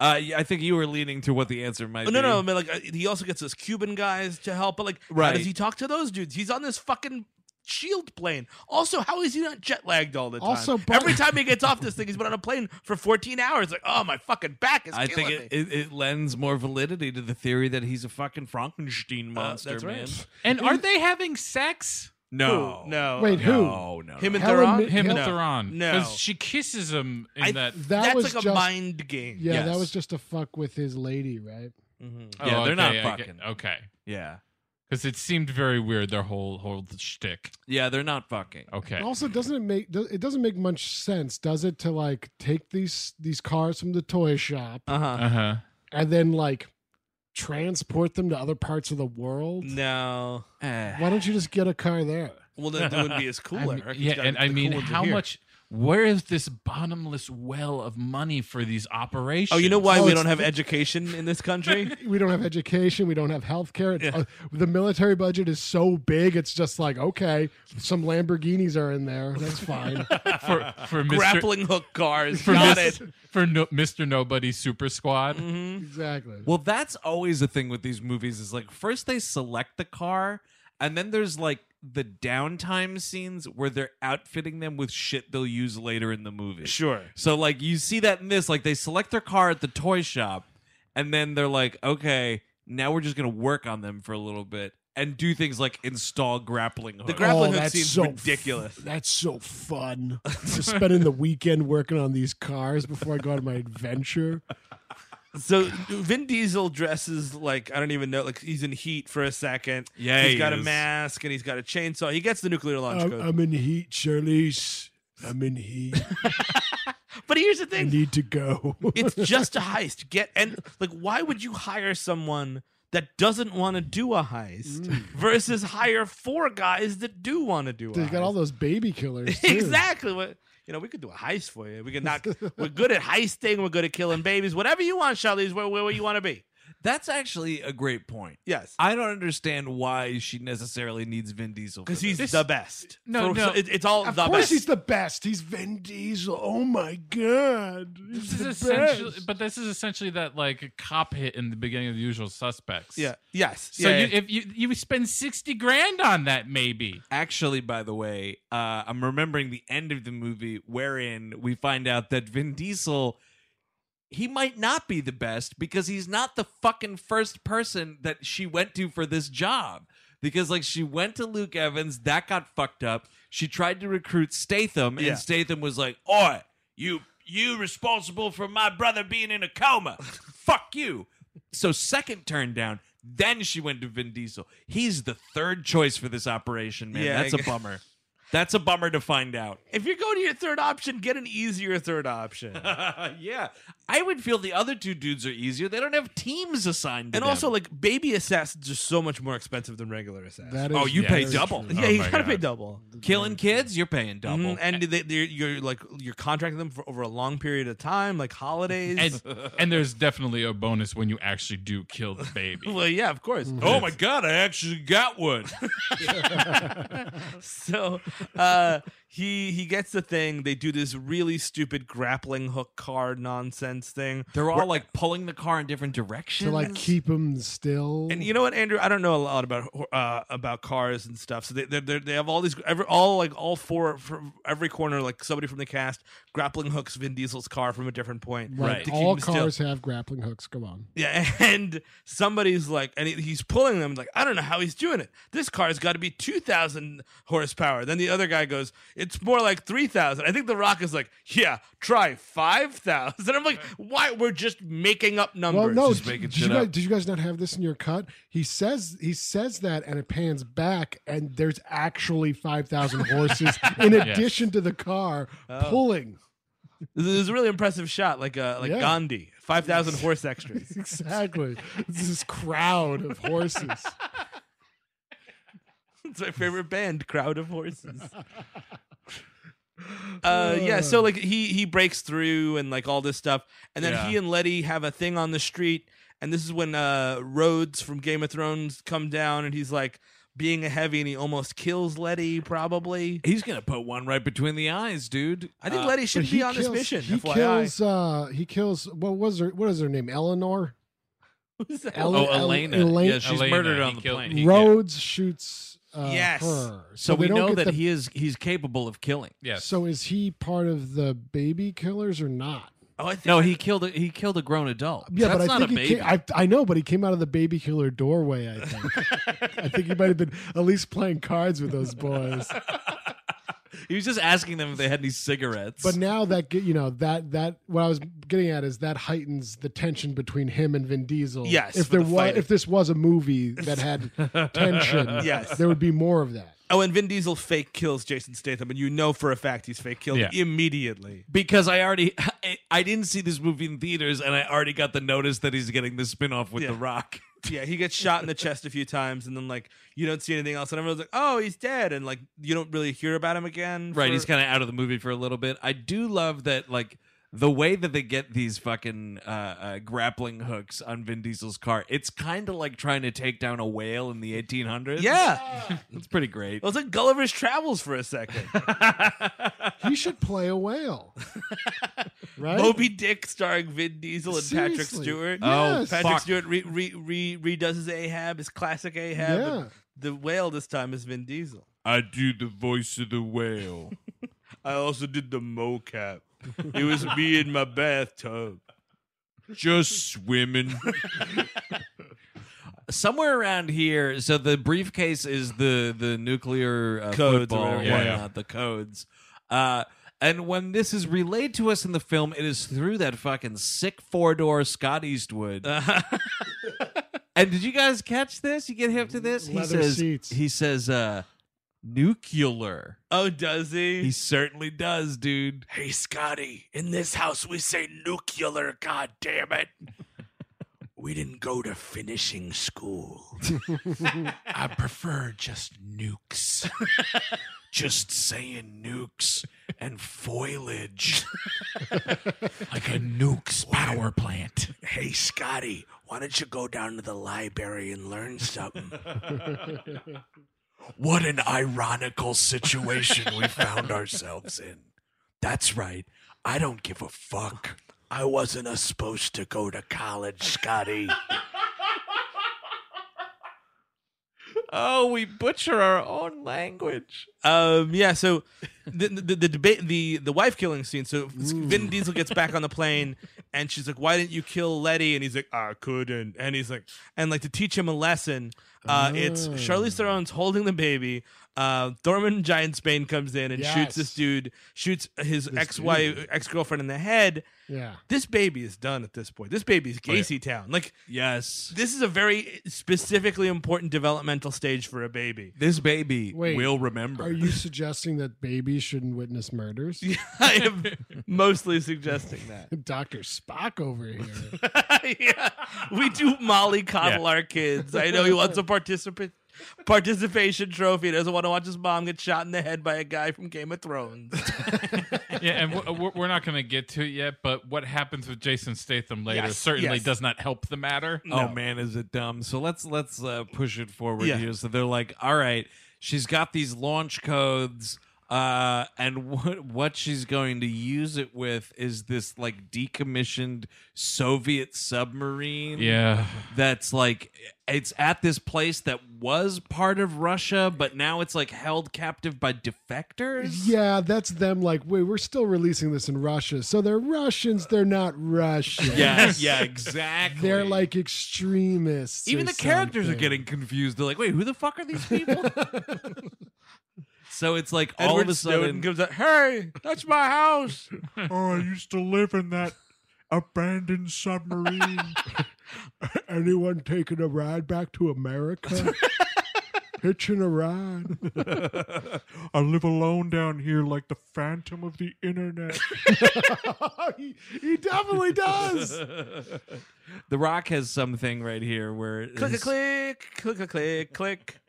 [SPEAKER 4] Uh, yeah, I think you were leaning to what the answer might
[SPEAKER 5] Oh,
[SPEAKER 4] be.
[SPEAKER 5] no, no, I mean, like uh, he also gets those Cuban guys to help, but like, how
[SPEAKER 4] Right.
[SPEAKER 5] does he talk to those dudes? He's on this fucking shield plane. Also, how is he not jet lagged all the time?
[SPEAKER 4] Also, but-
[SPEAKER 5] every time he gets off this thing, he's been on a plane for 14 hours. Like, oh, my fucking back is.
[SPEAKER 4] I
[SPEAKER 5] killing
[SPEAKER 4] think
[SPEAKER 5] me.
[SPEAKER 4] it, it, it lends more validity to the theory that he's a fucking Frankenstein monster,
[SPEAKER 5] Uh, that's right.
[SPEAKER 4] man. *laughs*
[SPEAKER 7] And are they having sex?
[SPEAKER 4] No. Who? No. Wait, who? Oh, No, no,
[SPEAKER 5] Him
[SPEAKER 4] no.
[SPEAKER 5] and
[SPEAKER 4] Helen
[SPEAKER 5] Theron.
[SPEAKER 4] Mi-
[SPEAKER 7] Him and
[SPEAKER 4] No.
[SPEAKER 7] Theron.
[SPEAKER 4] No.
[SPEAKER 7] 'Cause she kisses him in
[SPEAKER 5] I-
[SPEAKER 7] that.
[SPEAKER 5] that That's was like a just- mind game.
[SPEAKER 6] Yeah, that
[SPEAKER 5] Yes.
[SPEAKER 6] was just a fuck with his lady, right?
[SPEAKER 7] Oh,
[SPEAKER 4] Yeah, they're not
[SPEAKER 7] okay, I get-
[SPEAKER 4] fucking.
[SPEAKER 7] Okay.
[SPEAKER 4] Yeah.
[SPEAKER 7] Because it seemed very weird their whole whole shtick.
[SPEAKER 4] Yeah, they're not fucking.
[SPEAKER 7] Okay.
[SPEAKER 6] Also, doesn't it make do- it doesn't make much sense, does it? To like take these these cars from the toy shop,
[SPEAKER 5] Uh huh.
[SPEAKER 7] Uh-huh.
[SPEAKER 6] and then like transport them to other parts of the world.
[SPEAKER 5] No.
[SPEAKER 6] Why don't you just get a car there?
[SPEAKER 5] Well, then it wouldn't be as cool.
[SPEAKER 7] I mean, yeah, and I mean, how much? Where is this bottomless well of money for these operations?
[SPEAKER 5] Oh, you know why
[SPEAKER 6] Oh,
[SPEAKER 5] we
[SPEAKER 6] it's
[SPEAKER 5] don't have
[SPEAKER 6] the-
[SPEAKER 5] education in this country?
[SPEAKER 6] We don't have education. We don't have health care. the military budget is so big. It's just like okay, some Lamborghinis are in there. That's fine.
[SPEAKER 4] *laughs*
[SPEAKER 7] for for Mr.
[SPEAKER 5] grappling hook cars?
[SPEAKER 7] for
[SPEAKER 5] Got
[SPEAKER 7] Mis-
[SPEAKER 5] it.
[SPEAKER 7] for no, Mr. Nobody Super Squad.
[SPEAKER 6] Exactly.
[SPEAKER 4] Well, that's always the thing with these movies is like first they select the car, and then there's like the downtime scenes where they're outfitting them with shit they'll use later in the movie.
[SPEAKER 5] Sure.
[SPEAKER 4] So like you see that in this, like they select their car at the toy shop, and then they're like, okay, now we're just gonna work on them for a little bit and do things like install grappling hooks.
[SPEAKER 5] The grappling hook
[SPEAKER 6] Oh, that's
[SPEAKER 5] seems
[SPEAKER 6] so
[SPEAKER 5] ridiculous.
[SPEAKER 6] That's so fun. Just spending the weekend working on these cars before I go on my adventure.
[SPEAKER 5] So Vin Diesel dresses like I don't even know, like he's in heat for a second.
[SPEAKER 6] Yeah,
[SPEAKER 5] he's
[SPEAKER 6] he
[SPEAKER 5] got a
[SPEAKER 6] is.
[SPEAKER 5] mask and he's got a chainsaw. He gets the nuclear launch
[SPEAKER 6] I'm,
[SPEAKER 5] code.
[SPEAKER 6] I'm in heat, Charlize. I'm in heat.
[SPEAKER 5] but here's the *laughs* thing:
[SPEAKER 6] I need to go.
[SPEAKER 5] it's just a heist. Get and like, why would you hire someone that doesn't want to do a heist
[SPEAKER 6] Mm.
[SPEAKER 5] versus hire four guys that do want to do a
[SPEAKER 6] They
[SPEAKER 5] heist?
[SPEAKER 6] got all those baby
[SPEAKER 5] *laughs*
[SPEAKER 6] killers. too.
[SPEAKER 5] exactly what. You know, we could do a heist for you. We could knock. we're good at heisting. We're good at killing babies. Whatever you want, Charlize. Where, where, where you want to be?
[SPEAKER 4] That's actually a great point.
[SPEAKER 5] Yes.
[SPEAKER 4] I don't understand why she necessarily needs Vin Diesel
[SPEAKER 5] because he's the best.
[SPEAKER 7] No,
[SPEAKER 5] For-
[SPEAKER 7] no.
[SPEAKER 5] so it- it's all
[SPEAKER 6] Of
[SPEAKER 5] the
[SPEAKER 6] course,
[SPEAKER 5] best.
[SPEAKER 6] he's the best. He's Vin Diesel. Oh my god, he's
[SPEAKER 7] This
[SPEAKER 6] the
[SPEAKER 7] is essentially,
[SPEAKER 6] best.
[SPEAKER 7] but this is essentially that like cop hit in the beginning of The Usual Suspects.
[SPEAKER 5] Yeah. Yes.
[SPEAKER 7] So
[SPEAKER 4] Yeah,
[SPEAKER 7] you,
[SPEAKER 4] yeah.
[SPEAKER 7] if you you spend sixty grand on that, maybe.
[SPEAKER 4] Actually, by the way, uh, I'm remembering the end of the movie wherein we find out that Vin Diesel he might not be the best because he's not the fucking first person that she went to for this job. Because like she went to Luke Evans, that got fucked up. She tried to recruit Statham,
[SPEAKER 12] Yeah.
[SPEAKER 4] and Statham was like, "Oi, you you responsible for my brother being in a
[SPEAKER 5] *laughs*
[SPEAKER 4] coma? Fuck you." So second turn down. Then she went to Vin Diesel. He's the third choice for this operation, man.
[SPEAKER 5] Yeah, I
[SPEAKER 4] That's a
[SPEAKER 5] guess.
[SPEAKER 4] bummer. That's a bummer to find out. *laughs*
[SPEAKER 5] If you're going to your third option, get an easier third option.
[SPEAKER 4] yeah. I would feel the other two dudes are easier. They don't have teams assigned to
[SPEAKER 5] And
[SPEAKER 4] them.
[SPEAKER 5] also, like baby assassins are so much more expensive than regular assassins.
[SPEAKER 4] That Oh, is you pay very double. true. Mm,
[SPEAKER 5] Yeah,
[SPEAKER 4] Oh
[SPEAKER 5] you
[SPEAKER 4] my
[SPEAKER 5] gotta pay
[SPEAKER 4] God.
[SPEAKER 5] double.
[SPEAKER 4] Killing kids, you're paying double.
[SPEAKER 5] Mhm, and they, they're, you're like you're contracting them for over a long period of time, like holidays.
[SPEAKER 7] and, and there's definitely a bonus when you actually do kill the baby.
[SPEAKER 5] *laughs* *laughs* well, yeah, of course.
[SPEAKER 4] Mm-hmm.
[SPEAKER 7] Oh my god, I actually
[SPEAKER 4] *laughs*
[SPEAKER 7] got one.
[SPEAKER 5] so uh, he he gets the thing. They do this really stupid grappling hook car nonsense thing.
[SPEAKER 4] They're all
[SPEAKER 5] Where-
[SPEAKER 4] like pulling the car in different directions.
[SPEAKER 6] to like keep them still.
[SPEAKER 5] And you know what, Andrew? I don't know a lot about uh, about cars and stuff. So they they they they have all these every all like all four from every corner like somebody from the cast grappling hooks Vin Diesel's car from a different point.
[SPEAKER 6] Like,
[SPEAKER 5] to keep
[SPEAKER 6] All
[SPEAKER 5] him still.
[SPEAKER 6] cars have grappling hooks. Come on.
[SPEAKER 5] Yeah, *laughs* and somebody's like, and he- he's pulling them. Like, I don't know how he's doing it. This car's got to be two thousand horsepower. Then the other guy goes, it's more like three thousand. I think The Rock is like, yeah, try five thousand. *laughs* I'm like, why? We're just making up numbers.
[SPEAKER 6] Well, no. d- did, you guys, did you guys not have this in your cut? He says he says that, and it pans back, and there's actually five thousand
[SPEAKER 5] *laughs*
[SPEAKER 6] horses in
[SPEAKER 5] Yes.
[SPEAKER 6] addition to the car
[SPEAKER 5] Oh.
[SPEAKER 6] pulling.
[SPEAKER 5] This is a really impressive shot, like uh, like
[SPEAKER 6] Yeah.
[SPEAKER 5] Gandhi, five thousand
[SPEAKER 4] *laughs*
[SPEAKER 5] horse extras.
[SPEAKER 6] *laughs* Exactly. this is crowd of horses.
[SPEAKER 5] *laughs* it's my favorite band, Crowd
[SPEAKER 4] *laughs*
[SPEAKER 5] of Horses. Uh, yeah, so like he he breaks through and like all this stuff, and then
[SPEAKER 4] Yeah.
[SPEAKER 5] he and Letty have a thing on the street, and this is when uh Rhodes from Game of Thrones come down, and he's like being a heavy, and he almost kills Letty. Probably
[SPEAKER 4] he's gonna put one right between the eyes, dude.
[SPEAKER 5] I think
[SPEAKER 4] Uh,
[SPEAKER 5] Letty should
[SPEAKER 6] But he
[SPEAKER 5] be on this
[SPEAKER 6] kills-
[SPEAKER 5] mission.
[SPEAKER 6] He
[SPEAKER 5] FYI. *laughs*
[SPEAKER 6] kills. Uh, he kills. What was her? What is her name? Eleanor. Ele-
[SPEAKER 4] oh,
[SPEAKER 6] Ele-
[SPEAKER 4] Elena.
[SPEAKER 6] Elaine-
[SPEAKER 4] Yeah, she's
[SPEAKER 7] Elena,
[SPEAKER 4] murdered
[SPEAKER 7] he
[SPEAKER 4] on the
[SPEAKER 7] killed-
[SPEAKER 4] plane.
[SPEAKER 6] Rhodes shoots. Uh,
[SPEAKER 4] yes.
[SPEAKER 6] Her.
[SPEAKER 4] So,
[SPEAKER 6] they
[SPEAKER 4] we
[SPEAKER 6] don't
[SPEAKER 4] know
[SPEAKER 6] get
[SPEAKER 4] that
[SPEAKER 6] the-
[SPEAKER 4] he is he's capable of killing.
[SPEAKER 6] So is he part of the baby killers or not?
[SPEAKER 5] Oh, I think
[SPEAKER 4] no, he killed a, he killed a grown adult.
[SPEAKER 6] Yeah,
[SPEAKER 4] That's
[SPEAKER 6] but I
[SPEAKER 4] not
[SPEAKER 6] think
[SPEAKER 4] a
[SPEAKER 6] he
[SPEAKER 4] baby.
[SPEAKER 6] came, I, I know, but he came out of the baby killer doorway. I think. I think he might have been at least playing cards with those boys.
[SPEAKER 4] he was just asking them if they had any cigarettes.
[SPEAKER 6] But now that get- you know that that what I was getting at is that heightens the tension between him and Vin Diesel.
[SPEAKER 5] Yes,
[SPEAKER 6] if
[SPEAKER 5] for
[SPEAKER 6] there
[SPEAKER 5] the
[SPEAKER 6] was
[SPEAKER 5] fighting.
[SPEAKER 6] if this was a movie that had tension,
[SPEAKER 5] Yes.
[SPEAKER 6] there would be more of that.
[SPEAKER 5] Oh, and Vin Diesel fake kills Jason Statham, and you know for a fact he's fake killed
[SPEAKER 4] Yeah.
[SPEAKER 5] immediately.
[SPEAKER 4] because I already *laughs* I, I didn't see this movie in theaters and I already got the notice that he's getting the spin-off with
[SPEAKER 5] Yeah.
[SPEAKER 4] The Rock.
[SPEAKER 5] yeah, he gets shot in the chest a few times, and then like you don't see anything else, and everyone's like, "Oh, he's dead," and like you don't really hear about him again.
[SPEAKER 4] Right,
[SPEAKER 5] for-
[SPEAKER 4] he's kind of out of the movie for a little bit. I do love that like the way that they get these fucking uh, uh, grappling hooks on Vin Diesel's car. It's kind of like trying to take down a whale in the 1800s.
[SPEAKER 5] Yeah.
[SPEAKER 4] It's pretty great.
[SPEAKER 5] It was like Gulliver's Travels for a second.
[SPEAKER 6] He should play a whale, right?
[SPEAKER 5] Moby Dick starring Vin Diesel and Patrick
[SPEAKER 6] Seriously.
[SPEAKER 5] Stewart.
[SPEAKER 6] Oh, Yes.
[SPEAKER 5] Patrick
[SPEAKER 6] fuck.
[SPEAKER 5] Stewart re- re- re- redoes his Ahab, his classic Ahab.
[SPEAKER 6] Yeah.
[SPEAKER 5] and The whale this time is Vin Diesel.
[SPEAKER 4] I do the voice of the whale.
[SPEAKER 5] I also did the mocap. It was me in my bathtub.
[SPEAKER 4] Just swimming. Somewhere around here, so the briefcase is the the nuclear uh,
[SPEAKER 5] Codes or
[SPEAKER 4] football,
[SPEAKER 5] whatever.
[SPEAKER 4] whatnot,
[SPEAKER 5] Yeah,
[SPEAKER 4] the codes. Uh, and when this is relayed to us in the film, it is through that fucking sick four door Scott Eastwood.
[SPEAKER 5] *laughs*
[SPEAKER 4] and did you guys catch this? You get hip to this?
[SPEAKER 6] Leather
[SPEAKER 4] he says,
[SPEAKER 6] seats.
[SPEAKER 4] He says, uh, nuclear.
[SPEAKER 5] Oh, does he?
[SPEAKER 4] He certainly does, dude.
[SPEAKER 13] Hey, Scotty, in this house we say nuclear, god damn *laughs* it. We didn't go to finishing *laughs* school. I prefer just *laughs* nukes. just saying nukes and *laughs* foliage. like a nukes power plant. Hey, Scotty, why don't you go down to the library and learn something? *laughs* What an ironical situation we found ourselves in. That's right. I don't give a fuck. I wasn't uh, supposed to go to college, Scotty.
[SPEAKER 4] Oh, we butcher our own language.
[SPEAKER 5] Um, yeah, so the, the, the debate, the, the wife killing scene. So Vin Diesel gets back on the plane and she's like, Why didn't you kill Letty? And he's like, I couldn't. And he's like, And like to teach him a lesson, uh, it's
[SPEAKER 4] Oh.
[SPEAKER 5] Charlize Theron's holding the baby. Uh, Thorman Giant Spain comes in and shoots
[SPEAKER 4] Yes.
[SPEAKER 5] this dude, shoots his
[SPEAKER 4] This
[SPEAKER 5] ex wife, ex girlfriend in the head.
[SPEAKER 6] Yeah.
[SPEAKER 5] This baby is done at this point. This baby is Gacy Town. Like,
[SPEAKER 14] yes,
[SPEAKER 5] this is a very specifically important developmental stage for a baby. *laughs*
[SPEAKER 14] This baby
[SPEAKER 6] Wait,
[SPEAKER 14] will remember.
[SPEAKER 6] Are you suggesting that babies shouldn't witness murders? *laughs*
[SPEAKER 5] I am mostly suggesting that.
[SPEAKER 6] Dr. Spock over here.
[SPEAKER 5] *laughs* yeah. We do mollycoddle our kids. I know he wants a participant participation trophy. He doesn't want to watch his mom get shot in the head by a guy from Game of Thrones. *laughs*
[SPEAKER 7] yeah, and we're- we're, we're not going to get to it yet, but what happens with Jason Statham later
[SPEAKER 5] Yes,
[SPEAKER 7] certainly
[SPEAKER 5] yes.
[SPEAKER 7] does not help the matter.
[SPEAKER 4] *laughs* Oh man, is it dumb? So let's let's uh, push it forward
[SPEAKER 7] Yeah.
[SPEAKER 4] here. So they're like, all right, she's got these launch codes, uh, and what what she's going to use it with is this like decommissioned Soviet submarine.
[SPEAKER 7] Yeah.
[SPEAKER 4] that's like it's at this place that was part of Russia, but now it's like held captive by defectors.
[SPEAKER 6] Yeah, that's them like, wait, we're still releasing this in Russia. So they're Russians, they're not Russians.
[SPEAKER 4] Yeah, *laughs* yeah, *laughs* exactly.
[SPEAKER 6] They're like extremists.
[SPEAKER 4] Even
[SPEAKER 6] or
[SPEAKER 4] the characters are
[SPEAKER 6] something.
[SPEAKER 4] getting confused. They're like, wait, who the fuck are these *laughs* people? so it's like all of
[SPEAKER 5] Edward
[SPEAKER 4] a
[SPEAKER 5] Snowden
[SPEAKER 4] sudden
[SPEAKER 5] comes out, hey, that's
[SPEAKER 4] *laughs*
[SPEAKER 5] my house.
[SPEAKER 10] oh, I used to live in that abandoned submarine.
[SPEAKER 6] Anyone taking a ride back to *laughs* America? Hitching a ride.
[SPEAKER 10] I live alone down here like the phantom of the
[SPEAKER 5] *laughs*
[SPEAKER 10] internet.
[SPEAKER 6] he, he definitely does.
[SPEAKER 4] The Rock has something right here where it
[SPEAKER 5] click a
[SPEAKER 4] is-
[SPEAKER 5] click, click a click, click.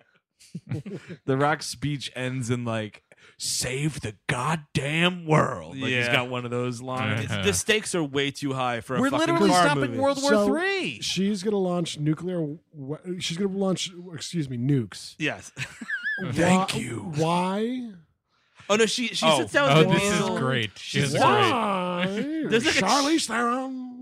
[SPEAKER 4] The Rock's speech ends in like save the goddamn world. Like he's
[SPEAKER 5] Yeah.
[SPEAKER 4] got one of those lines.
[SPEAKER 5] The stakes are way too high for a
[SPEAKER 4] Uh-huh. We're
[SPEAKER 5] fucking
[SPEAKER 4] literally
[SPEAKER 5] car
[SPEAKER 4] stopping
[SPEAKER 5] movie.
[SPEAKER 4] World War
[SPEAKER 6] So,
[SPEAKER 4] Three.
[SPEAKER 6] She's going to launch nuclear. we- She's going to launch, excuse me, nukes.
[SPEAKER 5] Yes. *laughs*
[SPEAKER 6] Thank you. Why?
[SPEAKER 5] Oh no, she she
[SPEAKER 6] Oh.
[SPEAKER 5] sits down
[SPEAKER 6] Oh,
[SPEAKER 5] with
[SPEAKER 6] this
[SPEAKER 5] Vin
[SPEAKER 6] is
[SPEAKER 5] Diesel.
[SPEAKER 6] great. She
[SPEAKER 5] She's
[SPEAKER 6] is *laughs*
[SPEAKER 5] like-
[SPEAKER 6] great.
[SPEAKER 5] There's like a
[SPEAKER 6] Charlize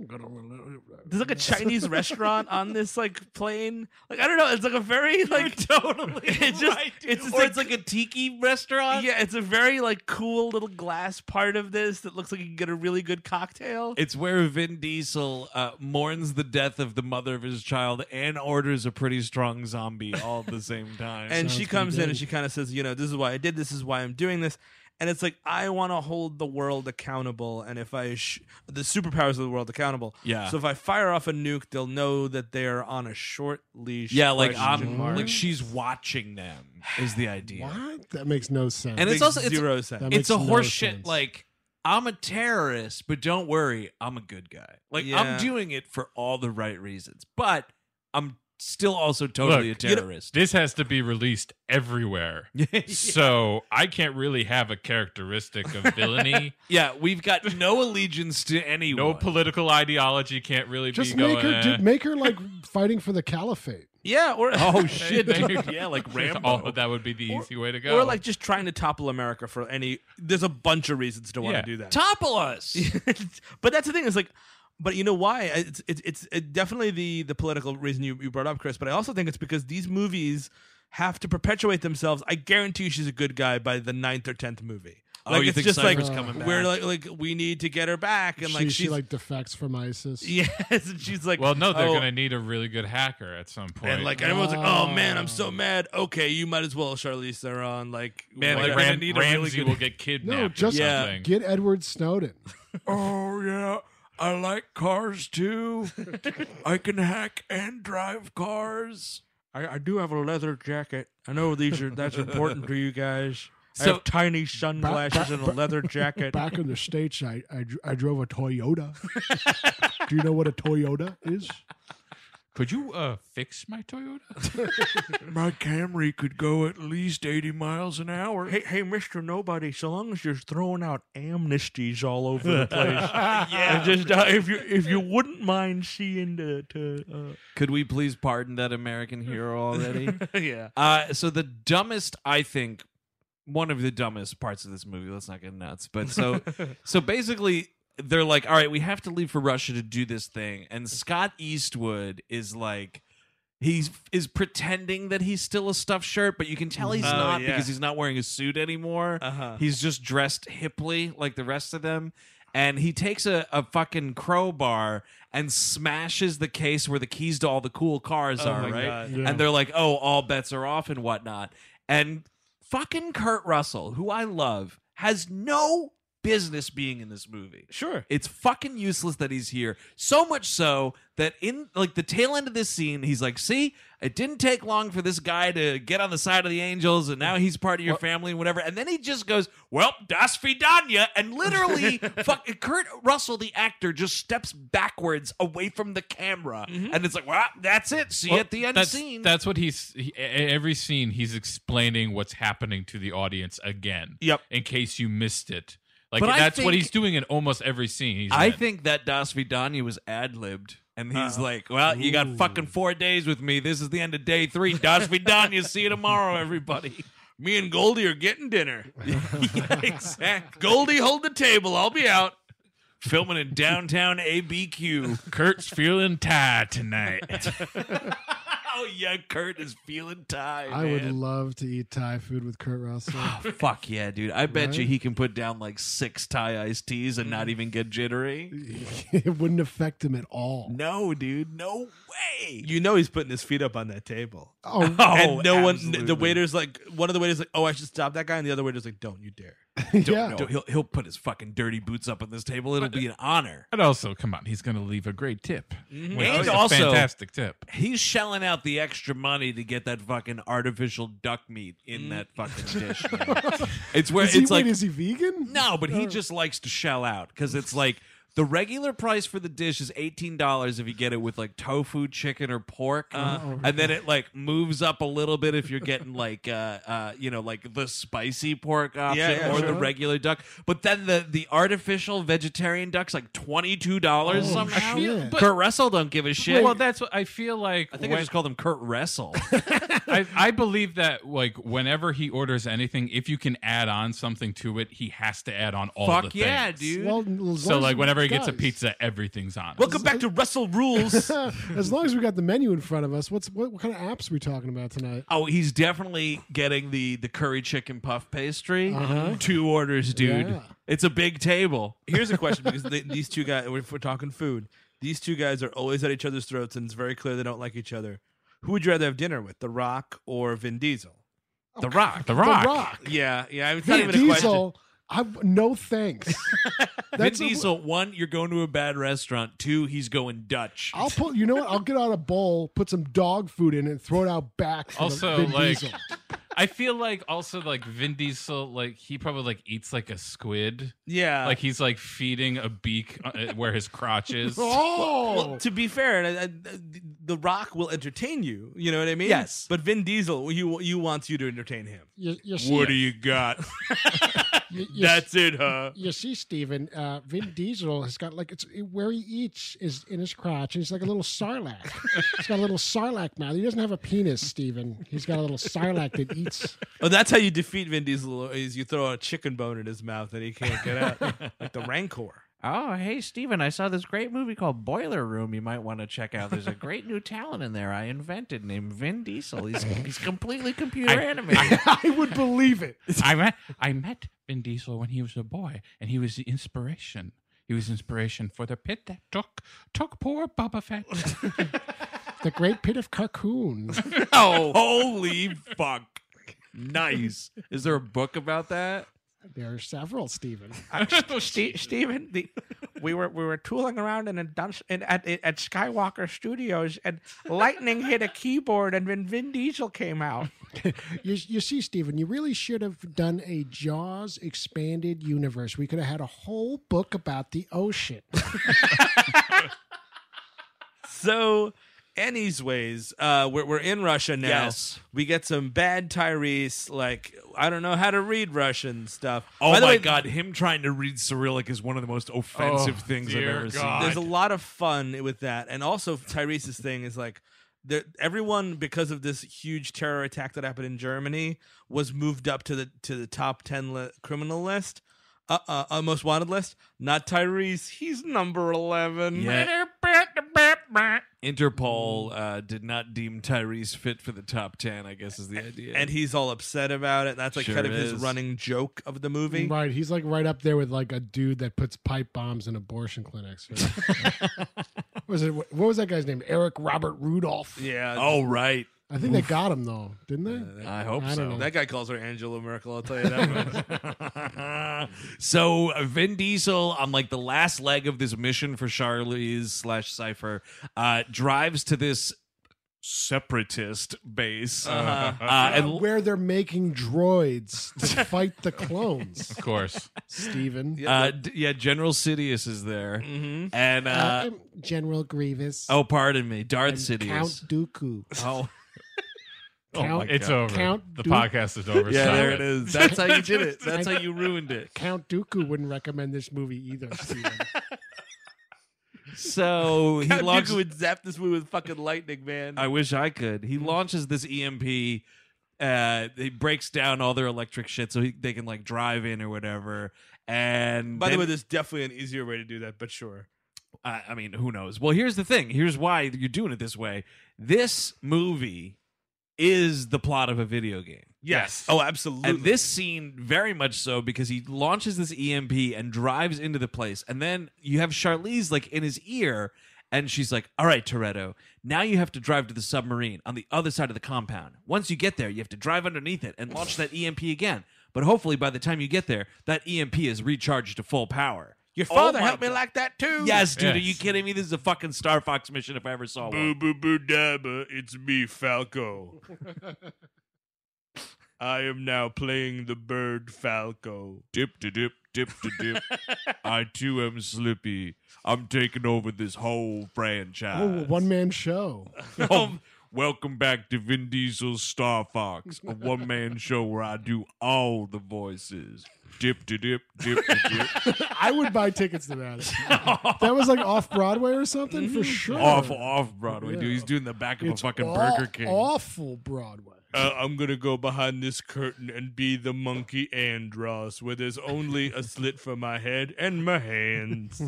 [SPEAKER 5] There's like a Chinese restaurant on this like plane. Like I don't know. It's like a very like totally. *laughs* It's just it's just
[SPEAKER 4] Or it's like a tiki restaurant.
[SPEAKER 5] Yeah, it's a very like cool little glass part of this that looks like you can get a really good cocktail.
[SPEAKER 4] It's where Vin Diesel uh, mourns the death of the mother of his child and orders a pretty strong zombie all at the same time.
[SPEAKER 5] and she comes in and she kind of says, you know, this is why I did this. This is why I'm doing this. And it's like I want to hold the world accountable, and if I sh- the superpowers of the world accountable,
[SPEAKER 4] Yeah.
[SPEAKER 5] So if I fire off a nuke, they'll know that they're on a short leash.
[SPEAKER 4] Yeah, like
[SPEAKER 5] question
[SPEAKER 4] I'm,
[SPEAKER 5] mark.
[SPEAKER 4] like she's watching them is the idea.
[SPEAKER 6] What? That makes no sense.
[SPEAKER 4] And it's also it's,
[SPEAKER 5] zero sense.
[SPEAKER 6] That makes
[SPEAKER 4] It's a
[SPEAKER 6] no
[SPEAKER 4] horseshit
[SPEAKER 6] sense.
[SPEAKER 4] like I'm a terrorist, but don't worry, I'm a good guy. Like
[SPEAKER 5] Yeah.
[SPEAKER 4] I'm doing it for all the right reasons, but I'm still also totally
[SPEAKER 7] Look,
[SPEAKER 4] a
[SPEAKER 7] you know,
[SPEAKER 4] terrorist.
[SPEAKER 7] this has to be released *laughs* everywhere. So I can't really have a characteristic of villainy.
[SPEAKER 4] yeah, we've got no allegiance to anyone.
[SPEAKER 7] No *laughs* political ideology can't really
[SPEAKER 6] Just
[SPEAKER 7] be
[SPEAKER 6] make
[SPEAKER 7] going.
[SPEAKER 6] her, do, make her *laughs* like fighting for the caliphate.
[SPEAKER 5] yeah, *laughs* or
[SPEAKER 4] oh
[SPEAKER 7] *laughs*
[SPEAKER 4] shit, dude.
[SPEAKER 5] yeah, *laughs* like
[SPEAKER 7] Rambo. Oh, that would be the easy way to go.
[SPEAKER 5] Or like just trying to topple America for any. There's a bunch of reasons to want
[SPEAKER 7] Yeah.
[SPEAKER 5] to do that.
[SPEAKER 4] Topple us.
[SPEAKER 5] *laughs* but that's the thing is like, but you know why? It's it's, it's it definitely the the political reason you, you brought up, Chris. But I also think it's because these movies have to perpetuate themselves. I guarantee you, she's a good guy by the ninth or tenth movie.
[SPEAKER 4] Oh,
[SPEAKER 5] Like
[SPEAKER 4] you
[SPEAKER 5] it's
[SPEAKER 4] think
[SPEAKER 5] just
[SPEAKER 4] Cypher's
[SPEAKER 5] like
[SPEAKER 4] coming
[SPEAKER 5] we're
[SPEAKER 4] back?
[SPEAKER 5] like like we need to get her back, and
[SPEAKER 6] she,
[SPEAKER 5] like
[SPEAKER 6] she,
[SPEAKER 5] she's
[SPEAKER 6] like defects from ISIS.
[SPEAKER 5] *laughs* yes, and she's like
[SPEAKER 7] well, no, they're
[SPEAKER 5] oh,
[SPEAKER 7] going to need a really good hacker at some point.
[SPEAKER 5] and like everyone's like, "Oh man, I'm so mad." Okay, you might as well, Charlize Theron. Like,
[SPEAKER 7] man,
[SPEAKER 5] whatever.
[SPEAKER 7] like Ram- Ramsey will get kidnapped.
[SPEAKER 6] No, just
[SPEAKER 7] or
[SPEAKER 6] yeah.
[SPEAKER 7] something.
[SPEAKER 6] get Edward Snowden.
[SPEAKER 10] oh, yeah. I like cars too. *laughs* I can hack and drive cars.
[SPEAKER 5] I, I do have a leather jacket.
[SPEAKER 4] *laughs*
[SPEAKER 5] I know Oh, these are that's important to you guys. I
[SPEAKER 10] So-
[SPEAKER 5] have tiny sunglasses and a leather jacket.
[SPEAKER 6] Back in the states, I I, dr- I drove a Toyota. Do you know what a Toyota is?
[SPEAKER 7] Could you uh, fix my Toyota?
[SPEAKER 10] My Camry could go at least 80 miles an hour.
[SPEAKER 5] Hey, hey, Mister Nobody. So long as you're throwing out amnesties all over the place,
[SPEAKER 10] *laughs* Yeah.
[SPEAKER 5] And Just uh, if you if you wouldn't mind seeing the to,
[SPEAKER 4] Could we please pardon *laughs* that American hero *laughs* already?
[SPEAKER 5] uh, yeah.
[SPEAKER 4] Uh, so the dumbest, I think, one of the dumbest parts of this movie. Let's not get nuts, but *laughs* so, so basically, they're like, all right, we have to leave for Russia to do this thing, and Scott Eastwood is like. He's is pretending that he's still a stuffed shirt, but you can tell he's
[SPEAKER 5] Oh,
[SPEAKER 4] not
[SPEAKER 5] yeah.
[SPEAKER 4] because he's not wearing a suit anymore.
[SPEAKER 5] Uh-huh.
[SPEAKER 4] He's just dressed hiply like the rest of them. And he takes a, a fucking crowbar and smashes the case where the keys to all the cool cars
[SPEAKER 5] Oh
[SPEAKER 4] are,
[SPEAKER 5] my
[SPEAKER 4] right?
[SPEAKER 5] God. Yeah.
[SPEAKER 4] And they're like, oh, all bets are off and whatnot. And fucking Kurt Russell, who I love, has no business being in this movie.
[SPEAKER 5] Sure.
[SPEAKER 4] It's fucking useless that he's here. So much so that in like the tail end of this scene, he's like, see, it didn't take long for this guy to get on the side of the angels, and now he's part of your family and whatever. And then he just goes, Well, das Vidania, and
[SPEAKER 7] *laughs*
[SPEAKER 4] literally fuck Kurt Russell, the actor, just steps backwards away from the camera. And it's like, Well, that's it. See you
[SPEAKER 7] Mm-hmm. Well,
[SPEAKER 4] at the end
[SPEAKER 7] that's,
[SPEAKER 4] scene.
[SPEAKER 7] That's what he's he, e- every scene he's explaining what's happening to the audience again.
[SPEAKER 4] Yep.
[SPEAKER 7] In case you missed it. Like
[SPEAKER 4] But I
[SPEAKER 7] that's what
[SPEAKER 4] think-
[SPEAKER 7] he's doing in almost every scene. He's
[SPEAKER 4] I
[SPEAKER 7] in.
[SPEAKER 4] think that Das Vidania was ad libbed. And he's
[SPEAKER 7] Uh-oh.
[SPEAKER 4] like, Well, you got fucking four days with me. This is the end of day three. Das Vidania. *laughs* See you tomorrow, everybody. *laughs*
[SPEAKER 5] Me and Goldie are getting dinner.
[SPEAKER 4] exactly.
[SPEAKER 5] Goldie, hold the table. I'll be out.
[SPEAKER 4] Filming in downtown
[SPEAKER 10] *laughs*
[SPEAKER 4] ABQ.
[SPEAKER 7] Kurt's feeling
[SPEAKER 4] *laughs*
[SPEAKER 7] tired tonight.
[SPEAKER 4] oh, yeah, Kurt is feeling tired.
[SPEAKER 6] I would love to eat Thai food with Kurt Russell.
[SPEAKER 5] Oh.
[SPEAKER 4] Fuck yeah, dude. I bet you
[SPEAKER 6] Right?
[SPEAKER 4] he can put down like six Thai iced teas and
[SPEAKER 5] Mm.
[SPEAKER 4] not even get jittery.
[SPEAKER 6] *laughs* it wouldn't affect him at all.
[SPEAKER 4] No, dude. No way.
[SPEAKER 5] You know he's putting his feet up on that table.
[SPEAKER 6] Oh.
[SPEAKER 5] *laughs* and no one.
[SPEAKER 4] absolutely.
[SPEAKER 5] The waiter's like, one of the waiters like, oh, I should stop that guy, and the other waiter's like, don't you *laughs* dare.
[SPEAKER 4] Don't, no, he'll, he'll put his fucking dirty boots up on this table. It'll be an honor.
[SPEAKER 7] And also, come on, he's going to leave a great tip.
[SPEAKER 4] Mhm.
[SPEAKER 7] Which
[SPEAKER 4] And
[SPEAKER 7] is a
[SPEAKER 4] also-
[SPEAKER 7] fantastic tip.
[SPEAKER 4] He's shelling out the extra money to get that fucking artificial duck meat in that fucking *laughs* dish. man. it's where
[SPEAKER 6] Is he-
[SPEAKER 4] it's like
[SPEAKER 6] wait, is he vegan?
[SPEAKER 4] No, but he
[SPEAKER 6] Or-
[SPEAKER 4] just likes to shell out because it's like the regular price for the dish is eighteen dollars if you get it with like tofu, chicken, or pork,
[SPEAKER 5] Uh-oh.
[SPEAKER 4] and then it like moves up a little bit if you're getting like uh, uh you know like the spicy pork option
[SPEAKER 5] yeah,
[SPEAKER 4] or the
[SPEAKER 5] sure.
[SPEAKER 4] regular duck. But then the the artificial vegetarian duck's like twenty two dollars
[SPEAKER 7] Oh,
[SPEAKER 4] somehow.
[SPEAKER 7] shit.
[SPEAKER 4] Kurt Russell don't give a shit.
[SPEAKER 7] Well, that's what I feel like.
[SPEAKER 4] I think I just *laughs* called him Kurt *laughs* Russell.
[SPEAKER 7] *laughs* I, I believe that like whenever he orders anything, if you can add on something to it, he has to add on all
[SPEAKER 4] Fuck
[SPEAKER 7] the
[SPEAKER 4] yeah,
[SPEAKER 7] things.
[SPEAKER 4] dude.
[SPEAKER 6] Well, as long
[SPEAKER 7] So
[SPEAKER 6] as
[SPEAKER 7] like
[SPEAKER 6] he
[SPEAKER 7] whenever he gets a
[SPEAKER 6] does.
[SPEAKER 7] pizza, everything's on. it.
[SPEAKER 4] Welcome back to Russell Rules.
[SPEAKER 6] *laughs* as long as we got the menu in front of us, what's what, what kind of apps are we talking about tonight?
[SPEAKER 4] Oh, he's definitely getting the the curry chicken puff pastry.
[SPEAKER 6] Uh-huh.
[SPEAKER 4] Two orders, dude.
[SPEAKER 6] Yeah.
[SPEAKER 4] It's a big table.
[SPEAKER 5] Here's a question because they, these two guys, if we're talking food, these two guys are always at each other's throats, and it's very clear they don't like each other. Who would you rather have dinner with, The Rock or Vin Diesel?
[SPEAKER 4] The Rock.
[SPEAKER 7] The Rock.
[SPEAKER 6] Rock.
[SPEAKER 5] Yeah, yeah. It's not
[SPEAKER 6] Vin
[SPEAKER 5] even a question.
[SPEAKER 6] Diesel, I no thanks.
[SPEAKER 4] Vin
[SPEAKER 6] a-
[SPEAKER 4] Diesel, one, you're going to a bad restaurant. Two, he's going Dutch.
[SPEAKER 6] I'll put. You know what? I'll get out a bowl, put some dog food in, it, and throw it out back. For
[SPEAKER 7] also
[SPEAKER 6] the Vin
[SPEAKER 7] like
[SPEAKER 6] Diesel.
[SPEAKER 7] I feel like also like Vin Diesel like he probably like eats like a squid.
[SPEAKER 5] Yeah.
[SPEAKER 7] like he's like feeding a beak uh, where his crotch is.
[SPEAKER 5] Well, well, to be fair, and I, I, The Rock will entertain you. You know what I mean?
[SPEAKER 4] Yes.
[SPEAKER 5] But Vin Diesel, you you wants you to entertain him.
[SPEAKER 6] You, you see,
[SPEAKER 5] What do you
[SPEAKER 4] *laughs*
[SPEAKER 5] got?
[SPEAKER 6] you- you
[SPEAKER 5] That's it, huh?
[SPEAKER 6] You see, Steven, uh, Vin Diesel has got like it's where he eats is in his crotch, and he's like a little sarlacc. he's got a little sarlacc mouth. He doesn't have a penis, Steven. He's got a little sarlacc that eats.
[SPEAKER 5] Oh, that's how you defeat Vin Diesel is you throw a chicken bone in his mouth and he can't get out, like the Rancor.
[SPEAKER 15] Oh, hey, Steven, I saw this great movie called Boiler Room you might want to check out. There's a great new talent in there I invented named Vin Diesel. He's, he's completely computer
[SPEAKER 7] I-
[SPEAKER 15] animated.
[SPEAKER 6] I would believe
[SPEAKER 4] *laughs*
[SPEAKER 6] it.
[SPEAKER 7] I met I met Vin Diesel when he was a boy, and he was the inspiration. He was inspiration for the pit that took took poor Boba Fett.
[SPEAKER 6] The Great Pit of Cocoon.
[SPEAKER 4] Oh, *laughs* holy fuck! Nice. Is there a book about that?
[SPEAKER 6] There are several, Steven.
[SPEAKER 10] *laughs* Ste- Steven, the, we were we were tooling around in a dunce in, at at Skywalker Studios, and lightning hit a keyboard, and then Vin Diesel came out.
[SPEAKER 6] You, you see, Stephen, you really should have done a Jaws expanded universe. We could have had a whole book about the ocean.
[SPEAKER 5] So, anyways, uh, we're we're in Russia now.
[SPEAKER 4] Yes.
[SPEAKER 5] We get some bad Tyrese, like I don't know how to read Russian stuff.
[SPEAKER 4] Oh
[SPEAKER 5] By the
[SPEAKER 4] my
[SPEAKER 5] way,
[SPEAKER 4] god, him trying to read Cyrillic is one of the most offensive
[SPEAKER 5] Oh,
[SPEAKER 4] things I've
[SPEAKER 5] dear
[SPEAKER 4] ever
[SPEAKER 5] God.
[SPEAKER 4] seen.
[SPEAKER 5] There's a lot of fun with that, and also Tyrese's thing is like. There, everyone, because of this huge terror attack that happened in Germany, was moved up to the to the top ten li- criminal list, uh, uh, uh, most wanted list. Not Tyrese; he's number eleven.
[SPEAKER 4] Yeah. Interpol uh, did not deem Tyrese fit for the top ten. I guess is the idea.
[SPEAKER 5] and he's all upset about it. That's like
[SPEAKER 4] Sure
[SPEAKER 5] kind of
[SPEAKER 4] is.
[SPEAKER 5] his running joke of the movie.
[SPEAKER 6] right. He's like right up there with like a dude that puts pipe bombs in abortion clinics. was it, what was that guy's name? Eric Robert Rudolph.
[SPEAKER 5] Yeah.
[SPEAKER 4] Oh right.
[SPEAKER 6] I think they got him though, didn't they?
[SPEAKER 5] I hope
[SPEAKER 6] I don't
[SPEAKER 5] so.
[SPEAKER 6] know.
[SPEAKER 5] Oh, That guy calls her Angela Merkel. I'll *laughs* tell you that much.
[SPEAKER 4] So uh, Vin Diesel, on like the last leg of this mission for Charlie's slash Cipher, uh, drives to this separatist base
[SPEAKER 7] Uh-huh.
[SPEAKER 6] Uh,
[SPEAKER 4] uh, and
[SPEAKER 6] where they're making droids to fight the clones.
[SPEAKER 4] Of course.
[SPEAKER 6] Steven.
[SPEAKER 4] Uh, d- yeah, General Sidious is there,
[SPEAKER 7] Mm-hmm.
[SPEAKER 4] and uh,
[SPEAKER 6] Uh, I'm General Grievous.
[SPEAKER 4] oh, pardon me, Darth
[SPEAKER 6] I'm
[SPEAKER 4] Sidious.
[SPEAKER 6] Count Dooku.
[SPEAKER 4] Oh.
[SPEAKER 7] Oh my
[SPEAKER 6] Count-
[SPEAKER 7] God. It's over.
[SPEAKER 6] Count
[SPEAKER 7] The
[SPEAKER 6] Dooku.
[SPEAKER 7] podcast is over. Yeah, Stop there it. it is. That's how you did it.
[SPEAKER 4] That's how you ruined it.
[SPEAKER 6] Count Dooku wouldn't recommend this movie either, Steven.
[SPEAKER 4] So he
[SPEAKER 5] Count
[SPEAKER 4] launches.
[SPEAKER 5] Dooku would zap this movie with fucking lightning, man.
[SPEAKER 4] I wish I could. He launches this EMP. Uh, he breaks down all their electric shit so he, they can like drive in or whatever. And
[SPEAKER 5] By the
[SPEAKER 4] then-
[SPEAKER 5] way, there's definitely an easier way to do that, but sure.
[SPEAKER 4] I I mean, who knows? Well, here's the thing. Here's why you're doing it this way. This movie is the plot of a video game.
[SPEAKER 5] Yes. Oh, absolutely.
[SPEAKER 4] And this scene, very much so, because he launches this EMP and drives into the place. And then you have Charlize, like, in his ear, and she's like, All right, Toretto, now you have to drive to the submarine on the other side of the compound. Once you get there, you have to drive underneath it and launch that EMP again. But hopefully, by the time you get there, that EMP is recharged to full power.
[SPEAKER 16] Your
[SPEAKER 4] Oh
[SPEAKER 16] father
[SPEAKER 4] my
[SPEAKER 16] helped me like that too.
[SPEAKER 4] Yes, dude. Are you kidding me? This is a fucking Star Fox mission if I ever saw
[SPEAKER 5] Boo
[SPEAKER 4] one.
[SPEAKER 5] boo boo dabba, it's me, Falco. I am now playing the bird Falco.
[SPEAKER 8] Dip to dip, dip to dip. I too am Slippy. I'm taking over this whole franchise.
[SPEAKER 6] Oh, one man show.
[SPEAKER 4] Oh, *laughs*
[SPEAKER 8] Um, welcome back to Vin Diesel's Star Fox, a one man show where I do all the voices. Dip to dip, dip to dip.
[SPEAKER 6] I would buy tickets to that. that was like off Broadway or something for sure.
[SPEAKER 8] Off, off Broadway,
[SPEAKER 6] Yeah.
[SPEAKER 8] dude. He's doing the back of
[SPEAKER 6] It's
[SPEAKER 8] a fucking
[SPEAKER 6] aw-
[SPEAKER 8] Burger King.
[SPEAKER 6] Awful Broadway.
[SPEAKER 5] Uh, I'm gonna go behind this curtain and be the monkey Andros, where there's only a slit for my head and
[SPEAKER 8] *laughs*
[SPEAKER 5] my hands.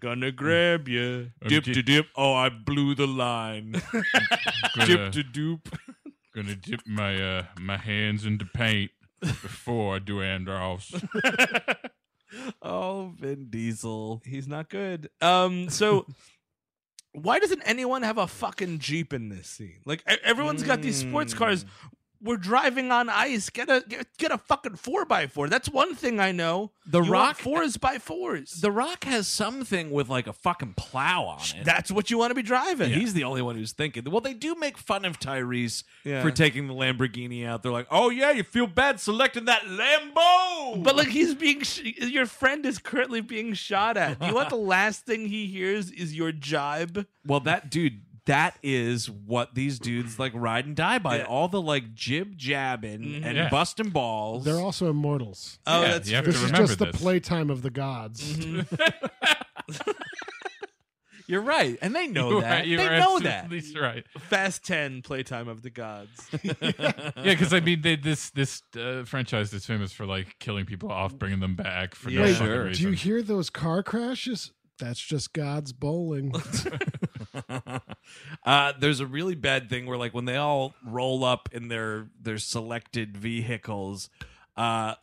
[SPEAKER 5] Gonna grab you.
[SPEAKER 8] Dip to dip. Oh, I blew the line. *laughs*
[SPEAKER 7] Gonna-
[SPEAKER 8] dip to dupe.
[SPEAKER 7] Gonna dip my uh, my hands into paint before I do Andros.
[SPEAKER 4] oh, Vin Diesel.
[SPEAKER 5] He's not good.
[SPEAKER 4] *laughs*
[SPEAKER 5] Um, so why doesn't anyone have a fucking Jeep in this scene? Like e- everyone's got these sports cars.
[SPEAKER 4] Hmm.
[SPEAKER 5] We're driving on ice. Get a get, get a fucking four by four. That's one thing I know.
[SPEAKER 4] The
[SPEAKER 5] You
[SPEAKER 4] Rock-
[SPEAKER 5] want fours by fours.
[SPEAKER 4] The Rock has something with like a fucking plow on it.
[SPEAKER 5] That's what you want to be driving.
[SPEAKER 4] He's the only one who's thinking. Well, they do make fun of Tyrese
[SPEAKER 5] Yeah.
[SPEAKER 4] for taking the Lamborghini out. They're like, "Oh yeah, you feel bad selecting that Lambo."
[SPEAKER 5] But like he's being, sh- your friend is currently being shot at. You
[SPEAKER 4] *laughs*
[SPEAKER 5] know what? The last thing he hears is your jibe.
[SPEAKER 4] well, that dude. That is what these dudes like ride and die by. All the like jib jabbing and
[SPEAKER 6] Mm-hmm. Yeah.
[SPEAKER 4] busting balls.
[SPEAKER 6] They're also immortals.
[SPEAKER 4] Oh, Yeah, that's you have true. to
[SPEAKER 6] This is
[SPEAKER 4] remember
[SPEAKER 6] just the
[SPEAKER 4] this.
[SPEAKER 6] playtime of the gods.
[SPEAKER 5] Mm-hmm.
[SPEAKER 4] You're right, and they know
[SPEAKER 5] You
[SPEAKER 7] *laughs*
[SPEAKER 4] that.
[SPEAKER 5] are- you
[SPEAKER 4] they
[SPEAKER 5] are
[SPEAKER 4] know that.
[SPEAKER 5] absolutely
[SPEAKER 7] right.
[SPEAKER 5] Fast ten playtime of the gods.
[SPEAKER 7] yeah, because I mean, they, this this uh, franchise is famous for like killing people off, bringing them back for no
[SPEAKER 6] Wait,
[SPEAKER 7] fucking
[SPEAKER 6] do you
[SPEAKER 7] reason.
[SPEAKER 6] hear those car crashes? That's just God's
[SPEAKER 5] *laughs*
[SPEAKER 6] bowling.
[SPEAKER 4] uh, there's a really bad thing where like when they all roll up in their their selected vehicles, uh,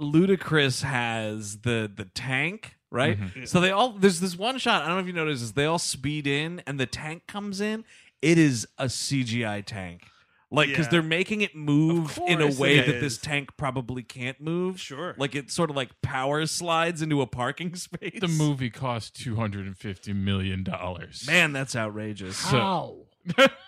[SPEAKER 4] Ludacris has the the tank. Right,
[SPEAKER 17] Mhm.
[SPEAKER 4] so they all there's this one shot. I don't know if you noticed. Is they all speed in and the tank comes in. It is a CGI tank, like because
[SPEAKER 17] Yeah.
[SPEAKER 4] they're making it move in a
[SPEAKER 17] course
[SPEAKER 4] way
[SPEAKER 17] it
[SPEAKER 4] that this
[SPEAKER 17] is.
[SPEAKER 4] tank probably can't move. Sure, like it sort of like power slides into a parking *laughs* space.
[SPEAKER 7] The movie cost two hundred and fifty million dollars.
[SPEAKER 4] Man, that's outrageous.
[SPEAKER 6] How?
[SPEAKER 4] well,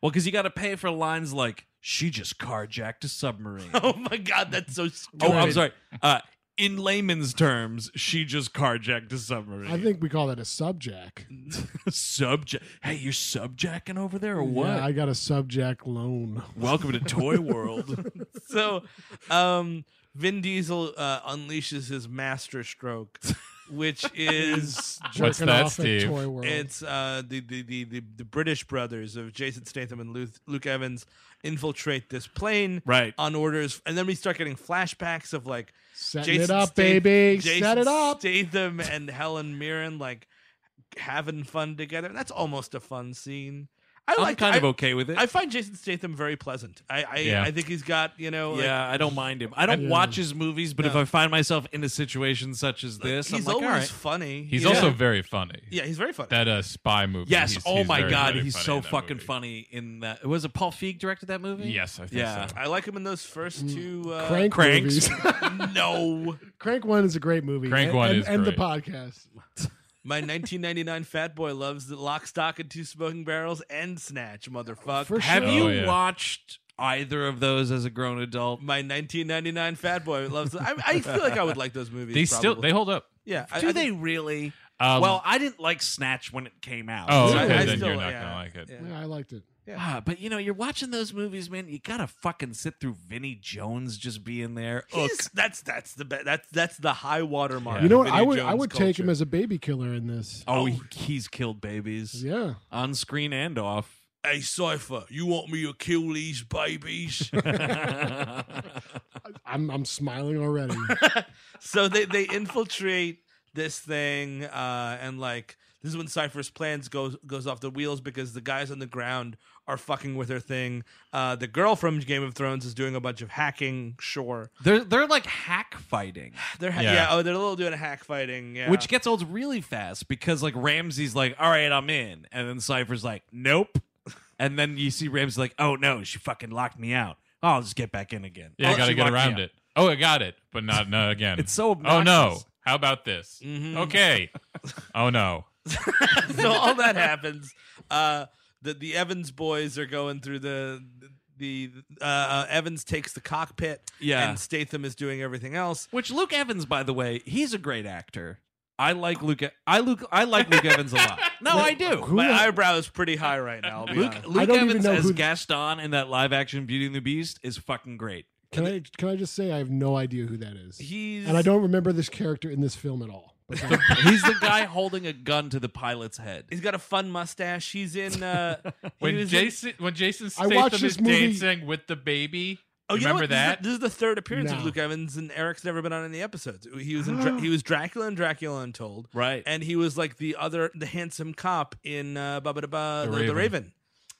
[SPEAKER 4] because you got to pay for lines like "She just carjacked
[SPEAKER 17] *laughs*
[SPEAKER 4] a submarine."
[SPEAKER 5] *laughs* oh my god, that's so. Stupid.
[SPEAKER 4] oh, I'm sorry. Uh, in layman's terms, she just carjacked a submarine. *laughs*
[SPEAKER 6] I think we call that a subjack.
[SPEAKER 4] subject. Hey, you're subjacking over there or what?
[SPEAKER 6] Yeah, I got a subjack loan.
[SPEAKER 4] Welcome *laughs* to Toy World. *laughs*
[SPEAKER 5] so um Vin Diesel uh, unleashes his master stroke,
[SPEAKER 4] *laughs*
[SPEAKER 5] which is
[SPEAKER 7] What's Jerking that, off at Steve? Toy World.
[SPEAKER 5] It's uh, the, the, the, the, the British brothers of Jason Statham and Luke, Luke Evans infiltrate this plane
[SPEAKER 4] right.
[SPEAKER 5] on orders, and then we start getting flashbacks of like
[SPEAKER 6] Setting it up, baby.
[SPEAKER 5] Jason
[SPEAKER 6] Set it up.
[SPEAKER 5] Statham and Helen Mirren like having fun together. That's almost a fun scene. I
[SPEAKER 7] I'm
[SPEAKER 5] like.
[SPEAKER 7] kind of
[SPEAKER 5] I-
[SPEAKER 7] okay with it.
[SPEAKER 5] I find Jason Statham very pleasant. I I,
[SPEAKER 7] Yeah.
[SPEAKER 5] I think he's got you know. like-
[SPEAKER 4] yeah, I don't mind him. I don't
[SPEAKER 5] Yeah.
[SPEAKER 4] watch his movies, but if
[SPEAKER 5] No.
[SPEAKER 4] I find myself in a situation such as this,
[SPEAKER 5] he's
[SPEAKER 4] I'm like,
[SPEAKER 5] always
[SPEAKER 4] all right.
[SPEAKER 5] funny.
[SPEAKER 7] He's
[SPEAKER 5] Yeah.
[SPEAKER 7] also very funny.
[SPEAKER 5] Yeah, he's very funny.
[SPEAKER 7] That uh, spy movie.
[SPEAKER 4] Yes.
[SPEAKER 7] he's-
[SPEAKER 4] oh
[SPEAKER 7] he's
[SPEAKER 4] my
[SPEAKER 7] very,
[SPEAKER 4] God,
[SPEAKER 7] very
[SPEAKER 4] he's
[SPEAKER 7] funny
[SPEAKER 4] so
[SPEAKER 7] in that
[SPEAKER 4] fucking
[SPEAKER 7] movie.
[SPEAKER 4] funny in that. Was it Paul Feig directed that movie?
[SPEAKER 7] Yes, I think
[SPEAKER 4] yeah.
[SPEAKER 7] so.
[SPEAKER 5] I like him in those first
[SPEAKER 6] Mm,
[SPEAKER 5] two. Uh,
[SPEAKER 6] Crank
[SPEAKER 4] Cranks.
[SPEAKER 6] movies.
[SPEAKER 5] no.
[SPEAKER 6] *laughs* Crank One is a great movie.
[SPEAKER 7] Crank
[SPEAKER 6] and,
[SPEAKER 7] One
[SPEAKER 6] and,
[SPEAKER 7] is
[SPEAKER 6] and
[SPEAKER 7] great.
[SPEAKER 6] the podcast.
[SPEAKER 5] My 1999 Fat Boy loves the Lock, Stock, and Two Smoking Barrels and Snatch, motherfucker.
[SPEAKER 4] Have you watched either of those as a grown adult?
[SPEAKER 5] My 1999 Fat Boy loves. I, I feel like I would like those movies.
[SPEAKER 7] They still-
[SPEAKER 5] probably.
[SPEAKER 7] they hold up.
[SPEAKER 5] Yeah. I-
[SPEAKER 4] Do
[SPEAKER 5] I
[SPEAKER 4] they
[SPEAKER 5] think-
[SPEAKER 4] really?
[SPEAKER 7] Um,
[SPEAKER 4] well, I didn't like Snatch when it came out.
[SPEAKER 7] Oh,
[SPEAKER 4] So I-
[SPEAKER 7] okay,
[SPEAKER 4] I
[SPEAKER 7] then
[SPEAKER 4] still-
[SPEAKER 7] you're not
[SPEAKER 4] yeah.
[SPEAKER 7] gonna like it.
[SPEAKER 6] Yeah, I liked it.
[SPEAKER 4] *laughs* Ah, but you know, you're watching those movies, man. You gotta fucking sit through Vinny Jones just being there. Ugh.
[SPEAKER 5] He's- that's that's the be- that's that's the high water mark.
[SPEAKER 6] you know
[SPEAKER 5] of
[SPEAKER 6] what? I
[SPEAKER 5] Vinnie
[SPEAKER 6] would I
[SPEAKER 5] Jones
[SPEAKER 6] would take him as a baby killer in this.
[SPEAKER 4] Oh, he- he's killed babies.
[SPEAKER 6] Yeah.
[SPEAKER 4] On screen and off.
[SPEAKER 18] Hey, Cypher, you want me to kill these
[SPEAKER 6] *laughs*
[SPEAKER 18] babies?
[SPEAKER 6] I'm I'm smiling already.
[SPEAKER 5] so they they infiltrate this thing uh and like this is when cypher's plans goes goes off the wheels because the guys on the ground are fucking with her thing uh the girl from game of thrones is doing a bunch of hacking sure
[SPEAKER 4] They're they're like hack fighting.
[SPEAKER 7] *sighs*
[SPEAKER 5] they're ha- yeah. oh they're a little doing hack fighting yeah *laughs*
[SPEAKER 4] Which gets old really fast because like Ramsey's like, all right, I'm in. And then Cypher's like,
[SPEAKER 7] *laughs*
[SPEAKER 4] nope. And then you see Ramsey like, oh no, she fucking locked me out. Oh, I'll just get back in again.
[SPEAKER 7] Yeah,
[SPEAKER 4] oh,
[SPEAKER 7] I gotta
[SPEAKER 4] she
[SPEAKER 7] get
[SPEAKER 4] locked me
[SPEAKER 7] around
[SPEAKER 4] out.
[SPEAKER 7] it. Oh, I got it, but not *laughs* no again.
[SPEAKER 4] It's so
[SPEAKER 7] Oh no!
[SPEAKER 4] obnoxious. Mm-hmm.
[SPEAKER 7] How about this?
[SPEAKER 4] *laughs*
[SPEAKER 5] Mhm.
[SPEAKER 7] Okay. Oh no!
[SPEAKER 5] so all that happens uh the the evans boys are going through the the uh, uh evans takes the cockpit
[SPEAKER 4] Yeah.
[SPEAKER 5] and statham is doing everything else
[SPEAKER 4] Which Luke Evans, by the way, he's a great actor. I like Luke. E, I Luke. I like Luke Evans a
[SPEAKER 7] *laughs*
[SPEAKER 4] lot. No, I do.
[SPEAKER 5] my eyebrow is pretty high right now I'll be
[SPEAKER 4] Luke,
[SPEAKER 5] honest.
[SPEAKER 4] Luke
[SPEAKER 6] don't even
[SPEAKER 4] Evans
[SPEAKER 6] know
[SPEAKER 4] as
[SPEAKER 6] who-
[SPEAKER 4] Gaston in that live action Beauty and the Beast is fucking great.
[SPEAKER 6] Can I can I just say I have no idea who that is,
[SPEAKER 4] He's
[SPEAKER 6] and I don't remember this character in this film at all. But
[SPEAKER 7] *laughs*
[SPEAKER 6] that-
[SPEAKER 4] he's the guy holding a gun to the pilot's head.
[SPEAKER 5] He's got a fun mustache. He's in uh he
[SPEAKER 7] When
[SPEAKER 5] was
[SPEAKER 7] Jason when Jason
[SPEAKER 5] I watched
[SPEAKER 7] Statham
[SPEAKER 5] this
[SPEAKER 7] is
[SPEAKER 5] movie-
[SPEAKER 7] dancing with the baby,
[SPEAKER 5] Oh, you know
[SPEAKER 7] remember
[SPEAKER 5] what?
[SPEAKER 7] that?
[SPEAKER 5] This is, the, this is the third appearance of
[SPEAKER 7] No.
[SPEAKER 5] Luke Evans, and Eric's never been on any episodes. He was
[SPEAKER 6] *gasps*
[SPEAKER 5] in Dra- he was Dracula and Dracula Untold,
[SPEAKER 4] right?
[SPEAKER 5] And he was like the other, the handsome cop in uh, ba ba da ba the,
[SPEAKER 7] The
[SPEAKER 5] the
[SPEAKER 7] Raven.
[SPEAKER 5] Raven.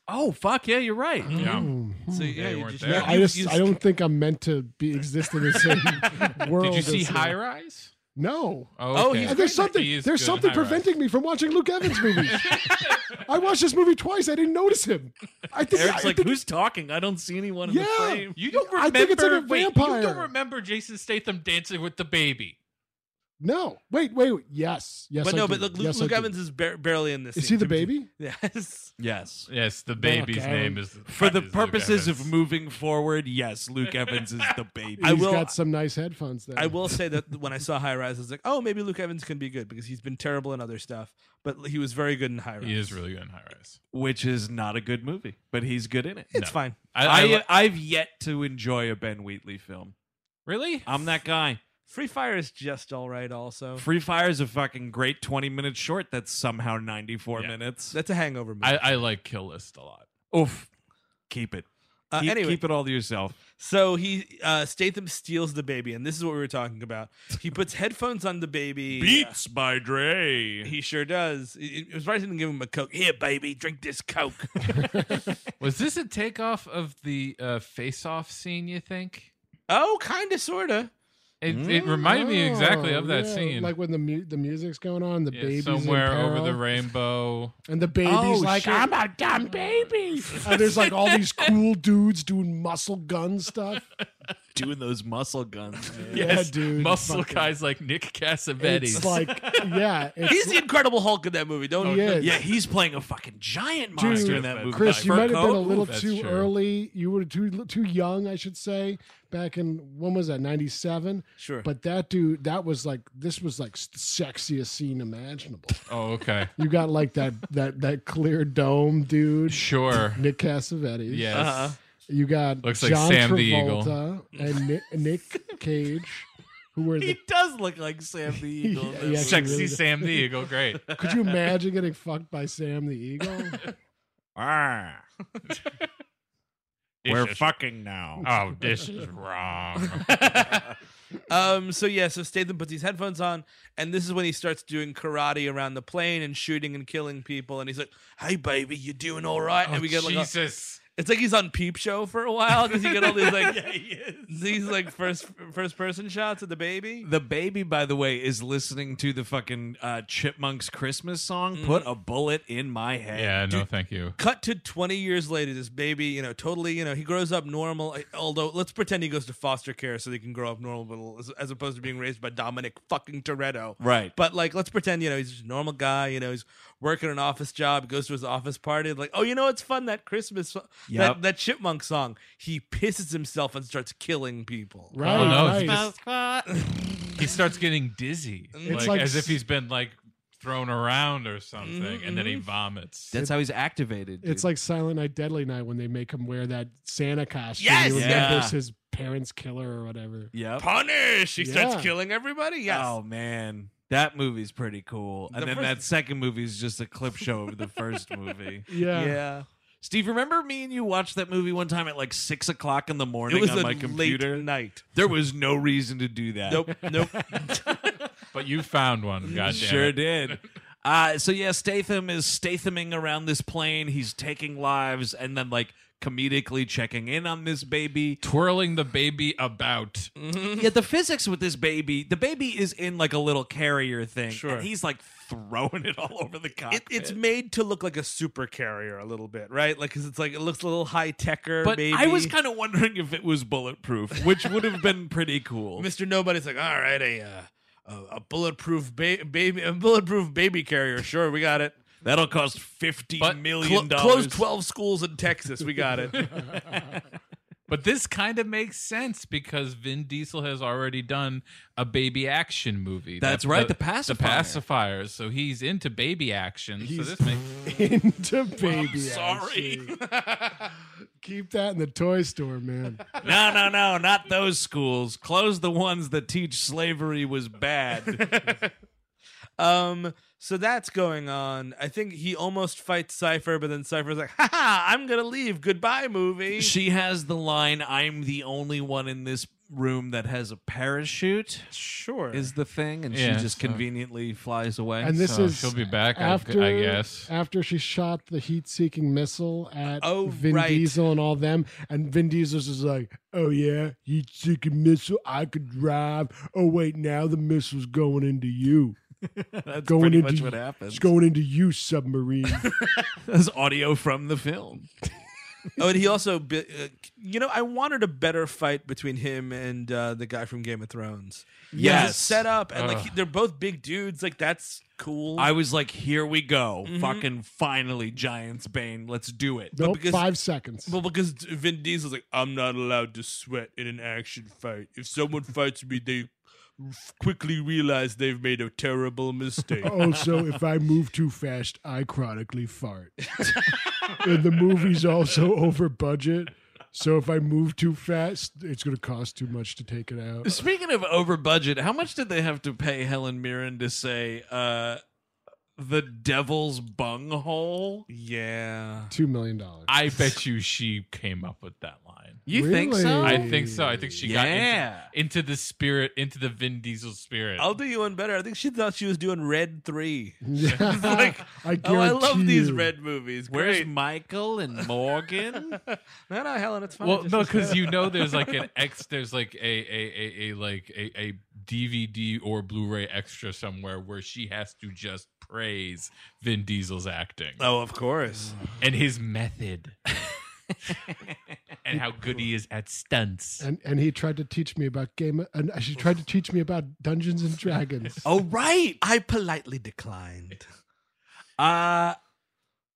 [SPEAKER 4] Oh fuck yeah,
[SPEAKER 6] *laughs*
[SPEAKER 4] you're right.
[SPEAKER 7] Yeah.
[SPEAKER 6] Mm.
[SPEAKER 5] So
[SPEAKER 7] Yeah,
[SPEAKER 5] yeah,
[SPEAKER 7] you
[SPEAKER 5] you
[SPEAKER 7] weren't
[SPEAKER 5] just-
[SPEAKER 7] there.
[SPEAKER 6] I just I don't think I'm meant to be exist in the same *laughs* world.
[SPEAKER 7] *laughs* Did you see
[SPEAKER 6] as, uh,
[SPEAKER 7] High Rise?
[SPEAKER 6] No.
[SPEAKER 7] Oh, okay.
[SPEAKER 6] And
[SPEAKER 7] he's great.
[SPEAKER 6] there's something.
[SPEAKER 7] He is
[SPEAKER 6] There's
[SPEAKER 7] good in
[SPEAKER 6] something
[SPEAKER 7] High Rise.
[SPEAKER 6] preventing me from watching Luke Evans
[SPEAKER 7] *laughs*
[SPEAKER 6] movies. I watched this movie twice. I didn't notice him. I think.
[SPEAKER 4] Eric's
[SPEAKER 6] I
[SPEAKER 4] like,
[SPEAKER 6] think-
[SPEAKER 4] who's talking? I don't see anyone in
[SPEAKER 6] Yeah.
[SPEAKER 4] the frame.
[SPEAKER 7] You don't remember?
[SPEAKER 6] I think it's like a
[SPEAKER 7] wait, you don't
[SPEAKER 6] vampire.
[SPEAKER 7] remember Jason Statham dancing with the baby?
[SPEAKER 6] no. Wait. Wait. wait. Yes. Yes.
[SPEAKER 5] but
[SPEAKER 6] I
[SPEAKER 5] no,
[SPEAKER 6] do.
[SPEAKER 5] but look, Luke,
[SPEAKER 6] Yes, I
[SPEAKER 5] Luke
[SPEAKER 6] do.
[SPEAKER 5] Evans is bar- barely in this.
[SPEAKER 6] Is
[SPEAKER 5] scene
[SPEAKER 6] he the
[SPEAKER 5] to me.
[SPEAKER 6] baby?
[SPEAKER 5] *laughs* Yes.
[SPEAKER 4] Yes.
[SPEAKER 7] Yes, the baby's
[SPEAKER 6] Okay.
[SPEAKER 7] name is
[SPEAKER 4] For the
[SPEAKER 7] is Luke
[SPEAKER 4] purposes
[SPEAKER 7] Evans.
[SPEAKER 4] of moving forward, yes, Luke Evans is the baby. *laughs*
[SPEAKER 6] He's got some nice headphones there.
[SPEAKER 5] I will say that when I saw High Rise, I was like, oh, maybe Luke Evans can be good because he's been terrible in other stuff, but he was very good in High Rise.
[SPEAKER 7] He is really good in High Rise.
[SPEAKER 4] which is not a good movie, but he's good in it.
[SPEAKER 5] It's No. fine.
[SPEAKER 4] I,
[SPEAKER 7] I- uh, I
[SPEAKER 4] I,
[SPEAKER 7] li-
[SPEAKER 4] have yet to enjoy a Ben Wheatley film.
[SPEAKER 7] Really?
[SPEAKER 4] I'm that guy.
[SPEAKER 5] Free Fire is just all right. Also,
[SPEAKER 4] Free Fire is a fucking great 20 minute short that's somehow 94 minutes.
[SPEAKER 5] That's a hangover movie.
[SPEAKER 7] I, I like Kill List a lot.
[SPEAKER 4] Oof. Keep it.
[SPEAKER 5] Uh,
[SPEAKER 4] keep,
[SPEAKER 5] anyway.
[SPEAKER 4] keep it all to yourself.
[SPEAKER 5] So he uh, Statham steals the baby, and this is what we were talking about. He puts headphones on the baby.
[SPEAKER 19] Beats by Dre.
[SPEAKER 5] He sure does. It, it was probably didn't give him a coke. Here, baby, drink this
[SPEAKER 7] *laughs*
[SPEAKER 5] coke.
[SPEAKER 7] Was this a takeoff of the uh, Face Off scene? You think?
[SPEAKER 5] oh, kinda, sorta.
[SPEAKER 7] It, it reminded me exactly of
[SPEAKER 6] Oh,
[SPEAKER 7] that
[SPEAKER 6] yeah,
[SPEAKER 7] scene.
[SPEAKER 6] Like when the mu- the music's going on, the
[SPEAKER 7] Yeah,
[SPEAKER 6] baby's in
[SPEAKER 7] somewhere over
[SPEAKER 6] peril,
[SPEAKER 7] the rainbow.
[SPEAKER 6] and the baby's
[SPEAKER 7] Oh,
[SPEAKER 6] like,
[SPEAKER 7] shit.
[SPEAKER 6] "I'm a dumb
[SPEAKER 4] *laughs*
[SPEAKER 6] baby," and there's like all these cool dudes doing muscle gun stuff.
[SPEAKER 4] *laughs* Doing those muscle *laughs* guns. man.
[SPEAKER 6] Yeah, dude,
[SPEAKER 7] Muscle
[SPEAKER 6] fucking-
[SPEAKER 7] guys like Nick Cassavetes.
[SPEAKER 6] It's like, yeah,
[SPEAKER 4] *laughs*
[SPEAKER 6] it's
[SPEAKER 5] He's the Incredible Hulk in that movie, don't
[SPEAKER 6] Oh, He
[SPEAKER 5] he?
[SPEAKER 6] is.
[SPEAKER 4] Yeah, he's playing a fucking giant
[SPEAKER 6] Dude,
[SPEAKER 4] monster in that movie.
[SPEAKER 6] Chris, you
[SPEAKER 4] Fur
[SPEAKER 6] might have been a
[SPEAKER 4] coat?
[SPEAKER 6] little
[SPEAKER 4] That's
[SPEAKER 6] too
[SPEAKER 4] true.
[SPEAKER 6] early. You were too too young, I should say. Back in when was that? Ninety seven.
[SPEAKER 5] Sure.
[SPEAKER 6] But that dude, that was like this was like s- sexiest scene imaginable.
[SPEAKER 7] oh, okay.
[SPEAKER 6] You got like that that that clear dome dude.
[SPEAKER 4] *laughs*
[SPEAKER 7] Sure.
[SPEAKER 6] Nick Cassavetes.
[SPEAKER 7] Yes. Uh-huh.
[SPEAKER 6] You got
[SPEAKER 7] Looks like
[SPEAKER 6] John
[SPEAKER 7] Sam the Eagle.
[SPEAKER 6] Travolta and Nick, Nick Cage, who were the
[SPEAKER 5] *laughs*
[SPEAKER 4] He does look like Sam
[SPEAKER 6] *laughs*
[SPEAKER 4] the Eagle.
[SPEAKER 6] Yeah, he actually
[SPEAKER 7] Sexy
[SPEAKER 6] really does.
[SPEAKER 7] Sam the Eagle. Great.
[SPEAKER 6] Could you imagine getting fucked by Sam the Eagle?
[SPEAKER 19] Arr.
[SPEAKER 4] Ah,
[SPEAKER 19] We're fucking now.
[SPEAKER 7] *laughs* Oh, this is wrong.
[SPEAKER 5] Um, so yeah, so Statham puts these headphones on, and this is when he starts doing karate around the plane and shooting and killing people. And he's like, "Hey, baby, you doing all right?" *laughs*
[SPEAKER 7] Oh,
[SPEAKER 5] and we get like, a-
[SPEAKER 7] Jesus.
[SPEAKER 5] it's like he's on Peep Show for a while because you get all these like
[SPEAKER 7] *laughs* Yeah, he is.
[SPEAKER 5] these like first first person shots of the baby.
[SPEAKER 4] The baby, by the way, is listening to the fucking uh, Chipmunks Christmas song. Put a bullet in my head.
[SPEAKER 7] Yeah, no,
[SPEAKER 4] Dude,
[SPEAKER 7] thank you.
[SPEAKER 5] Cut to 20 years later, this baby, you know, totally, you know, he grows up normal. I- Although, let's pretend he goes to foster care so they can grow up normal, but as, as opposed to being raised by Dominic fucking Toretto.
[SPEAKER 4] Right.
[SPEAKER 5] But, like, let's pretend, you know, he's just a normal guy. You know, he's working an office job, goes to his office party. Like, oh, you know, it's fun that Christmas, so-
[SPEAKER 4] Yep.
[SPEAKER 5] that, that chipmunk song. He pisses himself and starts killing people.
[SPEAKER 7] Right, Oh, no, right. just- He starts getting dizzy,
[SPEAKER 5] It's
[SPEAKER 7] like,
[SPEAKER 5] like
[SPEAKER 7] as if
[SPEAKER 5] s-
[SPEAKER 7] he's been like thrown around or something, and
[SPEAKER 5] Mm-hmm.
[SPEAKER 7] then he vomits.
[SPEAKER 4] That's how he's activated. dude.
[SPEAKER 6] It's like Silent Night, Deadly Night when they make him wear that Santa costume.
[SPEAKER 5] Yes!
[SPEAKER 6] He remembers
[SPEAKER 5] Yeah.
[SPEAKER 6] his parents' killer or whatever.
[SPEAKER 4] Yep.
[SPEAKER 5] Punish! He
[SPEAKER 6] Yeah.
[SPEAKER 5] starts killing everybody. Yes.
[SPEAKER 4] Oh man, that movie's pretty cool. And
[SPEAKER 5] The
[SPEAKER 4] then
[SPEAKER 5] first-
[SPEAKER 4] that second movie is just a clip show of the first movie.
[SPEAKER 6] Yeah.
[SPEAKER 5] Yeah.
[SPEAKER 4] Steve, remember me and you watched that movie one time at like six o'clock in the morning
[SPEAKER 5] It was
[SPEAKER 4] on
[SPEAKER 5] a
[SPEAKER 4] my
[SPEAKER 5] late
[SPEAKER 4] computer? *laughs*
[SPEAKER 5] night.
[SPEAKER 4] There was no reason to do that.
[SPEAKER 5] Nope. Nope.
[SPEAKER 7] but you found one.
[SPEAKER 5] Mm-hmm.
[SPEAKER 4] *laughs*
[SPEAKER 7] God damn
[SPEAKER 4] sure
[SPEAKER 7] it.
[SPEAKER 4] did. Uh, so yeah, Statham is Stathaming around this plane. He's taking lives and then like comedically checking in on this *laughs* baby,
[SPEAKER 7] twirling the baby about.
[SPEAKER 4] Yeah, the physics with this baby. The baby is in like a little carrier thing.
[SPEAKER 5] Sure.
[SPEAKER 4] and he's like throwing it all over the cockpit.
[SPEAKER 5] It, it's made to look like a super carrier a little bit, right? Like, cause it's like it looks a little high techer.
[SPEAKER 4] But
[SPEAKER 5] maybe.
[SPEAKER 4] I was kind of wondering if it was bulletproof, which would have been pretty
[SPEAKER 5] *laughs*
[SPEAKER 4] cool.
[SPEAKER 5] Mr. Nobody's like, all right, a uh, a, a bulletproof ba- baby, a bulletproof baby carrier. Sure, we got it.
[SPEAKER 4] That'll cost fifty
[SPEAKER 5] But
[SPEAKER 4] million
[SPEAKER 5] clo-
[SPEAKER 4] dollars.
[SPEAKER 5] Close twelve schools in Texas. We got it.
[SPEAKER 4] *laughs*
[SPEAKER 7] But this kind of makes sense because Vin Diesel has already done a baby action movie.
[SPEAKER 4] That's
[SPEAKER 7] That-
[SPEAKER 4] right, The
[SPEAKER 7] The
[SPEAKER 4] Pacifier.
[SPEAKER 7] pacifiers. So he's into baby action.
[SPEAKER 6] He's
[SPEAKER 7] so this makes
[SPEAKER 6] *laughs* into baby.
[SPEAKER 4] sorry.
[SPEAKER 6] action. Keep that in the toy store, man.
[SPEAKER 4] no, no, no, not those schools. Close the ones that teach slavery was *laughs* bad.
[SPEAKER 5] Um, so that's going on. I think he almost fights Cypher, but then Cypher's like, ha ha, I'm gonna leave. Goodbye, movie.
[SPEAKER 4] she has the line, "I'm the only one in this room that has a parachute."
[SPEAKER 5] Sure,
[SPEAKER 4] is the thing, and
[SPEAKER 7] Yeah,
[SPEAKER 4] she just
[SPEAKER 7] so-
[SPEAKER 4] conveniently flies away.
[SPEAKER 6] And this
[SPEAKER 7] So
[SPEAKER 6] is
[SPEAKER 7] she'll be back, I-
[SPEAKER 6] after,
[SPEAKER 7] I guess.
[SPEAKER 6] after she shot the heat-seeking missile at
[SPEAKER 5] Oh,
[SPEAKER 6] Vin
[SPEAKER 5] right.
[SPEAKER 6] Diesel and all them, and Vin Diesel's just like, "Oh yeah, heat-seeking missile, I could drive. Oh wait, now the missile's going into you.
[SPEAKER 4] *laughs* That's
[SPEAKER 6] going
[SPEAKER 4] pretty
[SPEAKER 6] into
[SPEAKER 4] much
[SPEAKER 6] you-
[SPEAKER 4] what happens.
[SPEAKER 6] It's going into you,
[SPEAKER 4] *laughs*
[SPEAKER 6] submarine.
[SPEAKER 4] That's audio from the film.
[SPEAKER 5] oh, and he also, bi- uh, you know, I wanted a better fight between him and uh, the guy from Game of Thrones.
[SPEAKER 4] Yes.
[SPEAKER 5] set up and like
[SPEAKER 4] Ugh.
[SPEAKER 5] he- they're both big dudes. Like that's cool.
[SPEAKER 4] I was like, here we go.
[SPEAKER 5] Mhm.
[SPEAKER 4] Fucking finally, Giants Bane. Let's do it.
[SPEAKER 6] nope,
[SPEAKER 5] because-
[SPEAKER 6] five seconds.
[SPEAKER 4] *laughs*
[SPEAKER 5] well because Vin Diesel's like, I'm not allowed to sweat in an action fight. If someone fights me, they quickly realize they've made a
[SPEAKER 6] *laughs*
[SPEAKER 5] terrible mistake.
[SPEAKER 6] also, if I move too fast, I chronically fart. *laughs* and the movie's also over budget. So if I move too fast, it's going to cost too much to take it out.
[SPEAKER 4] Speaking of over budget, how much did they have to pay Helen Mirren to say uh, the devil's bunghole?
[SPEAKER 5] yeah,
[SPEAKER 6] Two million dollars.
[SPEAKER 7] I *laughs* bet you she came up with that line.
[SPEAKER 4] You think so?
[SPEAKER 7] I think so. I think she
[SPEAKER 4] Yeah.
[SPEAKER 7] got into, into the spirit, into the Vin Diesel spirit.
[SPEAKER 5] I'll do you one better. I think she thought she was doing Red Three.
[SPEAKER 6] *laughs* Yeah.
[SPEAKER 5] *laughs* like,
[SPEAKER 6] I
[SPEAKER 5] oh, I
[SPEAKER 6] guarantee
[SPEAKER 5] love these
[SPEAKER 6] you.
[SPEAKER 5] Red movies.
[SPEAKER 4] Where's
[SPEAKER 5] Great.
[SPEAKER 4] Michael and Morgan?
[SPEAKER 5] *laughs* no, no, Helen, it's fine.
[SPEAKER 7] well,
[SPEAKER 5] Just-
[SPEAKER 7] no,
[SPEAKER 5] *laughs*
[SPEAKER 7] because you know there's like an ex, there's like a a a, a like a, a DVD or Blu-ray extra somewhere where she has to just praise Vin Diesel's acting
[SPEAKER 5] Oh, of course.
[SPEAKER 7] and his method, and how good he is at stunts.
[SPEAKER 6] And and he tried to teach me about game. of- And she tried to teach me about Dungeons and Dragons.
[SPEAKER 4] oh, right.
[SPEAKER 5] I politely declined.
[SPEAKER 4] Uh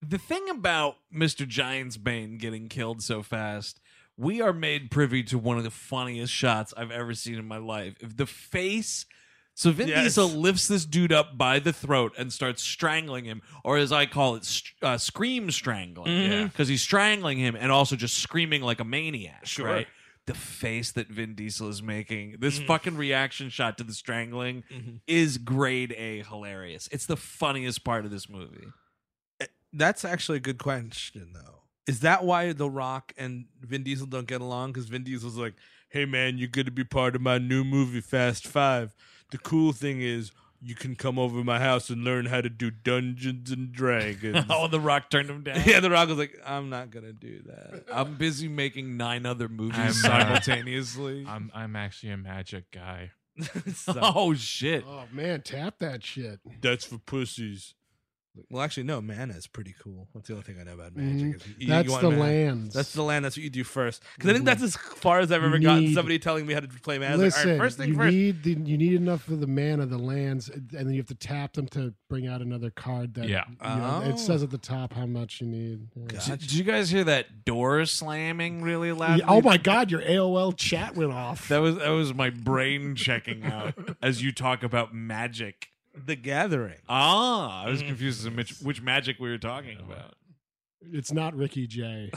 [SPEAKER 4] the thing about Mr. Giants Bane getting killed so fast, we are made privy to one of the funniest shots I've ever seen in my life. If the face so Vin
[SPEAKER 5] Yes.
[SPEAKER 4] Diesel lifts this dude up by the throat and starts strangling him, or as I call it, str- uh, scream strangling,
[SPEAKER 5] Mhm.
[SPEAKER 4] because
[SPEAKER 5] Yeah.
[SPEAKER 4] he's strangling him and also just screaming like a maniac.
[SPEAKER 5] Sure. Mm.
[SPEAKER 4] right? The face that Vin Diesel is making, this fucking reaction shot to the strangling,
[SPEAKER 5] Mm-hmm.
[SPEAKER 4] is grade A hilarious. It's the funniest part of this movie.
[SPEAKER 5] That's actually a good question, though. Is that why The Rock and Vin Diesel don't get along? Because Vin Diesel's like,
[SPEAKER 20] hey man, you're gonna be part of my new movie Fast Five. The cool thing is you can come over to my house and learn how to do Dungeons and
[SPEAKER 6] *laughs*
[SPEAKER 20] Dragons.
[SPEAKER 4] *laughs* oh, The Rock turned him *laughs* down.
[SPEAKER 20] *laughs* yeah, The Rock was like, I'm not gonna do that.
[SPEAKER 6] *laughs*
[SPEAKER 4] I'm busy making nine other movies
[SPEAKER 7] I'm, uh,
[SPEAKER 4] simultaneously.
[SPEAKER 7] I'm I'm actually a magic guy.
[SPEAKER 4] oh shit!
[SPEAKER 6] Oh man, tap that shit.
[SPEAKER 20] That's for pussies. Well, actually, no. Mana's pretty cool. That's the only thing I know about
[SPEAKER 6] Mhm.
[SPEAKER 20] magic. is you- you
[SPEAKER 6] That's
[SPEAKER 20] want
[SPEAKER 6] the
[SPEAKER 20] mana.
[SPEAKER 6] lands.
[SPEAKER 20] That's the land. That's what you do first. Because I
[SPEAKER 6] Mhm.
[SPEAKER 20] think that's as far as I've ever gotten
[SPEAKER 6] Need-
[SPEAKER 20] somebody telling me how to play mana. I was like,
[SPEAKER 6] Listen,
[SPEAKER 20] All right, first thing
[SPEAKER 6] you
[SPEAKER 20] first.
[SPEAKER 6] need the, you need enough of the mana, the lands, and then you have to tap them to bring out another card. That
[SPEAKER 7] Yeah.
[SPEAKER 6] you know,
[SPEAKER 4] Oh.
[SPEAKER 6] it says at the top how much you need. Yeah.
[SPEAKER 4] Did, did you guys hear that door slamming really loud?
[SPEAKER 6] Yeah, oh my god, your AOL chat went off.
[SPEAKER 4] That was that was my brain checking out
[SPEAKER 6] *laughs*
[SPEAKER 4] as you talk about magic.
[SPEAKER 20] The Gathering.
[SPEAKER 4] Ah, I was confused as to which, which magic we were talking about.
[SPEAKER 6] It's not Ricky J.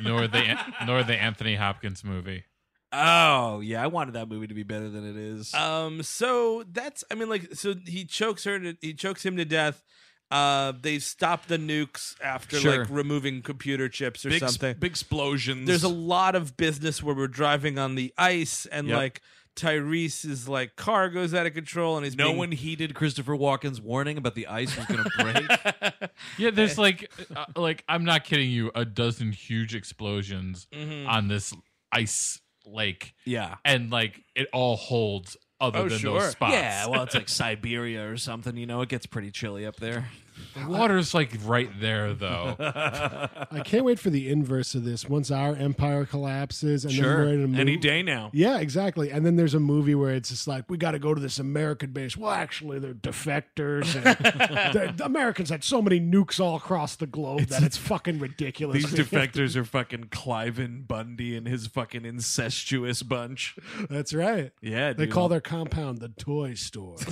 [SPEAKER 7] nor the nor the Anthony Hopkins movie.
[SPEAKER 4] Oh yeah, I wanted that movie to be better than it is.
[SPEAKER 5] Um, so that's I mean, like, so he chokes her to he chokes him to death. Uh, they stop the nukes after
[SPEAKER 4] Sure.
[SPEAKER 5] like removing computer chips or
[SPEAKER 4] big,
[SPEAKER 5] something.
[SPEAKER 4] Big explosions.
[SPEAKER 5] There's a lot of business where we're driving on the ice and
[SPEAKER 4] Yep.
[SPEAKER 5] like Tyrese's like car goes out of control and he's
[SPEAKER 4] no
[SPEAKER 5] being-
[SPEAKER 4] one heeded Christopher Walken's warning about the ice was going to *laughs* break.
[SPEAKER 7] Yeah, there's like uh, like I'm not kidding you, a dozen huge explosions
[SPEAKER 5] Mhm.
[SPEAKER 7] on this ice lake.
[SPEAKER 4] Yeah.
[SPEAKER 7] and like it all holds other
[SPEAKER 6] Oh,
[SPEAKER 7] than those spots.
[SPEAKER 4] Oh, *laughs* Yeah, well, it's like Siberia or something. You know, it gets pretty chilly up there.
[SPEAKER 7] the *laughs* water's like right there though.
[SPEAKER 6] I can't wait for the inverse of this. Once our empire collapses, and
[SPEAKER 4] Sure.
[SPEAKER 6] then we're in a movie.
[SPEAKER 4] Any day now.
[SPEAKER 6] Yeah, exactly. And then there's a movie where it's just like we got to go to this American base. Well, actually, they're defectors.
[SPEAKER 4] *laughs*
[SPEAKER 6] And the, the Americans had so many nukes all across the globe that it's fucking ridiculous. *laughs*
[SPEAKER 4] These defectors are fucking Cliven Bundy and his fucking incestuous bunch.
[SPEAKER 6] That's right.
[SPEAKER 4] Yeah,
[SPEAKER 6] they
[SPEAKER 4] dude.
[SPEAKER 6] call their compound the toy store. *laughs*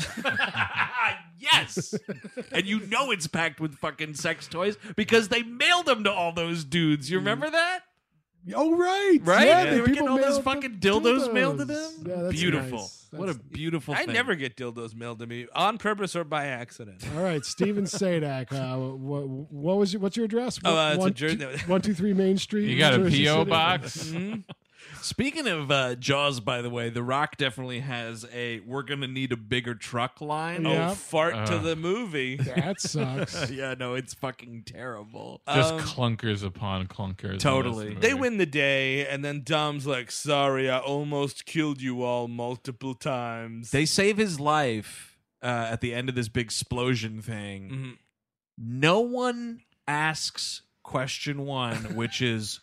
[SPEAKER 4] yes, and you know it's packed with fucking sex toys because they mailed them to all those dudes.
[SPEAKER 5] Mm.
[SPEAKER 4] You remember that?
[SPEAKER 6] oh right,
[SPEAKER 4] Right?
[SPEAKER 6] Yeah,
[SPEAKER 4] They
[SPEAKER 6] the
[SPEAKER 4] were getting
[SPEAKER 6] people
[SPEAKER 4] all
[SPEAKER 6] mailed
[SPEAKER 4] those
[SPEAKER 6] them
[SPEAKER 4] fucking dildos mailed to them?
[SPEAKER 6] Yeah, that's
[SPEAKER 4] Beautiful.
[SPEAKER 6] nice.
[SPEAKER 4] What a
[SPEAKER 6] That's-
[SPEAKER 4] beautiful
[SPEAKER 5] I
[SPEAKER 4] thing.
[SPEAKER 5] never get dildos mailed to me on purpose or by accident.
[SPEAKER 6] All right,
[SPEAKER 4] *laughs*
[SPEAKER 6] Steven Sadak. Uh, what, what was your, what's your address?
[SPEAKER 5] Oh, uh, it's a
[SPEAKER 6] One-
[SPEAKER 4] *laughs*
[SPEAKER 5] Jer-
[SPEAKER 6] two- one two three Main Street.
[SPEAKER 4] You got a
[SPEAKER 6] Jersey
[SPEAKER 4] P.O.
[SPEAKER 6] City.
[SPEAKER 4] box? Speaking of uh, Jaws, by the way, The Rock definitely has a "We're gonna need a bigger truck" line. Uh.
[SPEAKER 5] Oh, Yep. fart to the
[SPEAKER 4] *laughs* movie.
[SPEAKER 6] That sucks.
[SPEAKER 4] *laughs* yeah, no, it's fucking terrible.
[SPEAKER 7] Just
[SPEAKER 5] Um,
[SPEAKER 7] clunkers upon clunkers. in this movie.
[SPEAKER 5] They win the day, and then Dom's like, sorry, I almost killed you all multiple times.
[SPEAKER 4] They save his life uh, at the end of this big explosion thing. No one asks question one, which is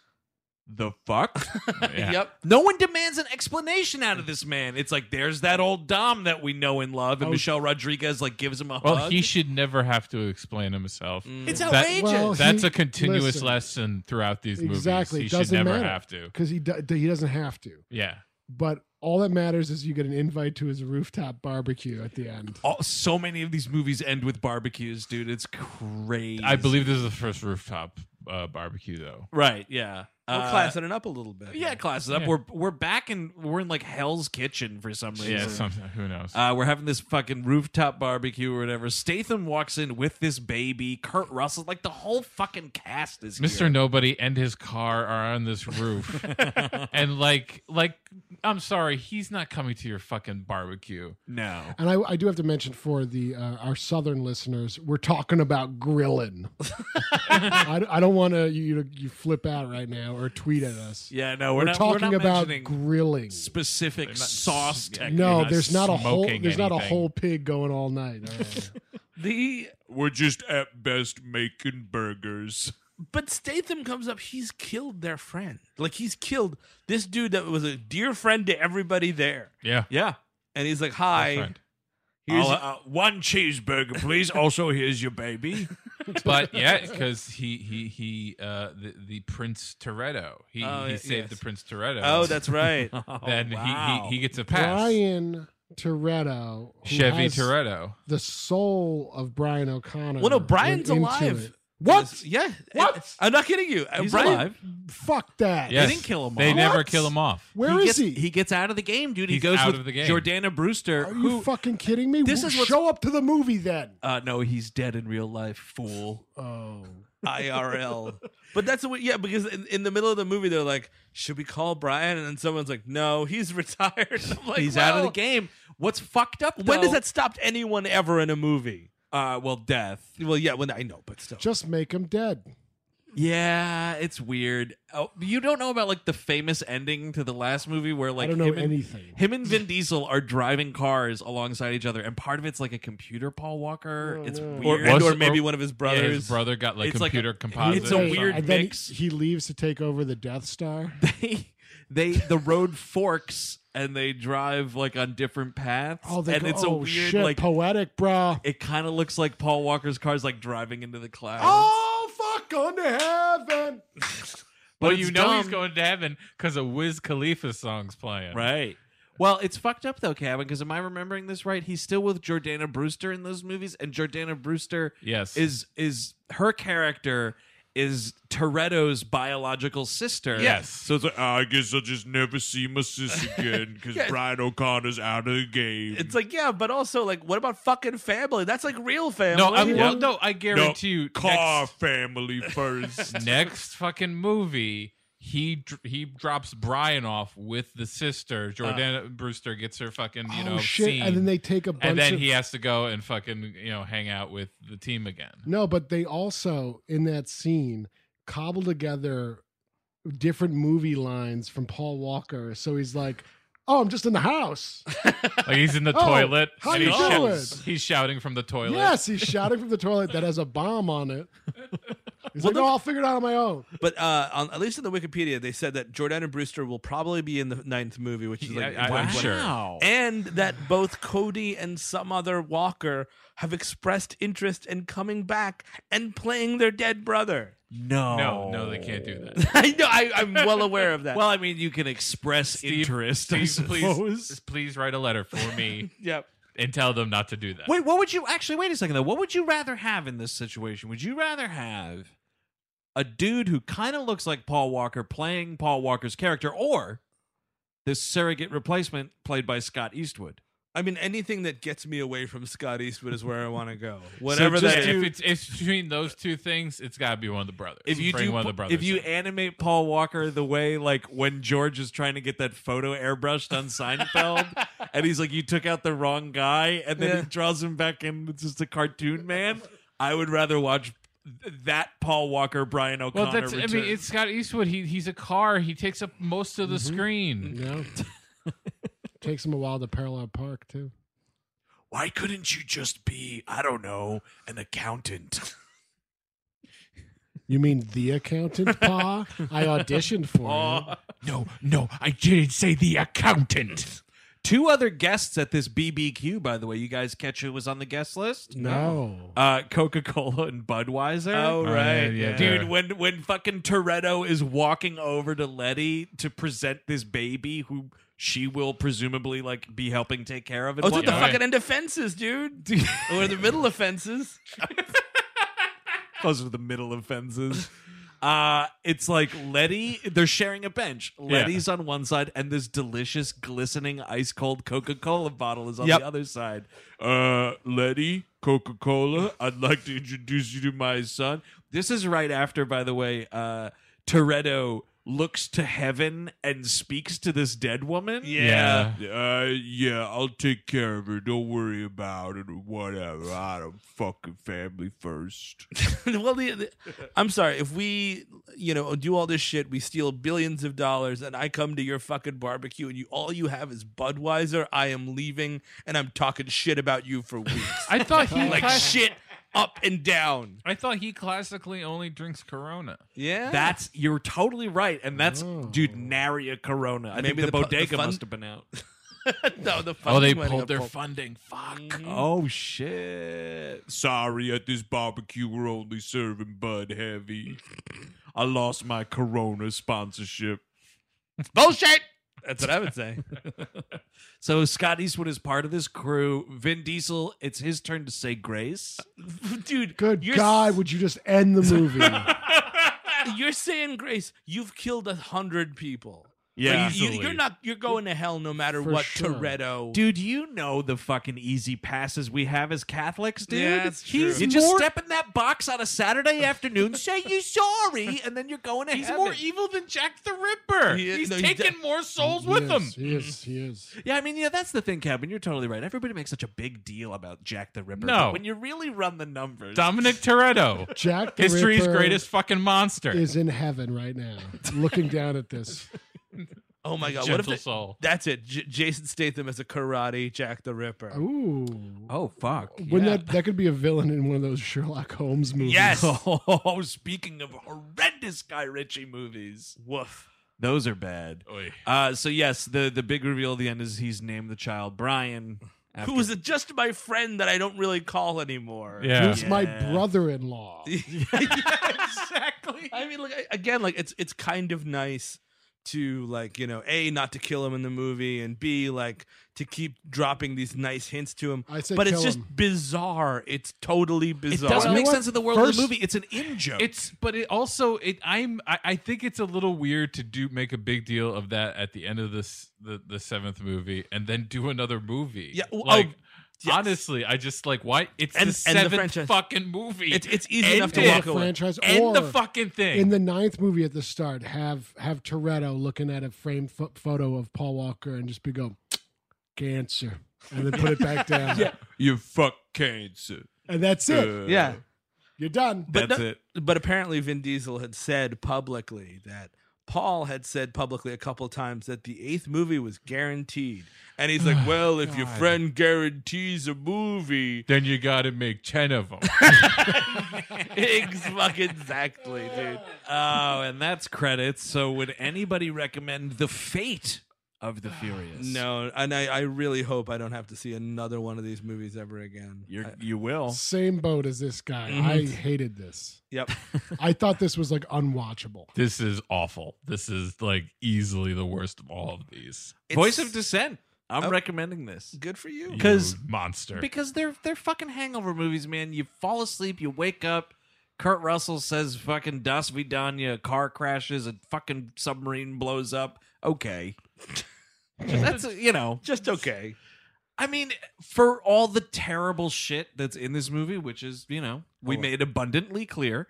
[SPEAKER 4] the fuck.
[SPEAKER 5] Yep.
[SPEAKER 4] No one demands an explanation out of this man. It's like there's that old Dom that we know and love, and
[SPEAKER 7] Oh.
[SPEAKER 4] Michelle Rodriguez like gives him a
[SPEAKER 7] Well,
[SPEAKER 4] hug.
[SPEAKER 7] he should never have to explain himself.
[SPEAKER 4] It's outrageous. Well,
[SPEAKER 7] *laughs* that's
[SPEAKER 6] he-
[SPEAKER 7] a continuous
[SPEAKER 6] listen.
[SPEAKER 7] lesson throughout these movies.
[SPEAKER 6] Exactly.
[SPEAKER 7] He should
[SPEAKER 6] doesn't
[SPEAKER 7] never
[SPEAKER 6] matter,
[SPEAKER 7] have to.
[SPEAKER 6] because he do- he doesn't have to.
[SPEAKER 7] Yeah.
[SPEAKER 6] But all that matters is you get an invite to his rooftop barbecue at the end.
[SPEAKER 4] All, so many of these movies end with barbecues, dude. It's crazy.
[SPEAKER 7] I believe this is the first rooftop uh, barbecue, though.
[SPEAKER 4] Right. Yeah.
[SPEAKER 5] We're
[SPEAKER 4] Uh,
[SPEAKER 5] classing it up a little bit.
[SPEAKER 4] Yeah, class it up.
[SPEAKER 7] Yeah.
[SPEAKER 4] We're we're back in we're in like Hell's Kitchen for some reason.
[SPEAKER 7] Yeah, something- who knows?
[SPEAKER 4] Uh, we're having this fucking rooftop barbecue or whatever. Statham walks in with this baby. Kurt Russell, like the whole fucking cast is
[SPEAKER 7] Mr.
[SPEAKER 4] here.
[SPEAKER 7] Nobody and his car are on this
[SPEAKER 5] *laughs*
[SPEAKER 7] roof. and like like I'm sorry, he's not coming to your fucking barbecue.
[SPEAKER 4] No.
[SPEAKER 6] And I, I do have to mention for the uh, our southern listeners, we're talking about
[SPEAKER 4] *laughs*
[SPEAKER 6] grilling. I, I don't want to you to- you flip out right now or tweet at us.
[SPEAKER 4] Yeah, no, we're, not,
[SPEAKER 6] talking
[SPEAKER 4] we're not
[SPEAKER 6] about
[SPEAKER 4] mentioning
[SPEAKER 6] grilling.
[SPEAKER 4] specific sauce technique.
[SPEAKER 6] No, there's not a whole there's not a whole pig going all night. All right.
[SPEAKER 5] The
[SPEAKER 21] We're just at best making burgers.
[SPEAKER 5] But Statham comes up, he's killed their friend. Like he's killed this dude that was a dear friend to everybody there.
[SPEAKER 7] Yeah.
[SPEAKER 4] Yeah.
[SPEAKER 5] And he's like, Hi. *laughs* Here's
[SPEAKER 21] I'll, uh, one cheeseburger, please. also, here's your baby.
[SPEAKER 7] But yeah, because he he he uh the, the Prince Toretto. He
[SPEAKER 5] Oh,
[SPEAKER 7] he
[SPEAKER 5] yeah,
[SPEAKER 7] saved
[SPEAKER 5] yes.
[SPEAKER 7] the Prince Toretto.
[SPEAKER 5] Oh, that's right.
[SPEAKER 7] *laughs* then
[SPEAKER 5] Wow.
[SPEAKER 7] he, he he gets a *laughs* pass.
[SPEAKER 6] Brian Toretto, who
[SPEAKER 7] Chevy
[SPEAKER 6] has
[SPEAKER 7] Toretto.
[SPEAKER 6] the soul of Brian O'Connor.
[SPEAKER 5] Well no,
[SPEAKER 6] went
[SPEAKER 5] Brian's
[SPEAKER 6] into
[SPEAKER 5] alive.
[SPEAKER 6] it.
[SPEAKER 5] What? Yeah. What? I'm not kidding you.
[SPEAKER 4] He's
[SPEAKER 5] Brian-
[SPEAKER 4] alive.
[SPEAKER 6] Fuck that.
[SPEAKER 7] Yes. They never kill him off.
[SPEAKER 6] Where
[SPEAKER 4] he
[SPEAKER 6] is
[SPEAKER 4] gets,
[SPEAKER 6] he?
[SPEAKER 4] He gets out of the game, dude. he
[SPEAKER 7] He's
[SPEAKER 4] goes
[SPEAKER 7] out
[SPEAKER 4] with
[SPEAKER 7] of the game.
[SPEAKER 4] Jordana Brewster,
[SPEAKER 6] Are
[SPEAKER 4] who
[SPEAKER 6] you fucking kidding me?
[SPEAKER 4] This
[SPEAKER 6] This
[SPEAKER 4] is
[SPEAKER 6] is
[SPEAKER 4] what's-
[SPEAKER 6] show up to the movie then.
[SPEAKER 4] Uh, no, he's dead in real life, fool.
[SPEAKER 6] Oh,
[SPEAKER 5] IRL. But that's what, yeah, because in, in the middle of the movie, they're like, should we call Brian? And then someone's like, no, he's *laughs* retired. I'm like,
[SPEAKER 4] He's out of the
[SPEAKER 5] game. What's fucked up? When does that stop anyone ever in a movie? Uh, well, death. Well, yeah, well, I know, but still.
[SPEAKER 6] Just make him dead.
[SPEAKER 4] Yeah, it's weird. Oh, you don't know about like the famous ending to the last movie where like
[SPEAKER 6] don't know
[SPEAKER 4] him and,
[SPEAKER 6] anything.
[SPEAKER 4] Him and Vin Diesel are driving cars alongside each other, and part of it's like a computer
[SPEAKER 6] Oh,
[SPEAKER 4] Paul Walker. it's weird,
[SPEAKER 5] and- or maybe one of his
[SPEAKER 7] yeah,
[SPEAKER 5] brothers.
[SPEAKER 7] his brother got like
[SPEAKER 4] It's like
[SPEAKER 7] computer
[SPEAKER 4] a-
[SPEAKER 7] composite.
[SPEAKER 4] it's a
[SPEAKER 7] or
[SPEAKER 4] weird
[SPEAKER 7] something.
[SPEAKER 6] And then he leaves to take over the Death
[SPEAKER 4] *laughs*
[SPEAKER 6] Star.
[SPEAKER 4] they the road forks and they drive like on different paths.
[SPEAKER 6] Oh, they
[SPEAKER 4] and
[SPEAKER 6] go,
[SPEAKER 4] it's a
[SPEAKER 6] "Oh,
[SPEAKER 4] weird
[SPEAKER 6] shit,
[SPEAKER 4] like
[SPEAKER 6] poetic, brah.
[SPEAKER 4] It kind of looks like Paul Walker's car's like driving into the clouds.
[SPEAKER 6] Oh, fuck, going to heaven.
[SPEAKER 7] well,
[SPEAKER 4] it's
[SPEAKER 7] you know he's
[SPEAKER 4] dumb.
[SPEAKER 7] going to heaven because a Wiz Khalifa song's playing.
[SPEAKER 4] Right. Well, it's fucked up though, Kevin. Because am I *laughs* remembering this right? He's still with Jordana Brewster in those movies, and Jordana Brewster,
[SPEAKER 7] Yes.
[SPEAKER 4] is is her character is Toretto's biological sister.
[SPEAKER 10] So it's like, "Ah, I guess I'll just never see my sis again because
[SPEAKER 4] Yes.
[SPEAKER 10] Brian O'Connor's out of the game.
[SPEAKER 5] It's like, yeah, but also, like, what about fucking family? That's like real family.
[SPEAKER 7] No, I'm, well, no, I guarantee you.
[SPEAKER 10] car
[SPEAKER 7] next- *laughs*
[SPEAKER 10] family first.
[SPEAKER 7] next fucking movie he dr- he drops Brian off with the sister. Jordana Brewster gets her fucking you
[SPEAKER 6] Oh,
[SPEAKER 7] know
[SPEAKER 6] shit,
[SPEAKER 7] Seen,
[SPEAKER 6] and then they take a bunch
[SPEAKER 7] and then
[SPEAKER 6] of-
[SPEAKER 7] he has to go and fucking you know hang out with the team again.
[SPEAKER 6] No, but they also in that scene cobble together different movie lines from Paul Walker. So he's like, "Oh, I'm just in the house."
[SPEAKER 7] Like he's in the
[SPEAKER 6] Oh,
[SPEAKER 7] toilet.
[SPEAKER 6] how
[SPEAKER 7] and
[SPEAKER 6] you
[SPEAKER 7] he's, shou-
[SPEAKER 6] doing?
[SPEAKER 7] he's shouting from the toilet.
[SPEAKER 6] yes, he's shouting from the toilet that has a bomb on
[SPEAKER 7] *laughs*
[SPEAKER 6] it. He's
[SPEAKER 5] Well,
[SPEAKER 6] like, "No, I'll figure it out on my own."
[SPEAKER 5] But uh, on, at least in the Wikipedia, they said that Jordana Brewster will probably be in the ninth movie, which is like
[SPEAKER 7] Yeah, I- I'm
[SPEAKER 5] one-
[SPEAKER 7] sure.
[SPEAKER 4] Wow.
[SPEAKER 5] And that both Cody and some other Walker have expressed interest in coming back and playing their dead brother.
[SPEAKER 4] No.
[SPEAKER 7] No, no, they can't do
[SPEAKER 5] *laughs*
[SPEAKER 7] that.
[SPEAKER 5] I know. I, I'm well aware of that.
[SPEAKER 4] Well, I mean, you can express
[SPEAKER 7] Steve,
[SPEAKER 4] interest.
[SPEAKER 7] Steve,
[SPEAKER 4] I suppose.
[SPEAKER 7] please, please write a letter for me.
[SPEAKER 5] yep.
[SPEAKER 7] And tell them not to do that.
[SPEAKER 4] Wait, what would you actually? Wait a second though. What would you rather have in this situation? Would you rather have a dude who kind of looks like Paul Walker playing Paul Walker's character, or this surrogate replacement played by Scott Eastwood?
[SPEAKER 5] I mean, anything that gets me away from Scott Eastwood is where I want to go. Whatever
[SPEAKER 7] So
[SPEAKER 5] that
[SPEAKER 7] just
[SPEAKER 5] is.
[SPEAKER 7] if it's, it's between those two things, it's got to be one of the brothers.
[SPEAKER 4] If you
[SPEAKER 7] Bring
[SPEAKER 4] do,
[SPEAKER 7] one of the brothers,
[SPEAKER 4] if you animate Paul Walker the way like when George is trying to get that photo airbrushed on Seinfeld,
[SPEAKER 7] *laughs*
[SPEAKER 4] and he's like, "You took out the wrong guy," and then
[SPEAKER 5] Yeah.
[SPEAKER 4] he draws him back in. It's just a cartoon man. I would rather watch th- that Paul Walker Brian O'Connor.
[SPEAKER 7] well, that's. I
[SPEAKER 4] return.
[SPEAKER 7] mean, it's Scott Eastwood. He he's a car. He takes up most of the
[SPEAKER 6] Mm-hmm.
[SPEAKER 7] screen.
[SPEAKER 6] Yeah. Takes him a while to parallel park too.
[SPEAKER 4] Why couldn't you just be, I don't know, an accountant?
[SPEAKER 6] You mean the accountant,
[SPEAKER 7] *laughs*
[SPEAKER 6] Pa? I auditioned for it.
[SPEAKER 4] No, no, I didn't say the accountant. Two other guests at this BBQ, by the way. You guys catch who was on the guest list?
[SPEAKER 6] No.
[SPEAKER 4] Uh, Coca Cola and Budweiser.
[SPEAKER 5] Oh, Oh, right, yeah, yeah.
[SPEAKER 4] dude. When when fucking Toretto is walking over to Letty to present this baby, who she will presumably like be helping take care of. It.
[SPEAKER 5] Oh, dude, the fucking end of fences, dude. or the middle of fences.
[SPEAKER 4] closer to the middle of fences. *laughs* Uh, it's like Letty, they're sharing a bench. Letty's on one side, and this delicious, glistening, ice cold Coca Cola bottle is on
[SPEAKER 10] Yep.
[SPEAKER 4] the other side.
[SPEAKER 10] uh, Letty, Coca Cola, I'd like to introduce you to my son.
[SPEAKER 4] This is right after, by the way, uh, Toretto looks to heaven and speaks to this dead woman.
[SPEAKER 10] Yeah. Uh, yeah, I'll take care of her. Don't worry about it or whatever. I don't fucking family first.
[SPEAKER 5] *laughs* well, the, the, I'm sorry. If we, you know, do all this shit, we steal billions of dollars, and I come to your fucking barbecue, and you all you have is Budweiser. I am leaving, and I'm talking shit about you for weeks.
[SPEAKER 7] I thought he
[SPEAKER 5] like
[SPEAKER 7] cut-
[SPEAKER 5] shit up and down.
[SPEAKER 7] I thought he classically only drinks Corona.
[SPEAKER 5] Yeah,
[SPEAKER 4] That's you're totally right, and that's dude nary a Corona. I
[SPEAKER 5] Oh. Maybe
[SPEAKER 4] think the,
[SPEAKER 5] the pu- the
[SPEAKER 4] bodega
[SPEAKER 5] fun-
[SPEAKER 4] must have been out.
[SPEAKER 5] no, the
[SPEAKER 7] Oh, they
[SPEAKER 5] funding went
[SPEAKER 7] pulled
[SPEAKER 5] up.
[SPEAKER 7] their funding. Fuck.
[SPEAKER 4] Oh shit!
[SPEAKER 10] Sorry, at this barbecue we're only serving Bud Heavy. I lost my
[SPEAKER 4] *laughs*
[SPEAKER 10] Corona sponsorship.
[SPEAKER 5] bullshit. That's what I would say.
[SPEAKER 4] So Scott Eastwood is part of this crew. Vin Diesel, it's his turn to say grace.
[SPEAKER 5] Dude,
[SPEAKER 6] Good
[SPEAKER 5] you're
[SPEAKER 6] God, would you just end the movie?
[SPEAKER 5] You're saying, Grace, you've killed a hundred people.
[SPEAKER 4] Yeah.
[SPEAKER 5] Like, you,
[SPEAKER 4] Easily.
[SPEAKER 5] you're not. You're going to hell no matter
[SPEAKER 4] For
[SPEAKER 5] what.
[SPEAKER 4] sure.
[SPEAKER 5] Toretto,
[SPEAKER 4] Dude, you know the fucking easy passes we have as Catholics, dude.
[SPEAKER 5] Yeah, that's true.
[SPEAKER 4] He's
[SPEAKER 5] You
[SPEAKER 4] you
[SPEAKER 5] just
[SPEAKER 4] just step in that box on a Saturday afternoon, say you're sorry, and then you're going to
[SPEAKER 7] He's
[SPEAKER 4] heaven.
[SPEAKER 7] more evil than Jack the Ripper.
[SPEAKER 4] He is-
[SPEAKER 7] He's
[SPEAKER 4] no, he
[SPEAKER 7] taking
[SPEAKER 4] de-
[SPEAKER 7] more souls *laughs* with
[SPEAKER 4] Yes,
[SPEAKER 7] him.
[SPEAKER 6] He is. He is.
[SPEAKER 4] Yeah, I mean, yeah, that's the thing, Kevin. You're totally right. Everybody makes such a big deal about Jack the Ripper.
[SPEAKER 7] No.
[SPEAKER 4] but when you really run the numbers,
[SPEAKER 7] Dominic
[SPEAKER 6] *laughs*
[SPEAKER 7] Toretto,
[SPEAKER 6] Jack the
[SPEAKER 7] history's
[SPEAKER 6] Ripper
[SPEAKER 7] greatest fucking monster.
[SPEAKER 6] Is in heaven right now, looking down at this.
[SPEAKER 5] Oh my god! what if
[SPEAKER 7] Gentle
[SPEAKER 5] they-
[SPEAKER 7] soul.
[SPEAKER 5] That's it. J- Jason Statham as a karate Jack the Ripper.
[SPEAKER 6] Ooh.
[SPEAKER 4] Oh fuck!
[SPEAKER 6] Wouldn't that that could be a villain in one of those Sherlock Holmes movies?
[SPEAKER 4] Yes. *laughs*
[SPEAKER 5] *laughs*
[SPEAKER 4] Oh, speaking of horrendous Guy Ritchie movies,
[SPEAKER 5] woof.
[SPEAKER 4] Those are bad. Uh, so yes, the the big reveal at the end is he's named the child Brian.
[SPEAKER 5] Who was just my friend that I don't really call anymore?
[SPEAKER 6] Who's my brother-in-law?
[SPEAKER 5] exactly. I mean, like I- again, like it's it's kind of nice to like you know a not to kill him in the movie and b like to keep dropping these nice hints to him.
[SPEAKER 6] I say
[SPEAKER 5] but it's
[SPEAKER 6] kill
[SPEAKER 5] just
[SPEAKER 6] him.
[SPEAKER 5] bizarre. It's totally bizarre.
[SPEAKER 7] doesn't You know make what? sense
[SPEAKER 4] of
[SPEAKER 7] in the world of the First-
[SPEAKER 4] movie. It's an in joke.
[SPEAKER 7] It's but it also it I'm I, I think it's a little weird to do make a big deal of that at the end of this the, the seventh movie and then do another movie.
[SPEAKER 5] Yeah, w- oh,
[SPEAKER 7] like honestly, I just like why it's
[SPEAKER 5] And-
[SPEAKER 7] the
[SPEAKER 5] and the
[SPEAKER 7] seventh
[SPEAKER 5] franchise.
[SPEAKER 7] fucking movie.
[SPEAKER 5] It's- it's easy
[SPEAKER 7] End
[SPEAKER 5] enough to
[SPEAKER 7] it.
[SPEAKER 5] walk away.
[SPEAKER 6] franchise
[SPEAKER 7] End the
[SPEAKER 6] or
[SPEAKER 7] fucking thing.
[SPEAKER 6] in the ninth movie at the start have have toretto looking at a framed pho- photo of paul walker and just be go cancer and then put it back down
[SPEAKER 22] You fuck cancer.
[SPEAKER 6] and that's it
[SPEAKER 22] Uh,
[SPEAKER 5] yeah.
[SPEAKER 6] you're done
[SPEAKER 5] But no- But apparently, Vin Diesel had said publicly that Paul had said publicly a couple times that the eighth movie was guaranteed, and he's
[SPEAKER 7] *sighs*
[SPEAKER 5] like, "Well, if your
[SPEAKER 7] God.
[SPEAKER 5] friend guarantees a movie, *laughs*
[SPEAKER 7] then you got to make ten of them.
[SPEAKER 5] Ex- fucking exactly, dude."
[SPEAKER 4] *laughs* Oh, and that's credits. So would anybody recommend The Fate of
[SPEAKER 7] *sighs*
[SPEAKER 4] the Furious?
[SPEAKER 5] No, and I, I really hope I don't have to see another one of these movies ever again.
[SPEAKER 4] You're, you will.
[SPEAKER 6] same boat as this guy
[SPEAKER 5] Mhm.
[SPEAKER 6] i hated this
[SPEAKER 7] *laughs*
[SPEAKER 5] Yep.
[SPEAKER 6] i thought this was like unwatchable
[SPEAKER 7] This is awful. This is like easily the worst of all of these.
[SPEAKER 4] Voice of Dissent. I'm
[SPEAKER 7] Oh.
[SPEAKER 4] recommending this.
[SPEAKER 5] Good for you.
[SPEAKER 7] because monster.
[SPEAKER 4] Because they're they're fucking hangover movies, man. You fall asleep, you wake up. Kurt Russell says fucking Das Vidanya, a car crashes, a fucking submarine blows up. Okay. That's you know.
[SPEAKER 5] Just okay.
[SPEAKER 4] I mean, for all the terrible shit that's in this movie, which is, you know, we
[SPEAKER 5] Oh. Mm-hmm.
[SPEAKER 4] made abundantly clear.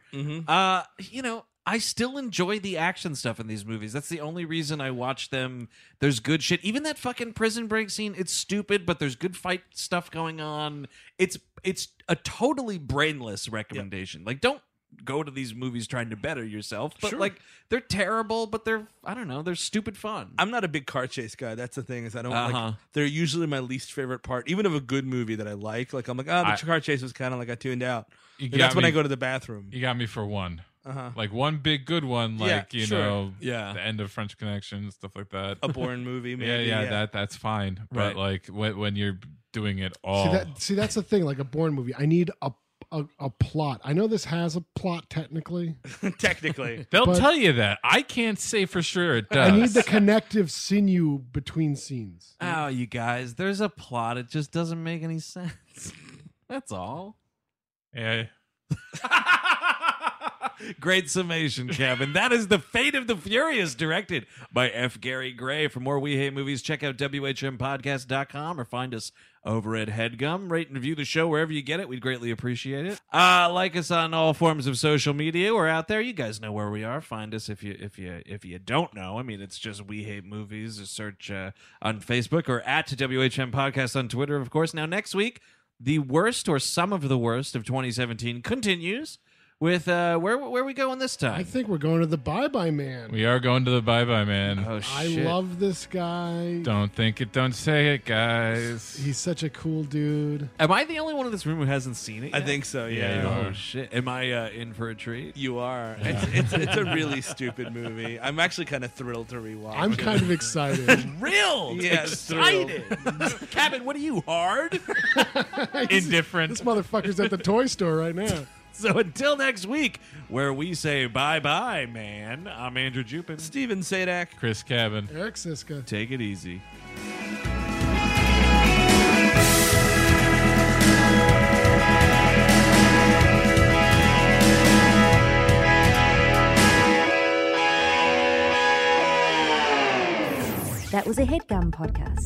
[SPEAKER 4] Uh, you know, I still enjoy the action stuff in these movies. That's the only reason I watch them. There's good shit. Even that fucking prison break scene, it's stupid, but there's good fight stuff going on. It's it's a totally brainless recommendation. Like don't go to these movies trying to better yourself, but
[SPEAKER 5] Sure.
[SPEAKER 4] like they're terrible, but they're I don't know, they're stupid fun.
[SPEAKER 5] I'm not a big car chase guy. That's the thing is I don't
[SPEAKER 4] Uh-huh.
[SPEAKER 5] like. They're usually my least favorite part, even of a good movie that I like. Like I'm like, oh, the
[SPEAKER 7] I-
[SPEAKER 5] car chase was kind of like I tuned out.
[SPEAKER 7] You
[SPEAKER 5] And
[SPEAKER 7] got
[SPEAKER 5] that's when
[SPEAKER 7] me.
[SPEAKER 5] I go to the bathroom.
[SPEAKER 7] You got me for one.
[SPEAKER 5] Uh-huh.
[SPEAKER 7] Like one big good one,
[SPEAKER 5] Yeah,
[SPEAKER 7] like you
[SPEAKER 5] sure.
[SPEAKER 7] know,
[SPEAKER 5] Yeah.
[SPEAKER 7] the end of French Connection, stuff like that.
[SPEAKER 5] A
[SPEAKER 7] *laughs*
[SPEAKER 5] Bourne movie,
[SPEAKER 7] yeah,
[SPEAKER 5] maybe,
[SPEAKER 7] yeah,
[SPEAKER 5] yeah.
[SPEAKER 7] that that's fine.
[SPEAKER 5] Right.
[SPEAKER 7] But like when, when you're doing it all,
[SPEAKER 6] See that? See that's the thing. Like a Bourne movie, I need a a, a plot. I know this has a plot technically.
[SPEAKER 4] *laughs*
[SPEAKER 5] Technically,
[SPEAKER 7] they'll
[SPEAKER 6] But-
[SPEAKER 7] tell you that. I can't say for sure it does.
[SPEAKER 6] I need the connective sinew between scenes.
[SPEAKER 4] Oh, you guys, there's a plot. It just doesn't make any sense. That's all.
[SPEAKER 7] Yeah.
[SPEAKER 4] *laughs* Great summation, Kevin. That is The Fate of the Furious, directed by F. Gary Gray. For more We Hate Movies, check out WHMPodcast.com or find us over at Headgum. Rate and review the show wherever you get it. We'd greatly appreciate it. Uh, like us on all forms of social media. We're out there. You guys know where we are. Find us if you if you if you don't know. I mean, it's just We Hate Movies. Just Search uh, on Facebook or at WHM Podcast on Twitter, of course. Now, next week, the worst or some of the worst of 2017 continues with uh where where are we going this time?
[SPEAKER 6] I think we're going to the Bye Bye Man.
[SPEAKER 7] we are going to the Bye Bye Man.
[SPEAKER 4] Oh
[SPEAKER 6] I love this guy.
[SPEAKER 7] Don't think it, don't say it, guys.
[SPEAKER 6] He's such a cool dude.
[SPEAKER 4] Am I the only one in this room who hasn't seen it?
[SPEAKER 5] I think so, Yeah, yeah. you
[SPEAKER 4] oh
[SPEAKER 5] are.
[SPEAKER 4] shit! Am I uh, in for a treat?
[SPEAKER 5] You are. It's, it's, it's a
[SPEAKER 4] *laughs*
[SPEAKER 5] really stupid movie. I'm actually kind of thrilled to rewatch.
[SPEAKER 7] *laughs*
[SPEAKER 6] I'm
[SPEAKER 5] it.
[SPEAKER 6] kind of excited.
[SPEAKER 4] Thrilled,
[SPEAKER 5] Yeah,
[SPEAKER 4] excited. *laughs* Cabin, what are you *laughs* hard? Indifferent.
[SPEAKER 6] this motherfucker's at the toy store right now.
[SPEAKER 4] So until next week, where we say bye bye, man. I'm Andrew Jupin.
[SPEAKER 5] Steven Sadak.
[SPEAKER 7] Chris Cabin.
[SPEAKER 6] Eric Siska.
[SPEAKER 4] Take it easy.
[SPEAKER 3] That was a headgum podcast.